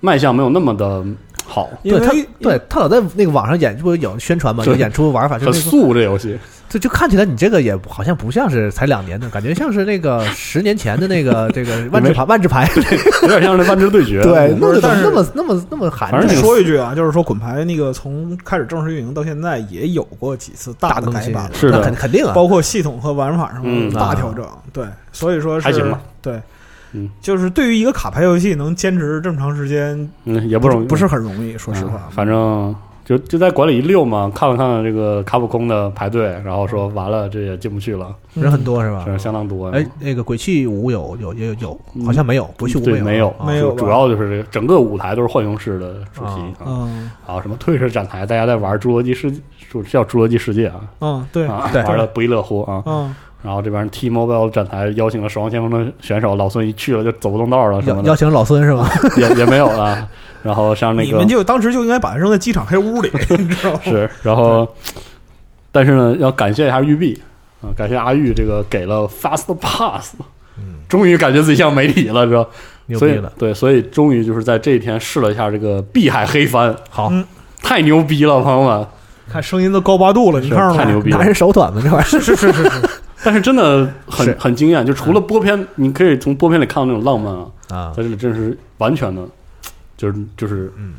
卖相没有那么的好，因为对他，对他老在那个网上演，不是有宣传嘛，对有演出玩法，就很是那个，素这游戏。就就看起来你这个也好像不像是才两年的感觉，像是那个十年前的那个这个万智牌，万智牌，有点像是万智对决。 [LAUGHS] 啊对，不弄是得怎么但是那么那么那么寒反正碜这个说一句啊，就是说滚牌那个从开始正式运营到现在，也有过几次大的更改新版，，是的那肯肯定啊，包括系统和玩法上嗯的大调整。对，所以说是还行吧。对嗯，就是对于一个卡牌游戏能坚持这么长时间，嗯，也不不容易，不是很容易。说实嗯话，反正就就在馆里一溜嘛，看了看这个卡普空的排队，然后说完了，这也进不去了，人很多是吧反？正相当多。哎，那个鬼泣五有有也有有，啊嗯好像没有，鬼泣五对没有有啊，没有主主要就是这个整个舞台都是浣熊市的主题啊，嗯然后什么退式展台，大家在玩《侏罗纪世界》，说叫《侏罗纪世界》啊，嗯，对，啊对玩的不亦乐乎啊。 [LAUGHS] 嗯，然后这边 T-Mobile 展台邀请了《守望先锋》的选手，老孙一去了就走不动道了什邀么邀的，啊请老孙是吧？也也没有了。然后像那个你们就当时就应该把它扔在机场黑 [LAUGHS] 屋里，你知道吗？是，然后，但是呢，要感谢一下玉碧啊，感谢阿玉这个给了 Fast Pass，终嗯于感觉自己像媒体了，知道？ [LAUGHS] 牛所逼以了，对，所以终于就是在这一天试了一下这个碧海黑帆，好嗯，太牛逼了，朋友们，看声音都高八度了，你是看着吗？太牛逼了拿！人手短子这玩意儿，是是是是，但是真的很是嗯很惊艳，就除了播片，你可以从播片里看到那种浪漫啊，啊，在这里真是完全的，就是就是嗯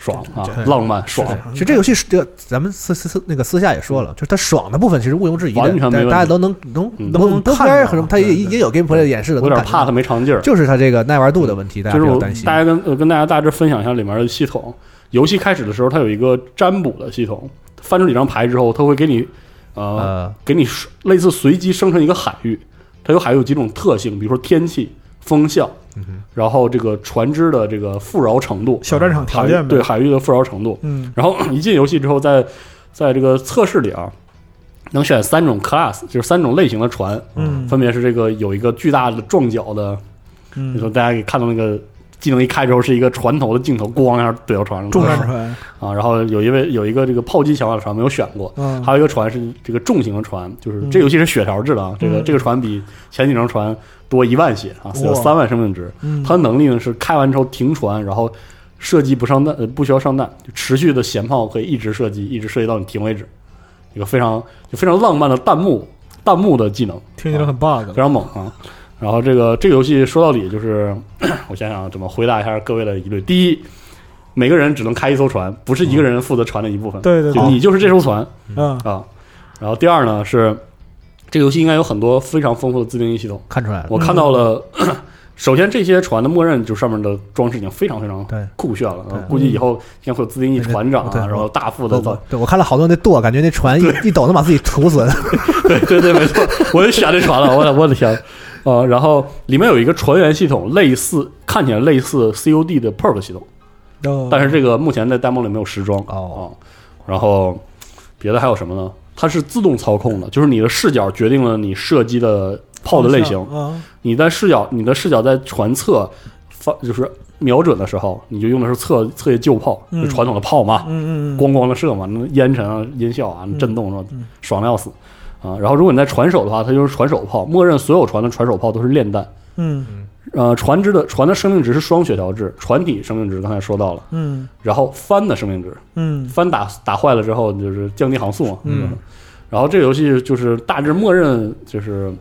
爽啊对，浪漫爽，其实这游戏是这个咱们私私私那个私下也说了，就是它爽的部分其实毋庸置疑的，完全没但问是题大家都能能嗯能能都能看看出到来，它也对对也有 gameplay 的演示的，我有点能感觉啊怕它到没长劲儿。就是它这个耐玩度的问题，大家就比是较我担心。大家跟呃跟大家大致分享一下里面的系统。游戏开始的时候，它有一个占卜的系统，翻出几张牌之后，它会给你呃呃，给你是类似随机生成一个海域，它有海域有几种特性，比如说天气、风向，然后这个船只的这个富饶程度，小战场条件海域呗。对，海域的富饶程度。嗯，然后一进游戏之后，在在这个测试里啊，能选三种 class，就是三种类型的船，嗯分别是这个有一个巨大的撞角的，嗯你说大家给看到那个技能一开之后是一个船头的镜头，咣一下怼到船上了，重战船，啊，然后有一位有一个这个炮击强化的船没有选过，嗯，还有一个船是这个重型的船，就是嗯这游戏是血条制的啊，这个嗯这个船比前几张船多一万血啊，有哇三万生命值。嗯它的能力呢是开完之后停船，然后射击不上弹，呃不需要上弹，就持续的弦炮可以一直射击，一直射击到你停为止。一个非常就非常浪漫的弹幕弹幕的技能，听起来很 bug 非常猛啊。然后这个这个游戏说到底就是，我想想啊怎么回答一下各位的疑虑。第一，每个人只能开一艘船，不是一个人负责船的一部分，嗯对对就对你就是这艘船。嗯，啊。然后第二呢是，这个游戏应该有很多非常丰富的自定义系统。看出来了，嗯我看到了， [CLEARS THROAT] 首先这些船的默认就上面的装饰已经非常非常对酷炫了，对啊估计以后应该会有自定义船长对啊，对然后大副的我造我对我看了好多人那舵，感觉那船一一抖能把自己 [LAUGHS] 杵死。对对对，没错，我就选这船了，我的我的天，呃，然后里面有一个船员系统，类似看起来类似 COD 的 perk 系统，但但是这个目前在弹幕里没有时装嗯啊哦然后别的还有什么呢？它是自动操控的，就是你的视角决定了你射击的炮的类型。啊，你在视角，你的视角在船侧发，就是瞄准的时候，你就用的是侧侧翼旧炮，嗯就传统的炮嘛，嗯嗯，嗯咣咣的射嘛，那烟尘啊、音效啊、震动什么的嗯，爽的要死啊！然后如果你在船首的话，它就是船首炮，默认所有船的船首炮都是炼弹。嗯呃，船只的船的生命值是双血条制，船体生命值刚才说到了，嗯然后帆的生命值，嗯帆打打坏了之后就是降低航速嘛。嗯，然后这个游戏就是大致默认就是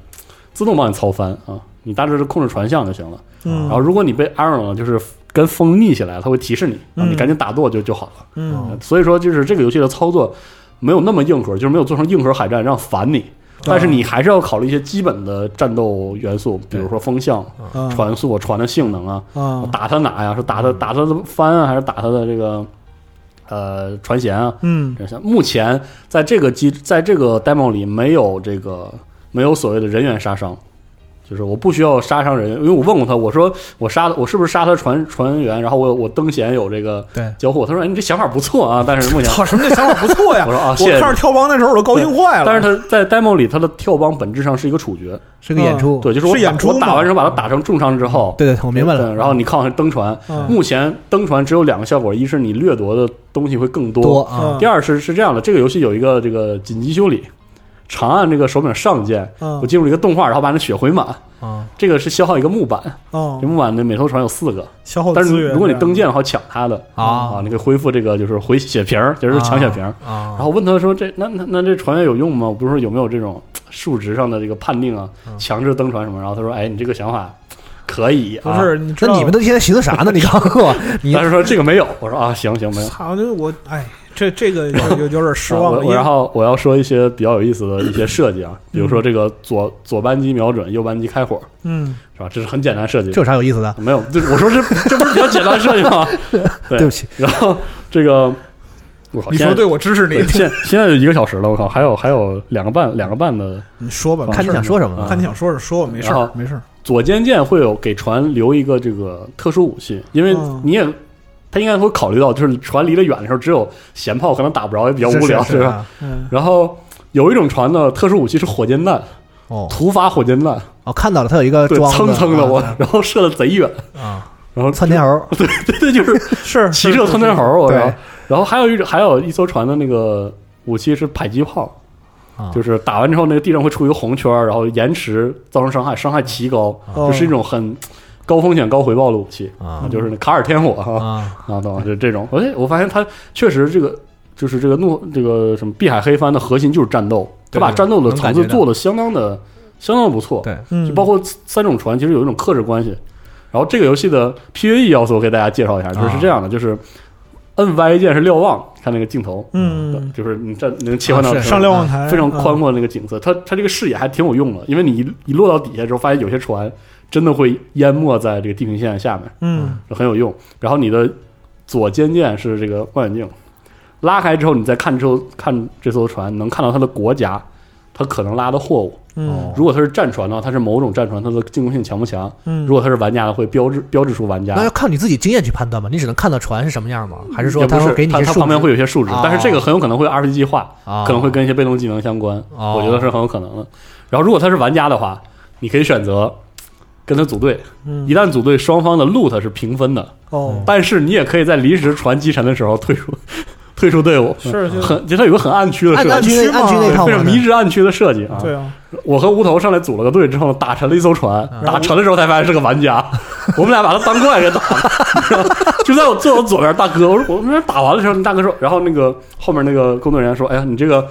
自动帮你操帆啊，你大致控制船向就行了。嗯，然后如果你被 iron 了，就是跟风逆起来了，它会提示你，啊嗯你赶紧打舵就就好了。嗯所以说，就是这个游戏的操作没有那么硬核，就是没有做成硬核海战让烦你，但是你还是要考虑一些基本的战斗元素，比如说风向、啊船速、船的性能啊，啊，打它哪呀？是打它嗯打它的帆啊，还是打它的这个呃船舷啊？嗯这像目前在这个机在这个 demo 里没有这个没有所谓的人员杀伤，就是我不需要杀伤人，因为我问过他，我说我杀了我是不是杀他船船员，然后我我登舷有这个对交互，他说、哎、你这想法不错啊，但是目前操，什么这想法不错呀！ [LAUGHS] 我说啊谢我谢看着你，跳帮那时候我都高兴坏了。但是他在 demo 里他的跳帮本质上是一个处决，是个演出，嗯对，就是我是演打出我打吗完之后把他打成重伤之后，对对，我明白了对，然后你看我是登船，嗯目前登船只有两个效果，一是你掠夺的东西会更多啊嗯第二是是这样的，这个游戏有一个这个紧急修理，长按这个手柄上键，嗯我进入了一个动画，然后把那血回满。啊，这个是消耗一个木板，嗯这木板的每艘船有四个，消耗但哦资是源。如果你登舰的话抢它的啊你可以恢复这个就是回血瓶儿，就是抢血瓶儿。啊，然后问他说这那那那这船员有用吗？我不是说有没有这种数值上的这个判定啊，强制登船什么？然后他说哎，你这个想法可以不啊，是你知那道你们都现在寻思啥 [LAUGHS] 呢？你告诉我，你但是说这个没有，我说啊行行没有。操，那我哎，这这个有有有点失望啊了。我因我为然后我要说一些比较有意思的一些设计啊，比如说这个左左扳机瞄准，右扳机开火，嗯，是吧？这是很简单设计这。有啥有意思的？ [LAUGHS] 没有，这我说这这不是比较简单设计 [LAUGHS] 吗？对对不起，然后这个我靠，你现说在对，我支持你对。现现在就一个小时了，我靠，还有还有两个半两个半的 [LAUGHS] 你说吧，看你想说什么啊呢？看你想说是说，没事然儿后没事儿。左肩键会有给船留一个这个特殊武器，因为嗯你也。他应该会考虑到，就是船离得远的时候，只有弦炮可能打不着，也比较是无聊，是是对吧？啊嗯，然后有一种船的特殊武器是火箭弹，哦土法火箭弹，哦，看到了，它有一个对，装蹭蹭的的我啊，然后射的贼远，啊，然后窜天猴， [LAUGHS] 对对对，就是嗯是骑射窜天猴，我对靠！然后还有一种，还有一艘船的那个武器是迫击炮啊，就是打完之后那个地上会出一个红圈儿，然后延迟造成伤害，伤害奇高，哦就是一种很高风险高回报的武器啊就是那卡尔天火哈啊啊，懂吗？就这种，哎，我发现它确实这个就是这个怒这个什么碧海黑帆的核心就是战斗，他把对对战斗的能层感次觉到做的相当的相当的不错。对，嗯就包括三种船，其实有一种克制关系。然后这个游戏的 PVE 要素，我给大家介绍一下，就是啊这样的，就是摁 Y 键是瞭望，看那个镜头，嗯，就是你站能切换到啊是嗯上瞭望台嗯嗯非常宽阔的那个景色，它它这个视野还挺有用的，因为你一一落到底下之后，发现有些船真的会淹没在这个地平线下面，嗯，很有用。然后你的左肩键是这个望远镜，拉开之后，你再看这艘看这艘船，能看到它的国家，它可能拉的货物。嗯如果它是战船呢，它是某种战船，它的进攻性强不强？嗯，如果它是玩家的，会标志标志出玩家。那要靠你自己经验去判断嘛，你只能看到船是什么样嘛，还是说也不他是会给你它一些它数旁边值会有一些数值哦，但是这个很有可能会 RPG 化，啊？可能会跟一些被动技能相关，哦我觉得是很有可能的。然后如果他是玩家的话，你可以选择跟他组队，嗯一旦组队，双方的 loot 是平分的，哦，但是你也可以在临时船击沉的时候退出 [LAUGHS] 退出队伍，是就很就它有个很暗区的按设按计。区区那嘛按区那套非嘛常迷之暗区的设计啊！对啊，我和无头上来组了个队之后，打沉了一艘船，嗯打沉的时候才发现是个玩家， [LAUGHS] 我们俩把他当怪给打 [LAUGHS] 了，就在我坐我左边大哥，我说我们俩打完的时候，那大哥说，然后那个后面那个工作人员说，哎呀，你这个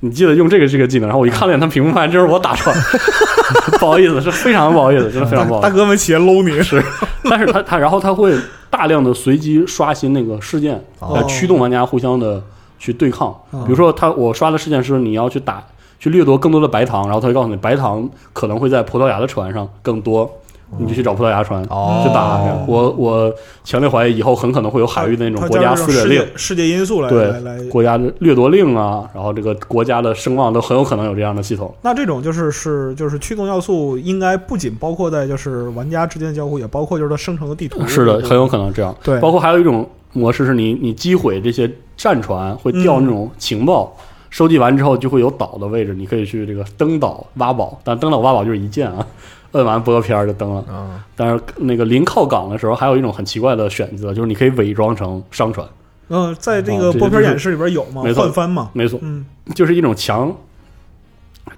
你记得用这个这个技能，然后我一看了眼他屏幕，发现这是我打穿， [LAUGHS] 不好意思，是非常不好意思，真的非常不好意大思。哥们起来搂你，是 [LAUGHS] 但是他他然后他会大量的随机刷新那个事件，来驱动玩家互相的去对抗。比如说他我刷的事件是你要去打去掠夺更多的白糖，然后他会告诉你白糖可能会在葡萄牙的船上更多，你就去找葡萄牙船。哦，去打哦我，我强烈怀疑以后很可能会有海域的那种国家世撕界裂令，世界因素来对来来。国家的掠夺令啊，然后这个国家的声望都很有可能有这样的系统。那这种就是是就是驱动要素，应该不仅包括在就是玩家之间的交互，也包括就是它生成的地图。是的，对很有可能这样。对包括还有一种模式是你你击毁这些战船会掉那种情报，收集完之后就会有岛的位置，你可以去这个登岛挖宝，但登岛挖宝就是一键啊， [LAUGHS] 摁完播片儿就登了。嗯但是那个临靠港的时候，还有一种很奇怪的选择，就是你可以伪装成商船，嗯，在这个啊这播就片是演示里边有嘛，没错换番嘛，没错，嗯，就是一种强，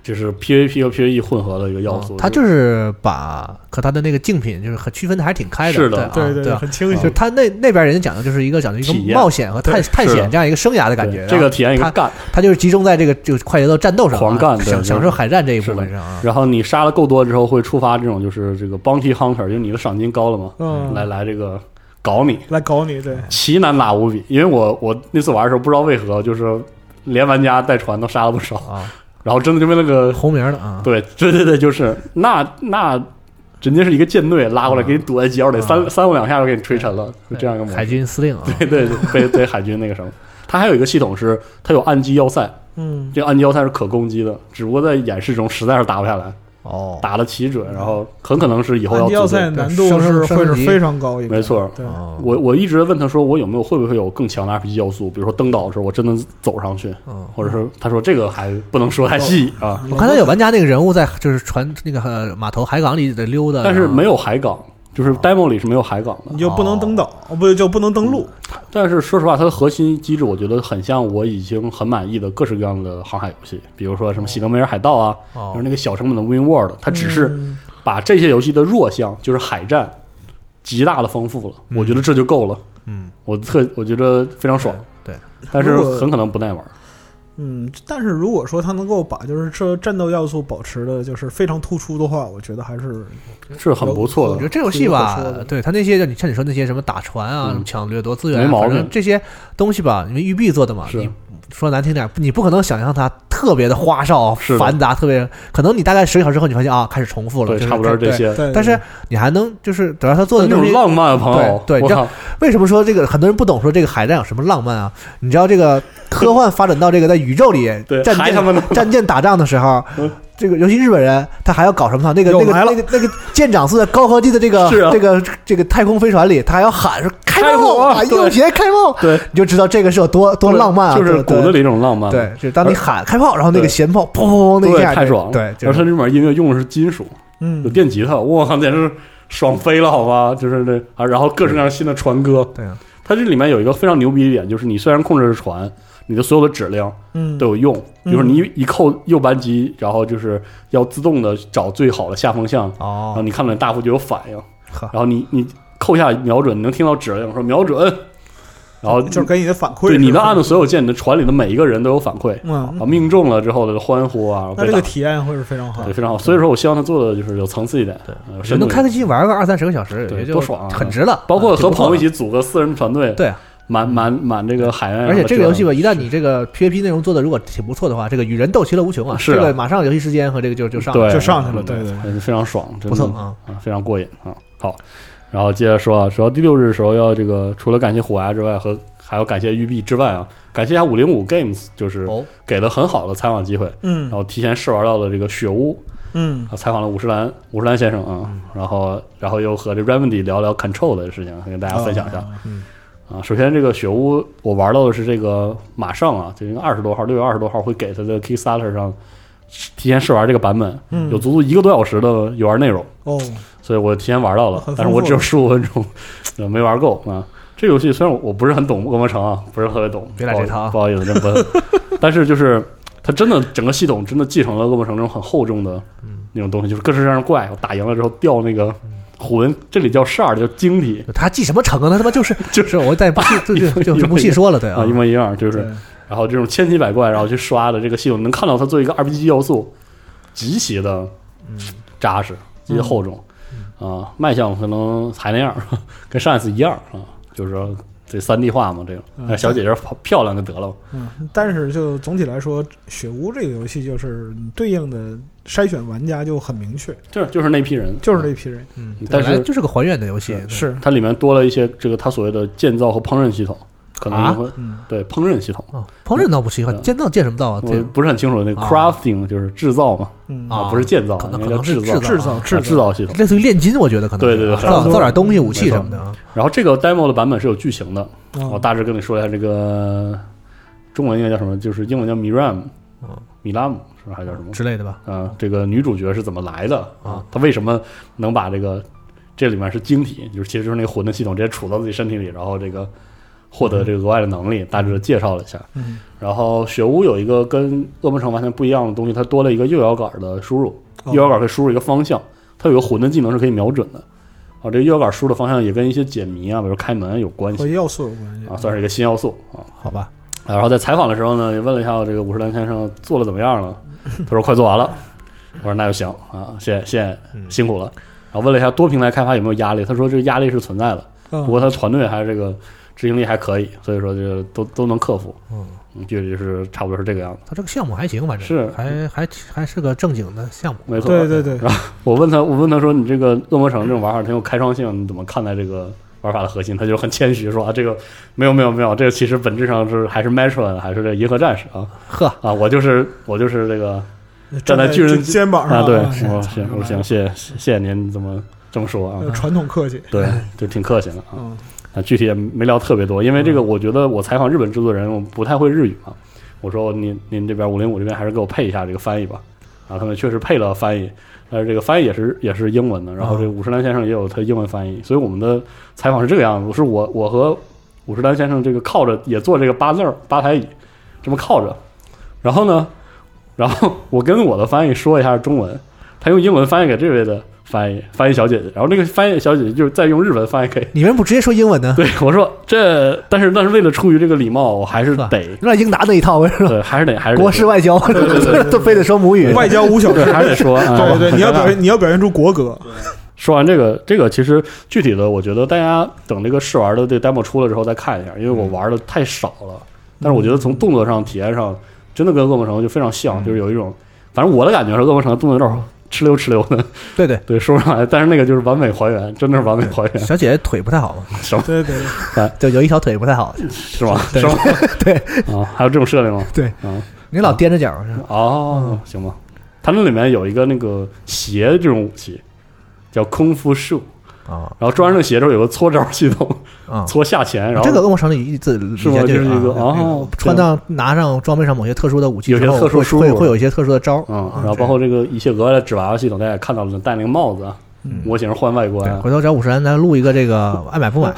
就是 PVP 和 PVE 混合的一个要素。啊他就是把和他的那个竞品就是很区分的还挺开的，是的的，对对啊很清啊，就晰。他那那边人讲的就是一个讲的一个体验冒险和探探是险的这样一个生涯对的感觉，啊这个体验一个他干，他就是集中在这个就是快节奏战斗上啊，狂干对享对享受海战这一部分是上啊，然后你杀了够多之后，会触发这种就是这个 bounty hunter，就是你的赏金高了嘛，嗯，来来这个搞你，来搞你，对，奇难打无比。因为我我那次玩的时候不知道为何，就是连玩家带船都杀了不少，啊，然后真的就被那个红名的啊，对对对对，就是那那人家是一个舰队拉过来给你堵在脚里，啊三三五两下就给你吹沉了，就这样一个模海式。军司令啊， [LAUGHS] 对对对，被被海军那个什么。它还有一个系统是，它有暗击要塞，嗯，这个暗击要塞是可攻击的，只不过在演示中实在是打不下来，哦，打了齐准，然后很可能是以后安要迪奥组队赛难度升是升升会是级非常高，应该没错啊对，哦我我一直问他说，我有没有会不会有更强的 RPG 要素？比如说登岛的时候，我真的走上去，嗯。或者是他说这个还不能说太细啊，我看到有玩家那个人物在就是船那个呃码头海港里的溜达，啊但是然后没有海港，就是 demo 里是没有海港的你。就不能登岛，哦不就不能登陆，但是说实话，它的核心机制我觉得很像我已经很满意的各式各样的航海游戏，比如说什么《喜德梅尔海盗》啊，哦就是那个小成本的 Win World，它只是嗯把这些游戏的弱项，就是海战，极大的丰富了。我觉得这就够了，嗯，我特我觉得非常爽。对，但是如果很可能不耐玩。嗯，但是如果说它能够把就是这战斗要素保持的，就是非常突出的话，我觉得还是是很不错我觉的得。这游戏有可说吧的，对它那些像你像你说那些什么打船啊、嗯什么抢掠夺资源啊，没毛病反正这些东西吧，因为育碧做的嘛，是你说难听点，你不可能想象它特别的花哨、是的繁杂，特别可能你大概十个小时后你发现啊，开始重复了，对，就是差不多是这。对些。嗯对但是你还能就是得到他做的那东种西，浪漫啊，朋友，对对我这靠，为什么说这个很多人不懂说这个海战有什么浪漫啊？你知道这个科幻发展到这个在宇宙里 [LAUGHS] 对，战还舰他妈的，战舰打仗的时候嗯，这个尤其日本人，他还要搞什么呢？那个又那个来了那个那个舰长是在高科技的这个是啊这个这个太空飞船里，他还要喊说开开炮火啊，对右节开炮，对，你就知道这个是有多多浪漫啊！就是骨对子里一种浪漫，对，对就是当你喊开炮，然后那个对弦炮砰砰砰那一对，下，太爽了。对，就然后是他那边音乐用的是金属，嗯有，电吉他，我靠，简直是爽飞了，好吧？就是那啊，然后各式各样新的船歌，对啊，它这里面有一个非常牛逼的点，就是你虽然控制着船，你的所有的指令嗯，都有用，嗯就是你一扣右扳机，然后就是要自动的找最好的下风向，然后哦，你看到你大副就有反应，呵然后你你扣下瞄准，你能听到指令说瞄准，然后就是给你的反馈是，对你的按的所有键，你的船里的每一个人都有反馈嗯，啊，命中了之后的欢呼啊，那被这打个体验会是非常好对，。非常好。所以说我希望他做的就是有层次一点，呃谁深度能一点开个机玩个二三十个小时，对也就多爽啊很值了。包括和朋友一起，起组个四人团队，对啊，满满满这个海岸，而且这个游戏吧，一旦是你这个 PVP 内容做的如果挺不错的啊话，这个与人斗其乐无穷啊，是啊这个马上游戏时间和这个就就上了，对就上去了对对对，非常爽，真的不错啊。啊，非常过瘾啊。好，然后接着说啊，主要第六日的时候要这个，除了感谢虎牙之外，和还要感谢育碧之外啊，感谢一下五零五 Games，就是哦，给了很好的采访机会。嗯然后提前试玩到了这个雪屋，嗯啊，采访了五十岚五十岚先生啊，然后然后又和这 Remedy 聊聊 Control 的事情，跟大家分享一下。嗯啊，首先这个雪屋我玩到的是这个马上啊，就应该二十多号，六月二十多号会给它的 Kickstarter 上提前试玩这个版本，嗯有足足一个多小时的游玩内容，哦，所以我提前玩到了很，但是我丰富只有十五分钟，呃没玩够啊。这个游戏虽然我不是很懂《恶魔城》啊，不是特别懂，别来这套啊不好意思， [LAUGHS] 真不。但是就是它真的整个系统真的继承了《恶魔城》这种很厚重的嗯那种东西，就是各式各样的怪，我打赢了之后掉那个魂，这里叫 shard，叫晶体他记什么成啊？他他 [LAUGHS] 妈就是就是，我再也不细就就就就不细说了，对啊啊，一模一样，就是对然后这种千奇百怪，然后去刷的这个系统，能看到它作为一个 RPG 要素，嗯极其的扎实，极其厚重，啊、嗯卖相可能还那样， [LAUGHS] 跟上一次一样啊，就是说这三 D 化嘛，这个，嗯但是小姐姐漂漂亮就得了，嗯，但是就总体来说，《雪屋》这个游戏就是你对应的筛选玩家就很明确，就是就是那批人，就是这批人。嗯但是本来就是个还原的游戏，对是，它里面多了一些这个它所谓的建造和烹饪系统，可能啊会、嗯，对烹饪系统，啊，烹饪倒不喜欢，嗯建造建什么造啊？我对不是很清楚那个啊 crafting、就是制造嘛，嗯啊不是建造，可能应可该叫能是制造。制造制造啊，制啊制造系统，类似于炼金，我觉得可能对是对对啊差不造多造点东西、武没器错什么的啊。然后这个 demo 的版本是有剧情的，嗯我大致跟你说一下这个中文应该叫什么，就是英文叫 Miram，嗯米拉姆是不是还叫什么？之类的吧，啊，这个女主角是怎么来的啊？她为什么能把这个这里面是晶体，就是其实就是那个魂的系统直接杵到自己身体里，然后这个获得这个额外的能力，大致介绍了一下。嗯然后雪屋有一个跟恶魔城完全不一样的东西，它多了一个右摇杆的输入，哦右摇杆可以输入一个方向，它有个魂的技能是可以瞄准的。啊，这个右摇杆输入的方向也跟一些解谜啊，比如开门有关系哦和。要素有关系啊，算是一个新要素啊。好吧，啊然后在采访的时候呢，也问了一下这个五十岚先生做的怎么样了，他说快做完了。我说那就行啊，谢谢谢谢，嗯辛苦了。然后问了一下多平台开发有没有压力，他说这个压力是存在的，嗯不过他团队还这个执行力还可以，所以说这个都都能克服。嗯，具体是差不多是这个样子。他这个项目还行，反正是还还还是个正经的项目。没错，对对对，我问他，我问他说：“你这个恶魔城这种玩法挺有开创性，你怎么看待这个玩法的核心？”他就很谦虚说：“啊，这个没有没有没有，这个其实本质上是还是 Metro 还是这银河战士啊呵，啊，我就是我就是这个站在巨人肩膀上啊，对，是我操行我行，谢谢谢谢您这么这么说啊呃，传统客气，对，就挺客气的啊。嗯啊，具体也没聊特别多，因为这个我觉得我采访日本制作人，我不太会日语嘛。我说您您这边五零五这边还是给我配一下这个翻译吧。然后他们确实配了翻译，但是这个翻译也是也是英文的。然后这个五十岚先生也有他英文翻译，所以我们的采访是这个样子。是我我和五十岚先生这个靠着也坐这个八字儿吧台椅，这么靠着。然后呢，然后我跟我的翻译说一下中文，他用英文翻译给这位的翻译翻译小姐姐，然后那个翻译小姐姐就是再用日文翻译给你为什么不直接说 [LAUGHS] 英文呢？对，我说这，但是但是为了出于这个礼貌，我还是得，有点英达那一套，我跟你说，对，还是得，还是得国事外交，都非得说母语。嗯外交无小对，事。还是得 [LAUGHS] 说，哎 [LAUGHS] 对对，你要表很尴尬现，你要表现出国格，说完这个，这个其实具体的，我觉得大家等这个试玩的这个 demo 出了之后再看一下，因为我玩的太少了，但是我觉得从动作上、体验上，真的跟恶魔城就非常像，就是有一种，反正我的感觉是恶魔城的动作有点哧溜哧溜的，对对，对，说不上来，但是那个就是完美还原，真的是完美还原，小姐姐腿不太好嘛，什么对对，就有一条腿不太好，是吧？对是吧？啊，还有这种设定吗？对啊。你老踮着脚，哦，行吧。它那里面有一个那个鞋这种武器，叫空腹术。啊然后装上这个鞋之后，有个搓招系统， [LAUGHS] 啊！搓下潜。然这个后恶魔城里自理是吗这解是一个啊哦穿上拿上装备上某些特殊的武器有些之后，特殊会输入会会有一些特殊的招儿，嗯，然后包括这个一些额外的纸娃娃系统，大家也看到了，戴那个帽子啊，模型换外观嗯对，啊。回头找五十岚，咱录一个这个爱买不 [LAUGHS] 买，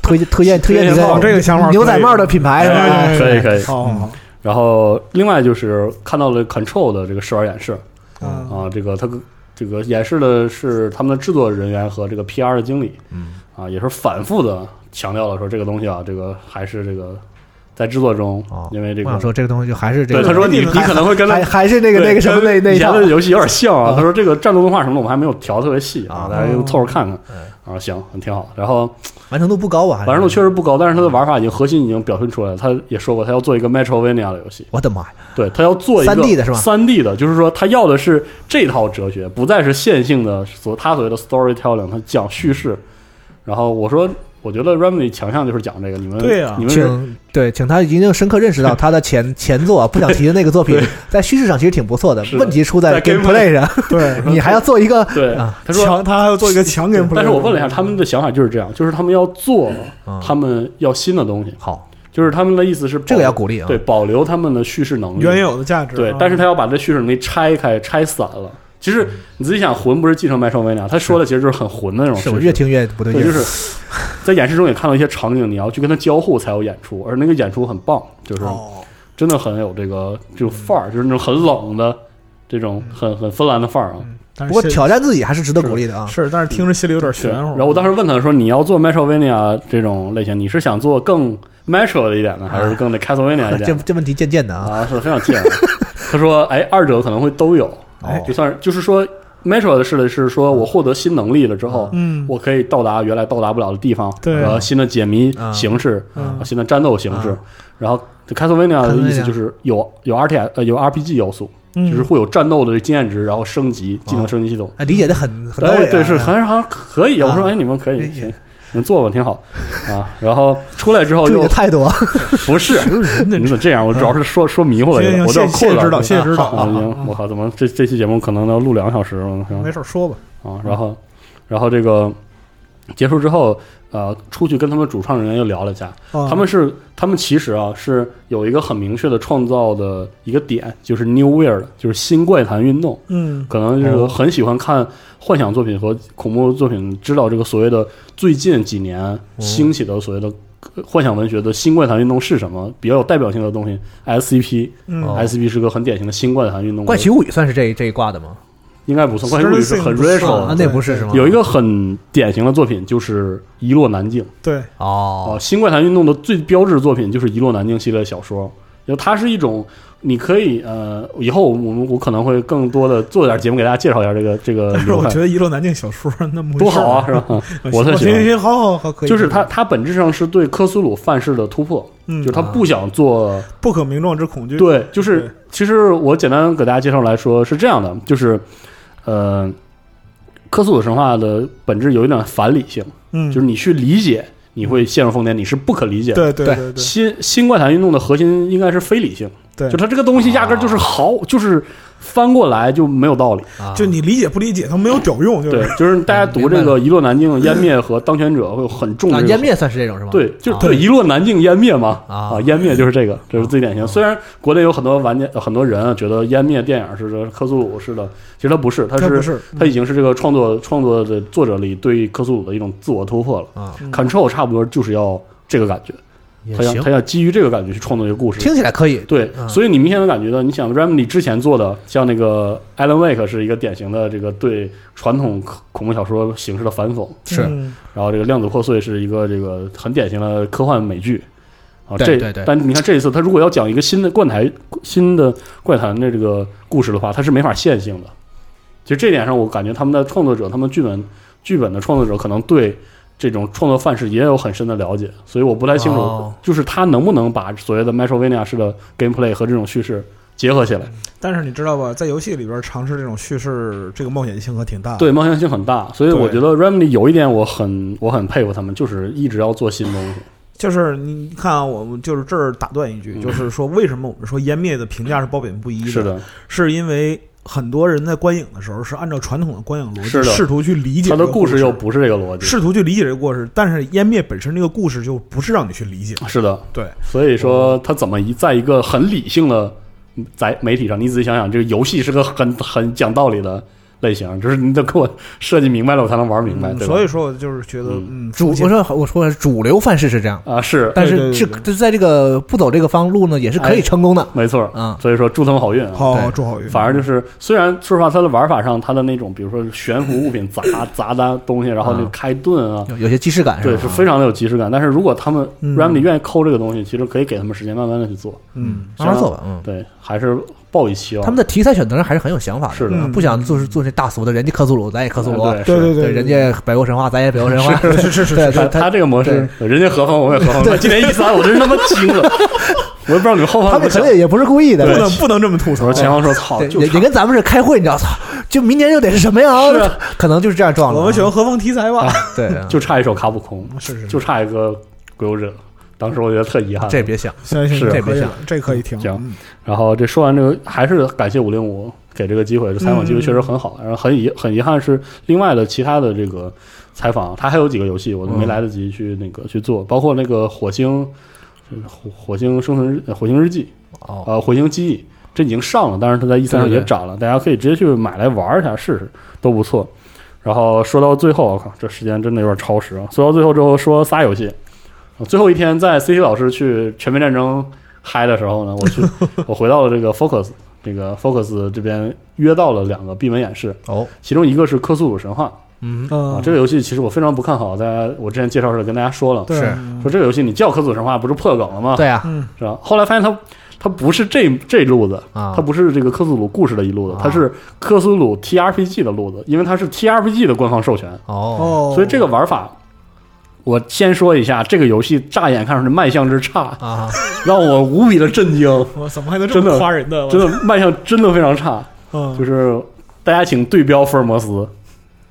推荐推荐推荐你推荐的帽哦这个想法可以牛仔帽的品牌是哎吧？哎可以可以。好好好，然后另外就是看到了 Control 的这个试玩演示嗯啊，这个它这嗯个演示的是他们的制作人员和这个 PR 的经理，啊，也是反复的强调了说这个东西啊，这个还是这个在制作中哦，因为这我个想说这个东西就还是这对个，他说你这你个可能会跟他还还是那个对那个什么那跟那以一前套的游戏 [LAUGHS] 有点像啊啊。他说这个战斗动画什么的，我们还没有调得特别细啊啊，大家就凑合看看嗯哎啊，行，挺好。然后完成度不高吧？啊还是完成度确实不高，但是它嗯的玩法已经核心已经表现出来了。他也说过，他要做一个 Metrovania 的游戏，我的妈呀！ [LAUGHS] 对他要做一个 3D 的是吧三 D 的，就是说他要的是这套哲学，不再是线性的所他所谓的 storytelling，他讲叙事。嗯然后我说，我觉得 Remedy 强项就是讲这个，你们对啊你们是请对，请他已经深刻认识到他的前前作啊不想提的那个作品，在叙事上其实挺不错的是，的问题出在在 gameplay 上， [LAUGHS] 对，你还要做一个对啊他说。强，他还要做一个强 game。但是我问了一下，他们的想法就是这样，就是他们要做，他们要新的东西，好，就是他们的意思是保嗯这个要鼓励啊对，保留他们的叙事能力，嗯原有的啊价值，对，但是他要把这叙事能力拆开、拆散了。其嗯实你自己想，魂不是继承麦少维鸟，他说的其实就是很混的那种叙是事。我越听越不对劲对，儿，就是 [LAUGHS] 在演示中也看到一些场景，你要去跟他交互才有演出，而那个演出很棒，就是哦，真的很有这个这种范儿，就是那种很冷的这种很很芬兰的范儿啊。但不是过心挑战自己还是值得鼓励的啊。是，但是听着心里有点对，玄乎。然后我当时问他说：“你要做 Metrovania 这种类型，你是想做更 Metro 的一点呢，还是更那 Castlevania 一 [LAUGHS] 这点这问题渐渐的？”啊，啊，是非常贱啊。他说：“哎，二者可能会都有，哦就算是就是说 Metro 的是的是说我获得新能力了之后，嗯，我可以到达原来到达不了的地方，对和新的解谜啊形式，嗯啊新的战斗形式啊。然后这 Castlevania 的意思 Castlevania 就是有有 R T 呃有 R P G 要素，嗯就是会有战斗的经验值，然后升级技能升级系统。哎理解的很嗯很到位哎，啊，对，是好像好像可以。我说啊哎，你们可以理解行，你们做吧，挺好啊。然后出来之后注意就的态度啊， [LAUGHS] 不是，嗯你怎么这样？我主要是说说迷糊了，行我行，都要谢困谢了。指导，谢谢指导啊，啊，行，我靠，怎么这这期节目可能要录两个小时嗯了？没事儿说吧。啊，然后，然后这个结束之后，呃，出去跟他们主创人员又聊了一下，啊他们是他们其实啊是有一个很明确的创造的一个点，就是 New Weird，就是新怪谈运动。嗯可能就是很喜欢看幻想作品和恐怖作品，知道这个所谓的最近几年嗯兴起的所谓的呃幻想文学的新怪谈运动是什么，比较有代表性的东西。SCP，SCP、嗯哦 SCP 是个很典型的新怪谈运动，怪奇物语算是这这一挂的吗？应该不算，怪奇物语是很不算 retro 啊啊的，那不是是吗？有一个很典型的作品就是《一落难境》对，哦啊，，新怪谈运动的最标志作品就是《一落难境》系列小说，就它是一种。你可以呃，以后我们我可能会更多的做点节目给大家介绍一下这个这个 [LAUGHS] 但是流我派觉，得《一落难境》小说那么呃回多事儿好 [LAUGHS] 啊，是吧？我特行喜欢行行，好好好，可以。就是它，它本质上是对科苏鲁范式的突破，嗯，就是它不想做不可名状之恐惧。对，就是对其实我简单给大家介绍来说是这样的，就是呃，科苏鲁神话的本质有一点反理性，嗯，就是你去理解，你会陷入疯癫，你是不可理解的。对对对对对新新怪谈运动的核心应该是非理性，对就它这个东西压根儿就是毫，就是翻过来就没有道理。啊就你理解不理解，它没有屌用，就对是，就是大家读这明白个《一落难境》、《湮灭》和《当权者》会有很重的啊，这个湮灭算是这种是吗？对，就是啊对一落难境湮灭嘛啊湮灭就是这个，这是最典型。虽然国内有很多玩家、呃很多人啊觉得湮灭电影是科苏鲁式的，其实它不是，它它不是是它已经是这个创作创作的作者里对科苏鲁的一种自我突破了。啊，嗯 Control 差不多就是要这个感觉，也他要行他，要基于这个感觉去创作一个故事。听起来可以。对，嗯所以你明显能感觉到，你想 Remedy 之前做的，像那个 Alan Wake 是一个典型的这个对传统恐恐怖小说形式的反讽，是嗯然后这个《量子破碎》是一个这个很典型的科幻美剧啊。对这对对但你看这一次，他如果要讲一个新的怪谈、新的怪谈的这个故事的话，它是没法线性的。其实这点上，我感觉他们的创作者、他们剧本剧本的创作者可能对这种创作范式也有很深的了解，所以我不太清楚，哦就是他能不能把所谓的 Metrovania 式的 gameplay 和这种叙事结合起来。啊但是你知道吧，在游戏里边尝试这种叙事，这个冒险性可挺大的。对，冒险性很大，所以对我觉得 Remedy 有一点我很我很佩服他们，就是一直要做新东西。就是你看啊，我们就是这儿打断一句，嗯就是说为什么我们说湮灭的评价是褒贬不一是的，的，是因为很多人在观影的时候是按照传统的观影逻是辑的试图去理解他这的个故故事又不是这个逻辑。试图去理解这个故事，但是湮灭本身这个故事就不是让你去理解。是的，对，所以说他怎么一在一个很理性的在媒体上，你仔细想想，这个游戏是个很很讲道理的类型，就是你得给我设计明白了，我才能玩明白。嗯对吧所以说，我就是觉得，嗯嗯，主出现我说我说的是主流范式是这样，啊，是但对是对这对哎这在这个不走这个方路呢，也是可以成功的。没错，嗯所以说祝他们好运啊。好对祝好运，反而就是，虽然说实话，它的玩法上，它的那种，比如说悬浮物品砸 [LAUGHS] 砸的东西，然后嗯就啊开盾啊，有有些既视感对，是是吧？非常的有即视感。但是如果他们哎嗯 Remedy 愿意抠这个东西，其实可以给他们时间慢慢的去做。嗯，慢慢做吧，嗯。对，还是抱以期望。他们的题材选择上还是很有想法的，是的啊不想做是做那大俗的，人家克苏鲁，咱也克苏鲁，哎对是对对，人家北欧神话，咱也北欧神话，是是是是对是，他对他这个模式，人家何方我也何方。今年一三，我真是他妈惊 [LAUGHS] 了，我也不知道你们后方他怎么们可想。能也不是故意的，不对对能不能这么吐我槽说，前方说操，对，哦就也差也跟咱们是开会，你知道，操，就明年又得是什么呀？是啊 [LAUGHS] 可能就是这样撞的。我们喜欢何方题材吧？ [LAUGHS] 对，啊就差一首卡普空，是是，就差一个鬼武者。当时我觉得特遗憾。这也别想，行行，是这这可别以想了，这可以停。行嗯然后这说完这个，还是感谢五零五给这个机会，这采访机嗯会确实很好。然后很遗很遗憾是另外的其他的这个采访，他还有几个游戏我都没来得及去那嗯个去做，包括那个火星火火星生存日呃火星日记哦，呃火星记忆，这已经上了，但是它在 E 三上对对也涨了，大家可以直接去买来玩一下试试，都不错。然后说到最后，我靠，这时间真的有点超时啊！说到最后之后，说仨游戏。呃最后一天在 CT 老师去全面战争嗨的时候呢，我去我回到了这个 Focus，这个 Focus 这边约到了两个闭门演示，哦，其中一个是科苏鲁神话嗯，啊嗯，，这个游戏其实我非常不看好，大家我之前介绍时候跟大家说了，对是说这个游戏你叫科苏鲁神话不是破梗了吗？对啊，嗯，是吧？后来发现它它不是这这路子，啊它不是这个科苏鲁故事的一路子，啊它是科苏鲁 TRPG 的路子，因为它是 TRPG 的官方授权，哦，哦，所以这个玩法。我先说一下，这个游戏乍眼看上去卖相之差，啊，让我无比的震惊，我怎么还能这真么的夸人的？真的卖相真的非常差。嗯，就是大家请对标福尔摩斯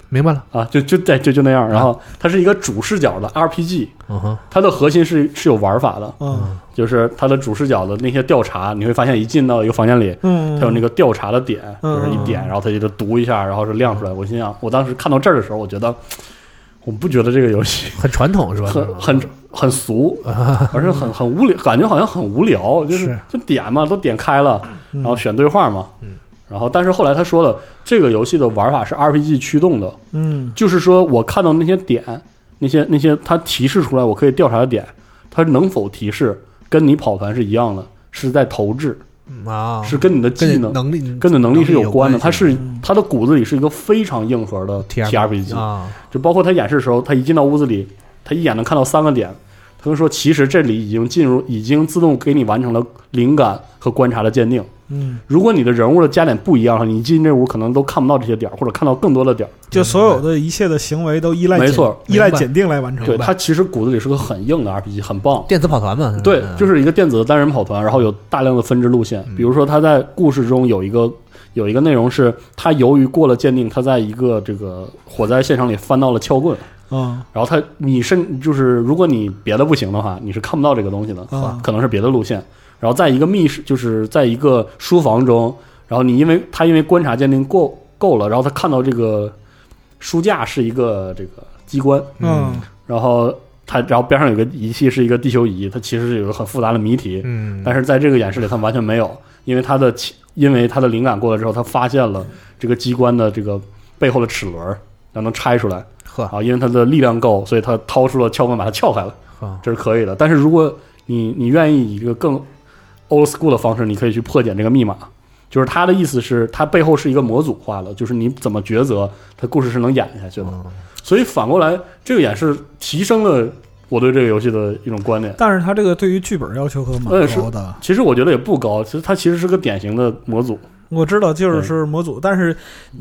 明白了，啊，就就对就就那样。然后它是一个主视角的 RPG，嗯哼，它的核心是是有玩法的，嗯就是它的主视角的那些调查，你会发现一进到一个房间里，嗯，它有那个调查的点，就嗯是一点，然后它就得读一下，然后是亮出来。我心想，我当时看到这儿的时候，我觉得我不觉得这个游戏很传统是吧？很很很俗，而且很很无聊，感觉好像很无聊，就是是就点嘛，都点开了，嗯然后选对话嘛，然后但是后来他说了，这个游戏的玩法是 RPG 驱动的，嗯就是说我看到那些点，那些那些它提示出来我可以调查的点，它能否提示跟你跑团是一样的，是在投掷，嗯啊，是跟你的跟技你能。能力跟你的能力是有关的，能力有关系它是嗯它的骨子里是一个非常硬核的 T R TRPG，啊，就包括他演示的时候，他一进到屋子里，他一眼能看到三个点。他就说，其实这里已经进入，已经自动给你完成了灵感和观察的鉴定。嗯，如果你的人物的加点不一样，你进这屋可能都看不到这些点儿，或者看到更多的点儿。就所有的一切的行为都依赖没检错依赖明白检定来完成。对，白嗯它其实骨子里是个很硬的 RPG，很棒。电子跑团嘛，嗯对，就是是一个电子的单人跑团，然后有大量的分支路嗯线。比如说，他在故事中有一个有一个内容是，他由于过了鉴定，他在一个这个火灾现场里翻到了撬棍，嗯然后他你甚就是如果你别的不行的话，你是看不到这个东西的，啊可能是别的路线。然后在一个密室，就是在一个书房中，然后你因为他因为观察鉴定够够了，然后他看到这个书架是一个这个机关，嗯然后他然后边上有个仪器是一个地球仪，它其实是有一个很复杂的谜题，嗯，但是在这个演示里他完全没有，因为他的其因为他的灵感过来之后，他发现了这个机关的这个背后的齿轮，然后能拆出来。呵啊，因为它的力量够，所以它掏出了撬棍把它撬开了，呵，这是可以的。但是如果你你愿意以一个更 old school 的方式，你可以去破解这个密码。就是他的意思是，它背后是一个模组化的，就是你怎么抉择，它故事是能演下去的。所以反过来，这个演示提升了我对这个游戏的一种观点。但是他这个对于剧本要求可蛮嗯是高的，其实我觉得也不高，其实它其实是个典型的模组，我知道就是是模组，但是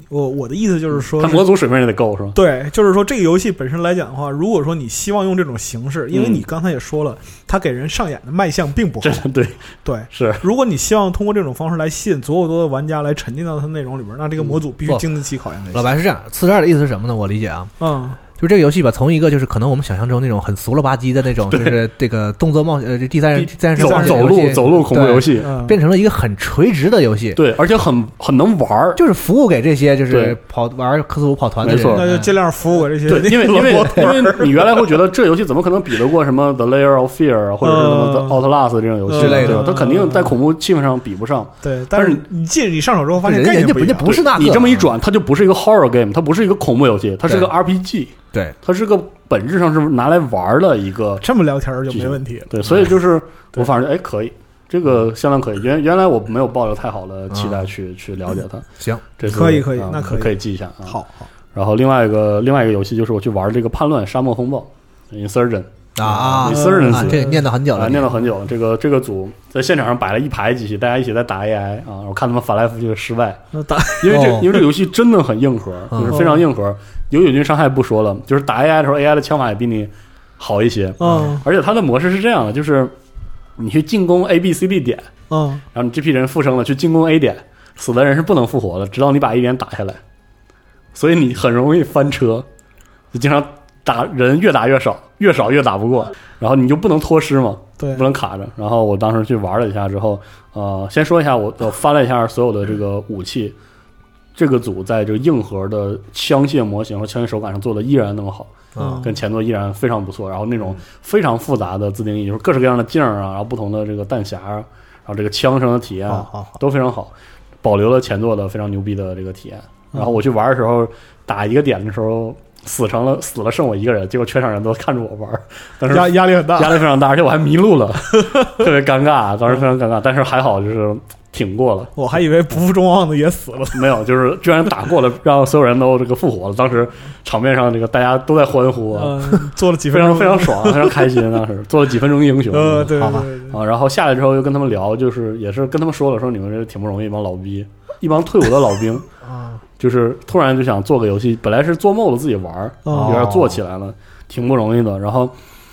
我我的意思就是说它，嗯模组水平也得够，是吧？对，就是说这个游戏本身来讲的话，如果说你希望用这种形式，因为嗯你刚才也说了，它给人上演的卖相并不好真。的 [LAUGHS] 对，对，是如果你希望通过这种方式来吸引足够多的玩家来嗯沉浸到它的内容里边，那这个模组必须不经得起考验才行。老白是这样，四十二的意思是什么呢？我理解啊，嗯，就就这个游戏吧，从一个就是可能我们想象中那种很俗了吧唧的那种，就是这个动作冒险，呃，这第三人第三人走称冒险走游戏路走路恐怖游戏，嗯变成了一个很垂直的游戏，对，而且很很能玩儿，就是服务给这些就对是跑玩科斯鲁跑团的没人。错那就嗯尽量服务我这些对，因为因为我因为你原来会觉得这游戏怎么可能比得过什么 The Layer of Fear 啊或者是什么 The 嗯 Outlast 这种游戏啊之类的对吧它肯定在恐怖气氛上比不上。对，但但是是你进你上手之后发现人概家人念家不一人家样，不是那个，你这么一转，它就不是一个 horror game，它不是一个恐怖游戏，它是个对 RPG，对，它是个本质上是拿来玩儿的一个这么聊天儿就没问题了。对，所以就是我对反正哎可以，这个相当可以。原原来我没有抱有太好的期待去、去了解它，行，这次可以可以啊那可可以以记一下啊。，好好，然后另外一个另外一个游戏就是我去玩这个《叛乱沙漠风暴》（Insurgent） 啊啊嗯你私人啊，这也念叨很久啊，了，念了很久。这个这个组在现场上摆了一排机器，大家一起在打 AI 啊，我看他们翻来覆去的失败，那打因为这、哦嗯因为这个游戏真的很硬核，就是非常硬核。有友军伤害不说了，就是打 AI 的时候，AI 的枪法也比你好一些，嗯而且它的模式是这样的，就是你去进攻 A、B、C、D 点。嗯然后你这批人复生了，去进攻 A 点，死的人是不能复活的，直到你把 A 点打下来。所以你很容易翻车，就经常打人越打越少，越少越打不过，然后你就不能脱师嘛，对不能卡着。然后我当时去玩了一下之后，呃，先说一下我我翻了一下所有的这个武器，这个组在这个硬核的枪械模型和枪械手感上做的依然那么好。嗯跟前作依然非常不错。然后那种非常复杂的自定义，就是各式各样的镜儿啊，然后不同的这个弹匣啊，然后这个枪声的体验啊好好好都非常好，保留了前作的非常牛逼的这个体验。然后我去玩的时候，打一个点的时候死成了死了剩我一个人，结果全场人都看着我玩儿，但是压压力很大 [LAUGHS] 压，力非常大，而且我还迷路了，特别尴尬，当时非常尴尬，但是还好就是挺过了。我还以为不负众望的也死了。没有，就是居然打过了，让所有人都这个复活了。当时场面上这个大家都在欢呼啊，嗯，做了几非分常钟，非常爽，啊非常开心。当时做了几分钟英雄，呃，对好对吧对对，啊，然后下来之后又跟他们聊，就是也是跟他们说了，说你们这挺不容易，一帮老逼，一帮退伍的老兵，啊，就是突然就想做个游戏，本来是做梦了自己玩儿，哦有点做起来了，挺不容易的。然后，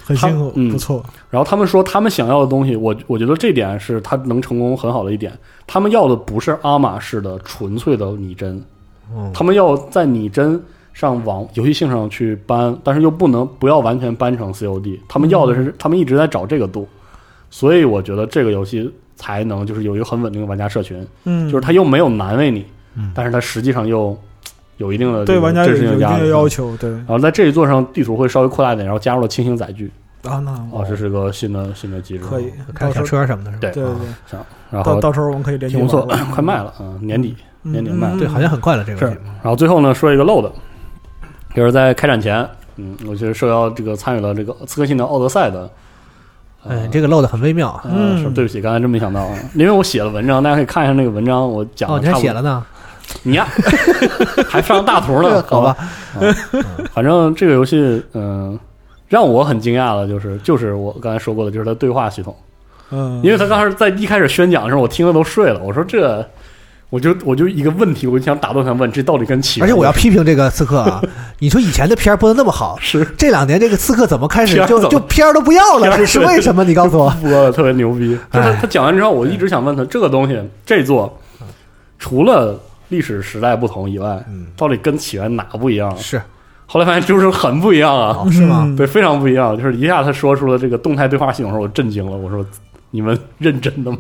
很辛苦他嗯，不错。然后他们说他们想要的东西，我我觉得这点是他能成功很好的一点，他们要的不是阿玛式的纯粹的拟真，嗯他们要在拟真上往游戏性上去搬，但是又不能不要完全搬成 COD。他们要的嗯是，他们一直在找这个度，所以我觉得这个游戏才能就是有一个很稳定的玩家社群，嗯，就是它又没有难为你嗯，但是它实际上又嘖有一定的这对个玩家有真实有一性定压的力。要求，对然后在这一座上，地图会稍微扩大一点，然后加入了轻型载具，啊，那哦，这是个新的新的机制，啊可以，开到着时小候车什么的，是吧？对啊对对对，然到后到时候我们可以连接挺不错玩玩，快卖了，嗯，年底嗯年底卖嗯对，好像很快了这个是游戏，，然后最后呢，说一个漏的，就是在开展前，嗯，我觉得受邀这个参与了这个刺客信条奥德赛的，呃、哎，这个漏的很微妙啊。呃，是嗯对不起，刚才真没想到啊，因为我写了文章，大家可以看一下那个文章，我讲哦，的你差还不多写了，呢？你呀， [LAUGHS] 还上大图这呢，个好吧嗯吧，，反正这个游戏，嗯、让我很惊讶的就是，就是我刚才说过的，就是它对话系统，嗯，因为他刚开始在一开始宣讲的时候，我听的都睡了，我说这，我就我就一个问题，我就想打断他问，这到底跟起源而且有我要什么批评这个刺 [LAUGHS] 客啊！你说以前的片儿播的那么好，是这两年这个刺客怎么开始片儿就怎么就片儿都不要片了？儿是是为什么？你告诉 [LAUGHS] 我。播的特别牛逼。就他哎嗯他讲完之后，我一直想问他，这个东西这座除了历史时代不同以外，到底跟起源哪不一样？是后来发现就是很不一样啊，哦，是吗？嗯对，非常不一样。就是一下他说出了这个动态对话系统的时候，我震惊了，我说你们认真的吗？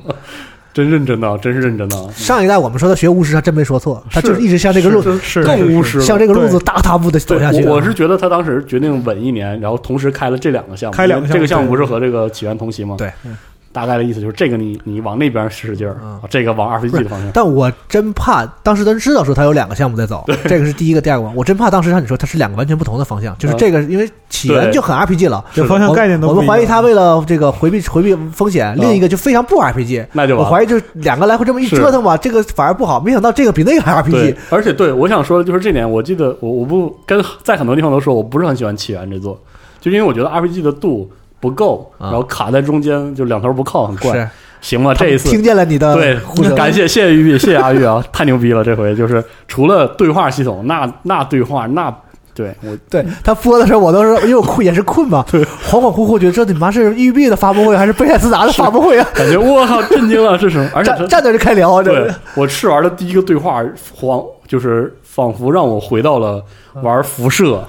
真认真的啊，真是认真的啊。上一代我们说他学巫师，他真没说错，他就是一直向这个路是是对更巫师了向这个路子对大踏步的走对下去。啊我我是觉得他当时决定稳一年，然后同时开了这两个项目，开两个项目这个项目不是和这个起源同期吗？对嗯，大概的意思就是这个你你往那边使使劲儿嗯，这个往 RPG 的方向。但我真怕当时他知道说他有两个项目在走，这个是第一个，第二个嘛。我真怕当时像你说他是两个完全不同的方向，就是嗯这个因为起源对就很 RPG 了，这方向概念都我不们一怀疑样他为了这个回避回避风险，另嗯一个就非常不 RPG。那就我完了。怀疑就是两个来回这么一是折腾吧，这个反而不好。没想到这个比那个还 RPG 对。，而且对我想说的就是这点，我记得我我不跟在很多地方都说我不是很喜欢起源这座，就因为我觉得 RPG 的度不够，啊然后卡在中间就两头不靠，很怪。是，行吧，这一次听见了你的对，感谢谢谢玉碧，谢谢阿玉啊，太牛逼了！这回就是除了对话系统，那那对话那对我对他播的时候，我都是因为我困也是困嘛，恍恍惚惚觉得这你妈是育碧的发布会还是贝塞斯达的发布会啊？感觉我靠震惊了，这是什 [LAUGHS] 么？而且站它站在这开聊，啊这对我试玩的第一个对话，仿就是仿佛让我回到了玩辐射。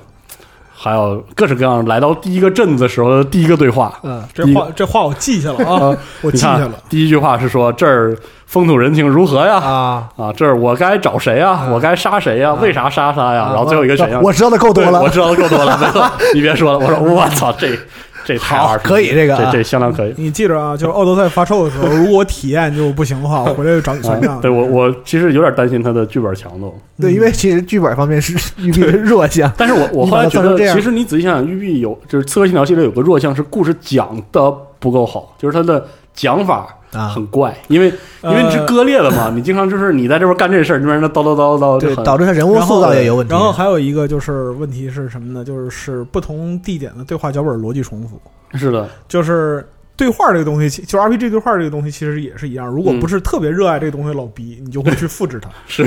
还有各式各样来到第一个镇子的时候的第一个对话。嗯，这话这话我记下了啊，我记你下看了，。第一句话是说这儿风土人情如何呀？啊，啊，这儿我该找谁呀？我该杀谁呀？为啥杀他呀？然后最后一个选项，啊我知道的够多对，了我。知道的够多了，没错， [LAUGHS] 你别说了，我说我操，这这太好二逼了可以这个啊这这相当可以。你记着啊，就是奥德赛发售的时候，如果我体验就不行的话，我回来就找你算啊账对。我，我其实有点担心他的剧本强度，嗯对，因为其实剧本方面是 [LAUGHS] 育碧的弱项。但是我我你后把来觉它算成得这，样其实你仔细想想，育碧有就是《刺客信条》系列有个弱项是故事讲的不够好，就是它的讲法啊很怪，因为因为你是呃割裂的嘛，你经常就是你在这边干这事儿，这边那叨叨叨叨，对就，很导致他人物然后塑造也有问题。然后还有一个就是问题是什么呢？就是是不同地点的对话脚本逻辑重复，是的，就是。对话这个东西，其就是 RPG 对话这个东西，其实也是一样。如果嗯不是特别热爱这个东西的老逼，你就会去复制它。是，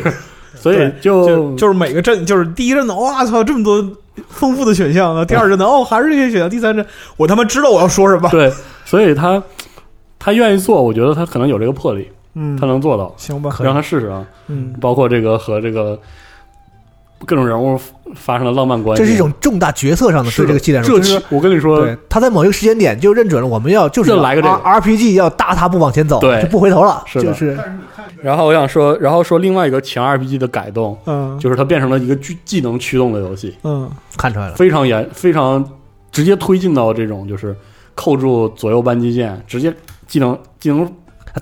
所以对就就就是每个镇，就是第一阵的，哇操，这么多丰富的选项啊！第二阵的，哦，还是这些选项；第三阵，我他妈知道我要说什嗯么。对，所以他他愿意做，我觉得他可能有这个魄力，嗯他，能做到，行吧，让他试试啊。嗯，包括这个和这个各种人物发生了浪漫关系，这是一种重大决策上的是对这个系列上这的，就是我跟你说，对他在某一个时间点就认准了我们要就是就来个这个 R P G 要大踏步往前走，对就不回头了，是的就是然后我想说，然后说另外一个强 RPG 的改动，嗯，就是它变成了一个技技能驱动的游戏，嗯，看出来了。非常严，非常直接推进到这种就是扣住左右扳机键，直接技能技能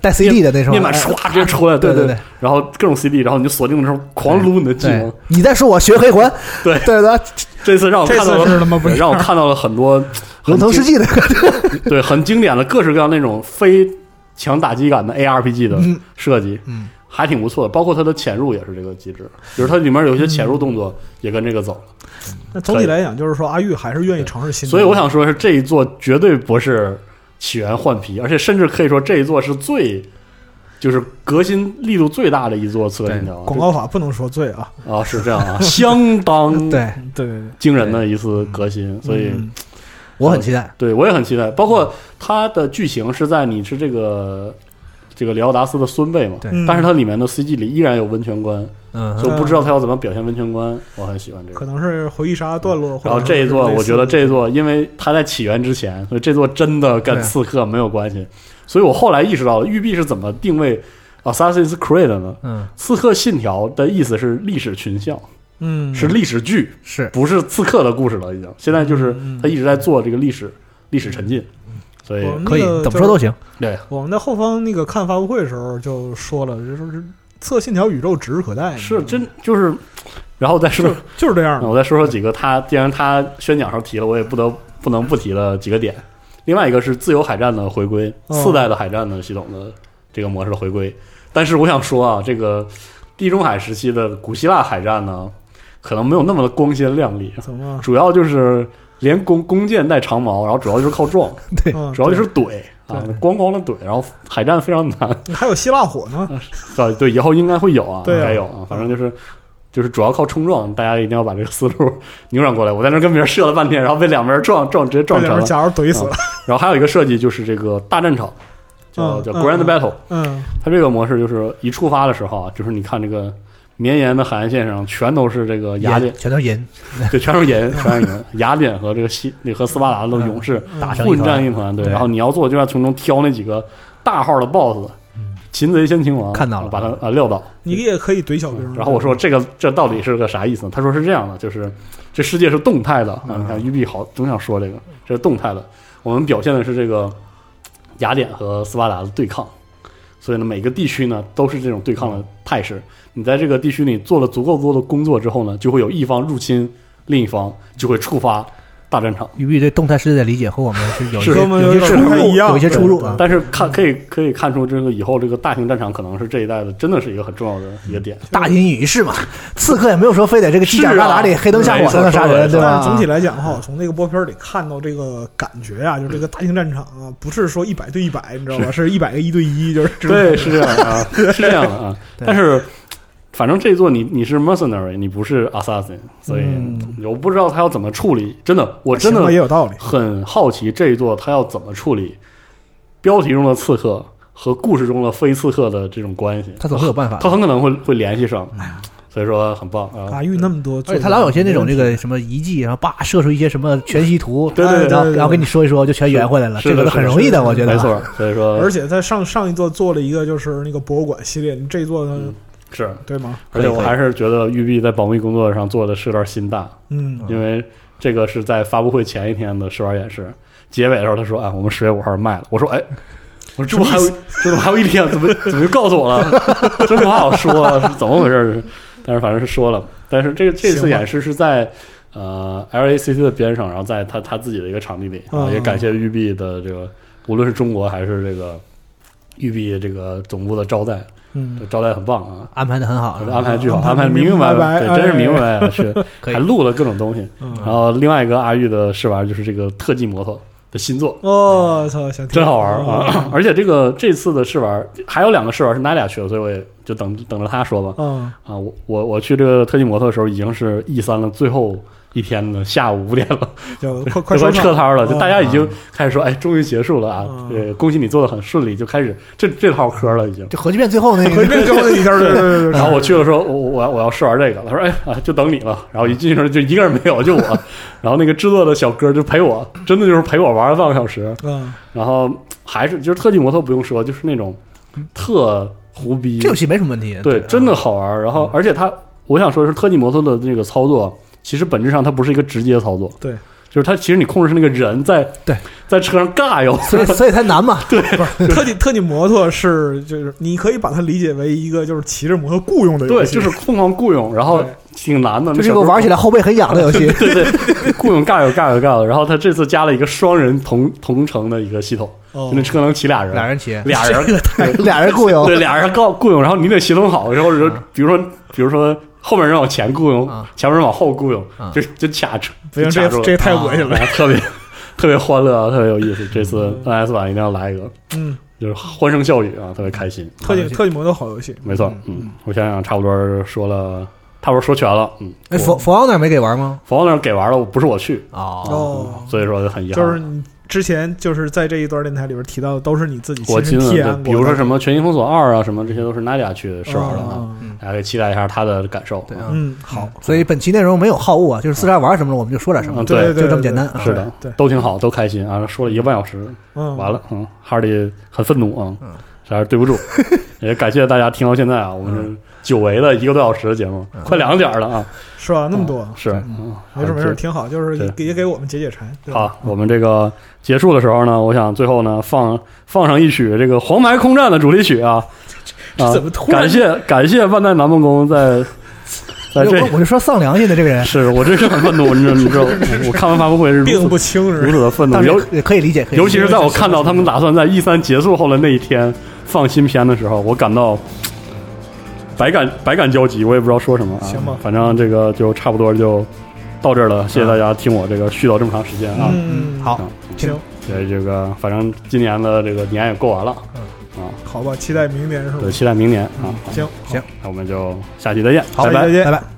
带 C D 的那时候，面板哎唰直接出来，对对对对，然后各种 CD，然后你就锁定的时候狂撸你的技能对，，你在说我学黑魂， [LAUGHS] 对对对，这次让我这哦看到次了。是他妈不一让样我看到了很多龙头世纪的，对很经典的各式各样那种非强打击感的 ARPG 的嗯设计，嗯，还挺不错的。包括它的潜入也是这个机制，就是它里面有一些潜入动作也跟这个走了。那总体来讲，就是说阿玉还是愿意尝试新的。所以我，想说的是，这一座绝对不是起源换皮，而且甚至可以说这一座是最就是革新力度最大的一座刺客信条啊。广告法不能说醉啊。这啊，是这样 [LAUGHS] 啊，相当对对对对，惊人的一次革新，所以。嗯我很期待。对，我也很期待。包括它的剧情是在你是这个这个里奥达斯的孙辈嘛，对嗯但是它里面的 CG 里依然有温泉关，嗯所以我不知道它要怎么表现温泉关。我很喜欢这可个。能是回忆杀段嗯落，然或后者这一座，是类似的我觉得这一座，因为它在起源之前，所以这座真的跟对刺客没有关系。所以我后来意识到了，育碧是怎么定位 Assassin's Creed 的呢？嗯，刺客信条的意思是历史群像，嗯是历史剧，是不是刺客的故事了。已经，现在就是嗯嗯嗯哦他一直在做这个历史历史沉浸，所以我们可以那个怎么说都行。对，我们在后方那个看发布会的时候就说了，这就是测信条宇宙指日可待，是哦真就是，然后再说，就是这样的。我再说说几个他，既然他宣讲时候提了，我也不得不能不提的几个点。另外一个是自由海战的回归，哦四代的海战的系统的这个模式的回归。但是我想说啊，这个地中海时期的古希腊海战呢，可能没有那么的光鲜亮丽，怎么了？主要就是连弓弓箭带长矛，然后主要就是靠撞，对嗯主要就是怼啊对，咣咣的怼，然后海战非常难。对还有希腊火呢，啊，对，以后应该会有啊，对啊还有啊，反正就是就是主要靠冲撞，大家一定要把这个思路 [LAUGHS] 扭转过来。我在那跟别人射了半天，然后被两边撞撞，直接撞被沉了两人。假如怼死了。然后还有一个设计就是这个大战场，叫嗯叫嗯 Grand 嗯 Battle，嗯它这个模式就是一触发的时候啊，就是你看这个绵延的海岸线上全都是这个雅典银，全都是银，对，全是人，全是 [LAUGHS] 人，雅典和这个西那和斯巴达的勇士嗯打成一团混战一团，对，对然后你要做就要从中挑那几个大号的 BOSS，擒贼先擒王，嗯看到了把他啊撂倒。你也可以怼小兵。然后我说这个这到底是个啥意思呢？他说是这样的，就是这世界是动态的啊！嗯你看育碧好总想说这个，这是动态的。我们表现的是这个雅典和斯巴达的对抗，所以呢，每个地区呢都是这种对抗的态势。你在这个地区里做了足够多的工作之后呢，就会有一方入侵另一方，就会触发大战场。育碧对动态世界的理解和我们是有一是些跟我们有一些有点不出太入，一样有一些出入对啊。但是看可以可以看出，这个以后这个大型战场可能是这一代的真的是一个很重要的一个点。大隐隐于市嘛，刺客也没有说非得这个犄角旮旯里是啊黑灯瞎火才能杀没人，错对但吧？是总体来讲哈，我从那个播片儿里看到这个感觉啊，就是这个大型战场啊，不是说一百对一百，你知道吧？是一百个一对一，就是这种对，是这样的 [LAUGHS] 啊，是这样的啊。对但是，反正这一座你你是 mercenary，你不是 assassin，所以嗯我不知道他要怎么处理。真的，我真行吧也的有道理。很好奇这一座他要怎么处理标题中的刺客和故事中的非刺客的这种关系。他总会有办法他的。哎很可能会会联系上，所以说很棒啊。啊，遇那么多，而且他老有些那种这个什么遗迹，然后叭射出一些什么全息图，对对对然后哎对对然后跟你说一说，就全圆回来了，是这的个很容易是的，我觉得。啊没错，，所以说而且他上上一座做了一个就是那个博物馆系列，你这一座呢嗯是，对吗？而且我可以还是觉得育碧在保密工作上做的是有点心大，嗯，因为这个是在发布会前一天的试玩演示，结尾的时候他说啊，我们十月五号卖了，我说哎。我说这不还有这怎么还有一天？怎么怎么就告诉我了？ [LAUGHS] 真没话好说啊，是怎么回事？但是反正是说了。但是这个这行吧次演示是在呃 LACC 的边上，然后在他他自己的一个场地里啊，嗯也感谢育碧的这个，无论是中国还是这个育碧这个总部的招待，嗯，招待很棒啊。安排的很好，是吧安排巨好，安排安排明明白白，白对，哎真是明白了，啊是可以还录了各种东西。嗯然后另外一个阿玉的试玩就是这个特技摩托的新作，我哦操，想听真好玩儿！哦啊！ [LAUGHS] 而且这个这次的试玩还有两个试玩是娜俩去了，所以我也就等等着他说吧。嗯，啊，我我我去这个特技摩托的时候已经是 E 三了最后一天的下午五点了，就快 [LAUGHS] 快都收 [LAUGHS] 快场 [LAUGHS] 撤摊了，就嗯大家已经开始说，哎，终于结束了啊！嗯呃，恭喜你做的很顺利，就开始这这套嗑了已经。就核聚变最后那回个， [LAUGHS] 面最后那一下，对对对对对，然后我去了说，我我我要我要试玩这个，他说哎啊就等你了。然后一进去的时候就一个人没有，就我。然后那个制作的小哥就陪我，真的就是陪我玩了半个小时。嗯，然后还是就是特技摩托不用说，就是那种特胡逼，这游戏没什么问题。对，真的啊好玩。然后而且它我想说的是特技摩托的这个操作，其实本质上它不是一个直接操作，对，就是它其实你控制是那个人在对在车上尬游，所以所以才难嘛。 [LAUGHS] 特技特技摩托是就是你可以把它理解为一个就是骑着摩托雇佣的游 [LAUGHS] 对，戏，就是疯狂雇佣，然后对挺难的，这那是小个哥。玩起来后背很痒的游戏对对，雇佣尬友尬友尬友。然后他这次加了一个双人同同城的一个系统，哦就那车能骑俩人，俩人骑，俩人这个太 [LAUGHS] 俩人雇佣对，俩人告雇佣，然后你得协同好，然后就比如说比如说后面人往前雇佣啊，前面人往后雇佣啊，就就卡住，不行，就卡啊这住了这太恶心了，然后特别特别欢乐啊，特别有意思。这次 NS 版一定要来一个，嗯，就是欢声笑语啊，特别开心。特技特技摩托好游戏，没错，嗯，我想想，差不多说了，差不多说全了，嗯。哎，佛佛王那儿没给玩吗？冯王那儿给玩了，不是我去，哦，哦，所以说很遗憾。就是你之前就是在这一段电台里边提到的都是你 [LAUGHS] 自己我亲亲了对身体验过的，比如说什么《全新封锁二》啊，什么这些都是 Nadia 去试玩的啊，嗯大家可以期待一下他的感受。对啊啊，嗯，好，所以本期内容没有好恶啊，就是四杀玩什么的，我们就说点什么嗯，对，就这么简单。是的，对对都挺好，都开心啊。说了一个半小时，嗯，完了，嗯，哈利很愤怒啊嗯，实在是对 [LAUGHS] 不住，也感谢大家听到现在啊，我嗯们久违的一个多小时的节目，快两个点儿了啊，是吧？那么多啊，是，嗯没事没事，。挺好，嗯就是也对给也给我们解解馋。对吧，好，我们这个结束的时候呢，我想最后呢放放上一曲这个《黄牌空战》的主题曲啊，这啊怎么突然感谢感谢万代南梦宫 [LAUGHS] 在在我这我就说丧良心的这个人，是我真是很愤怒，你知道你知道，我我看完发布会是如并此不清如是吧？此的愤怒，但尤是也可以理解，可以理解尤其是在我看到他们打算在 E 三结束后的那一天放新片的时候，我感到百感百感交集，我也不知道说什么啊。行吧反正这个就差不多就到这儿了，谢谢大家听我这个絮叨这么长时间啊。嗯，好嗯，行，对这个，反正今年的这个年也过完了，啊，好吧，期待明年是吧对，？期待明年啊。行，行那我们就下期再见，好，拜拜再见拜拜。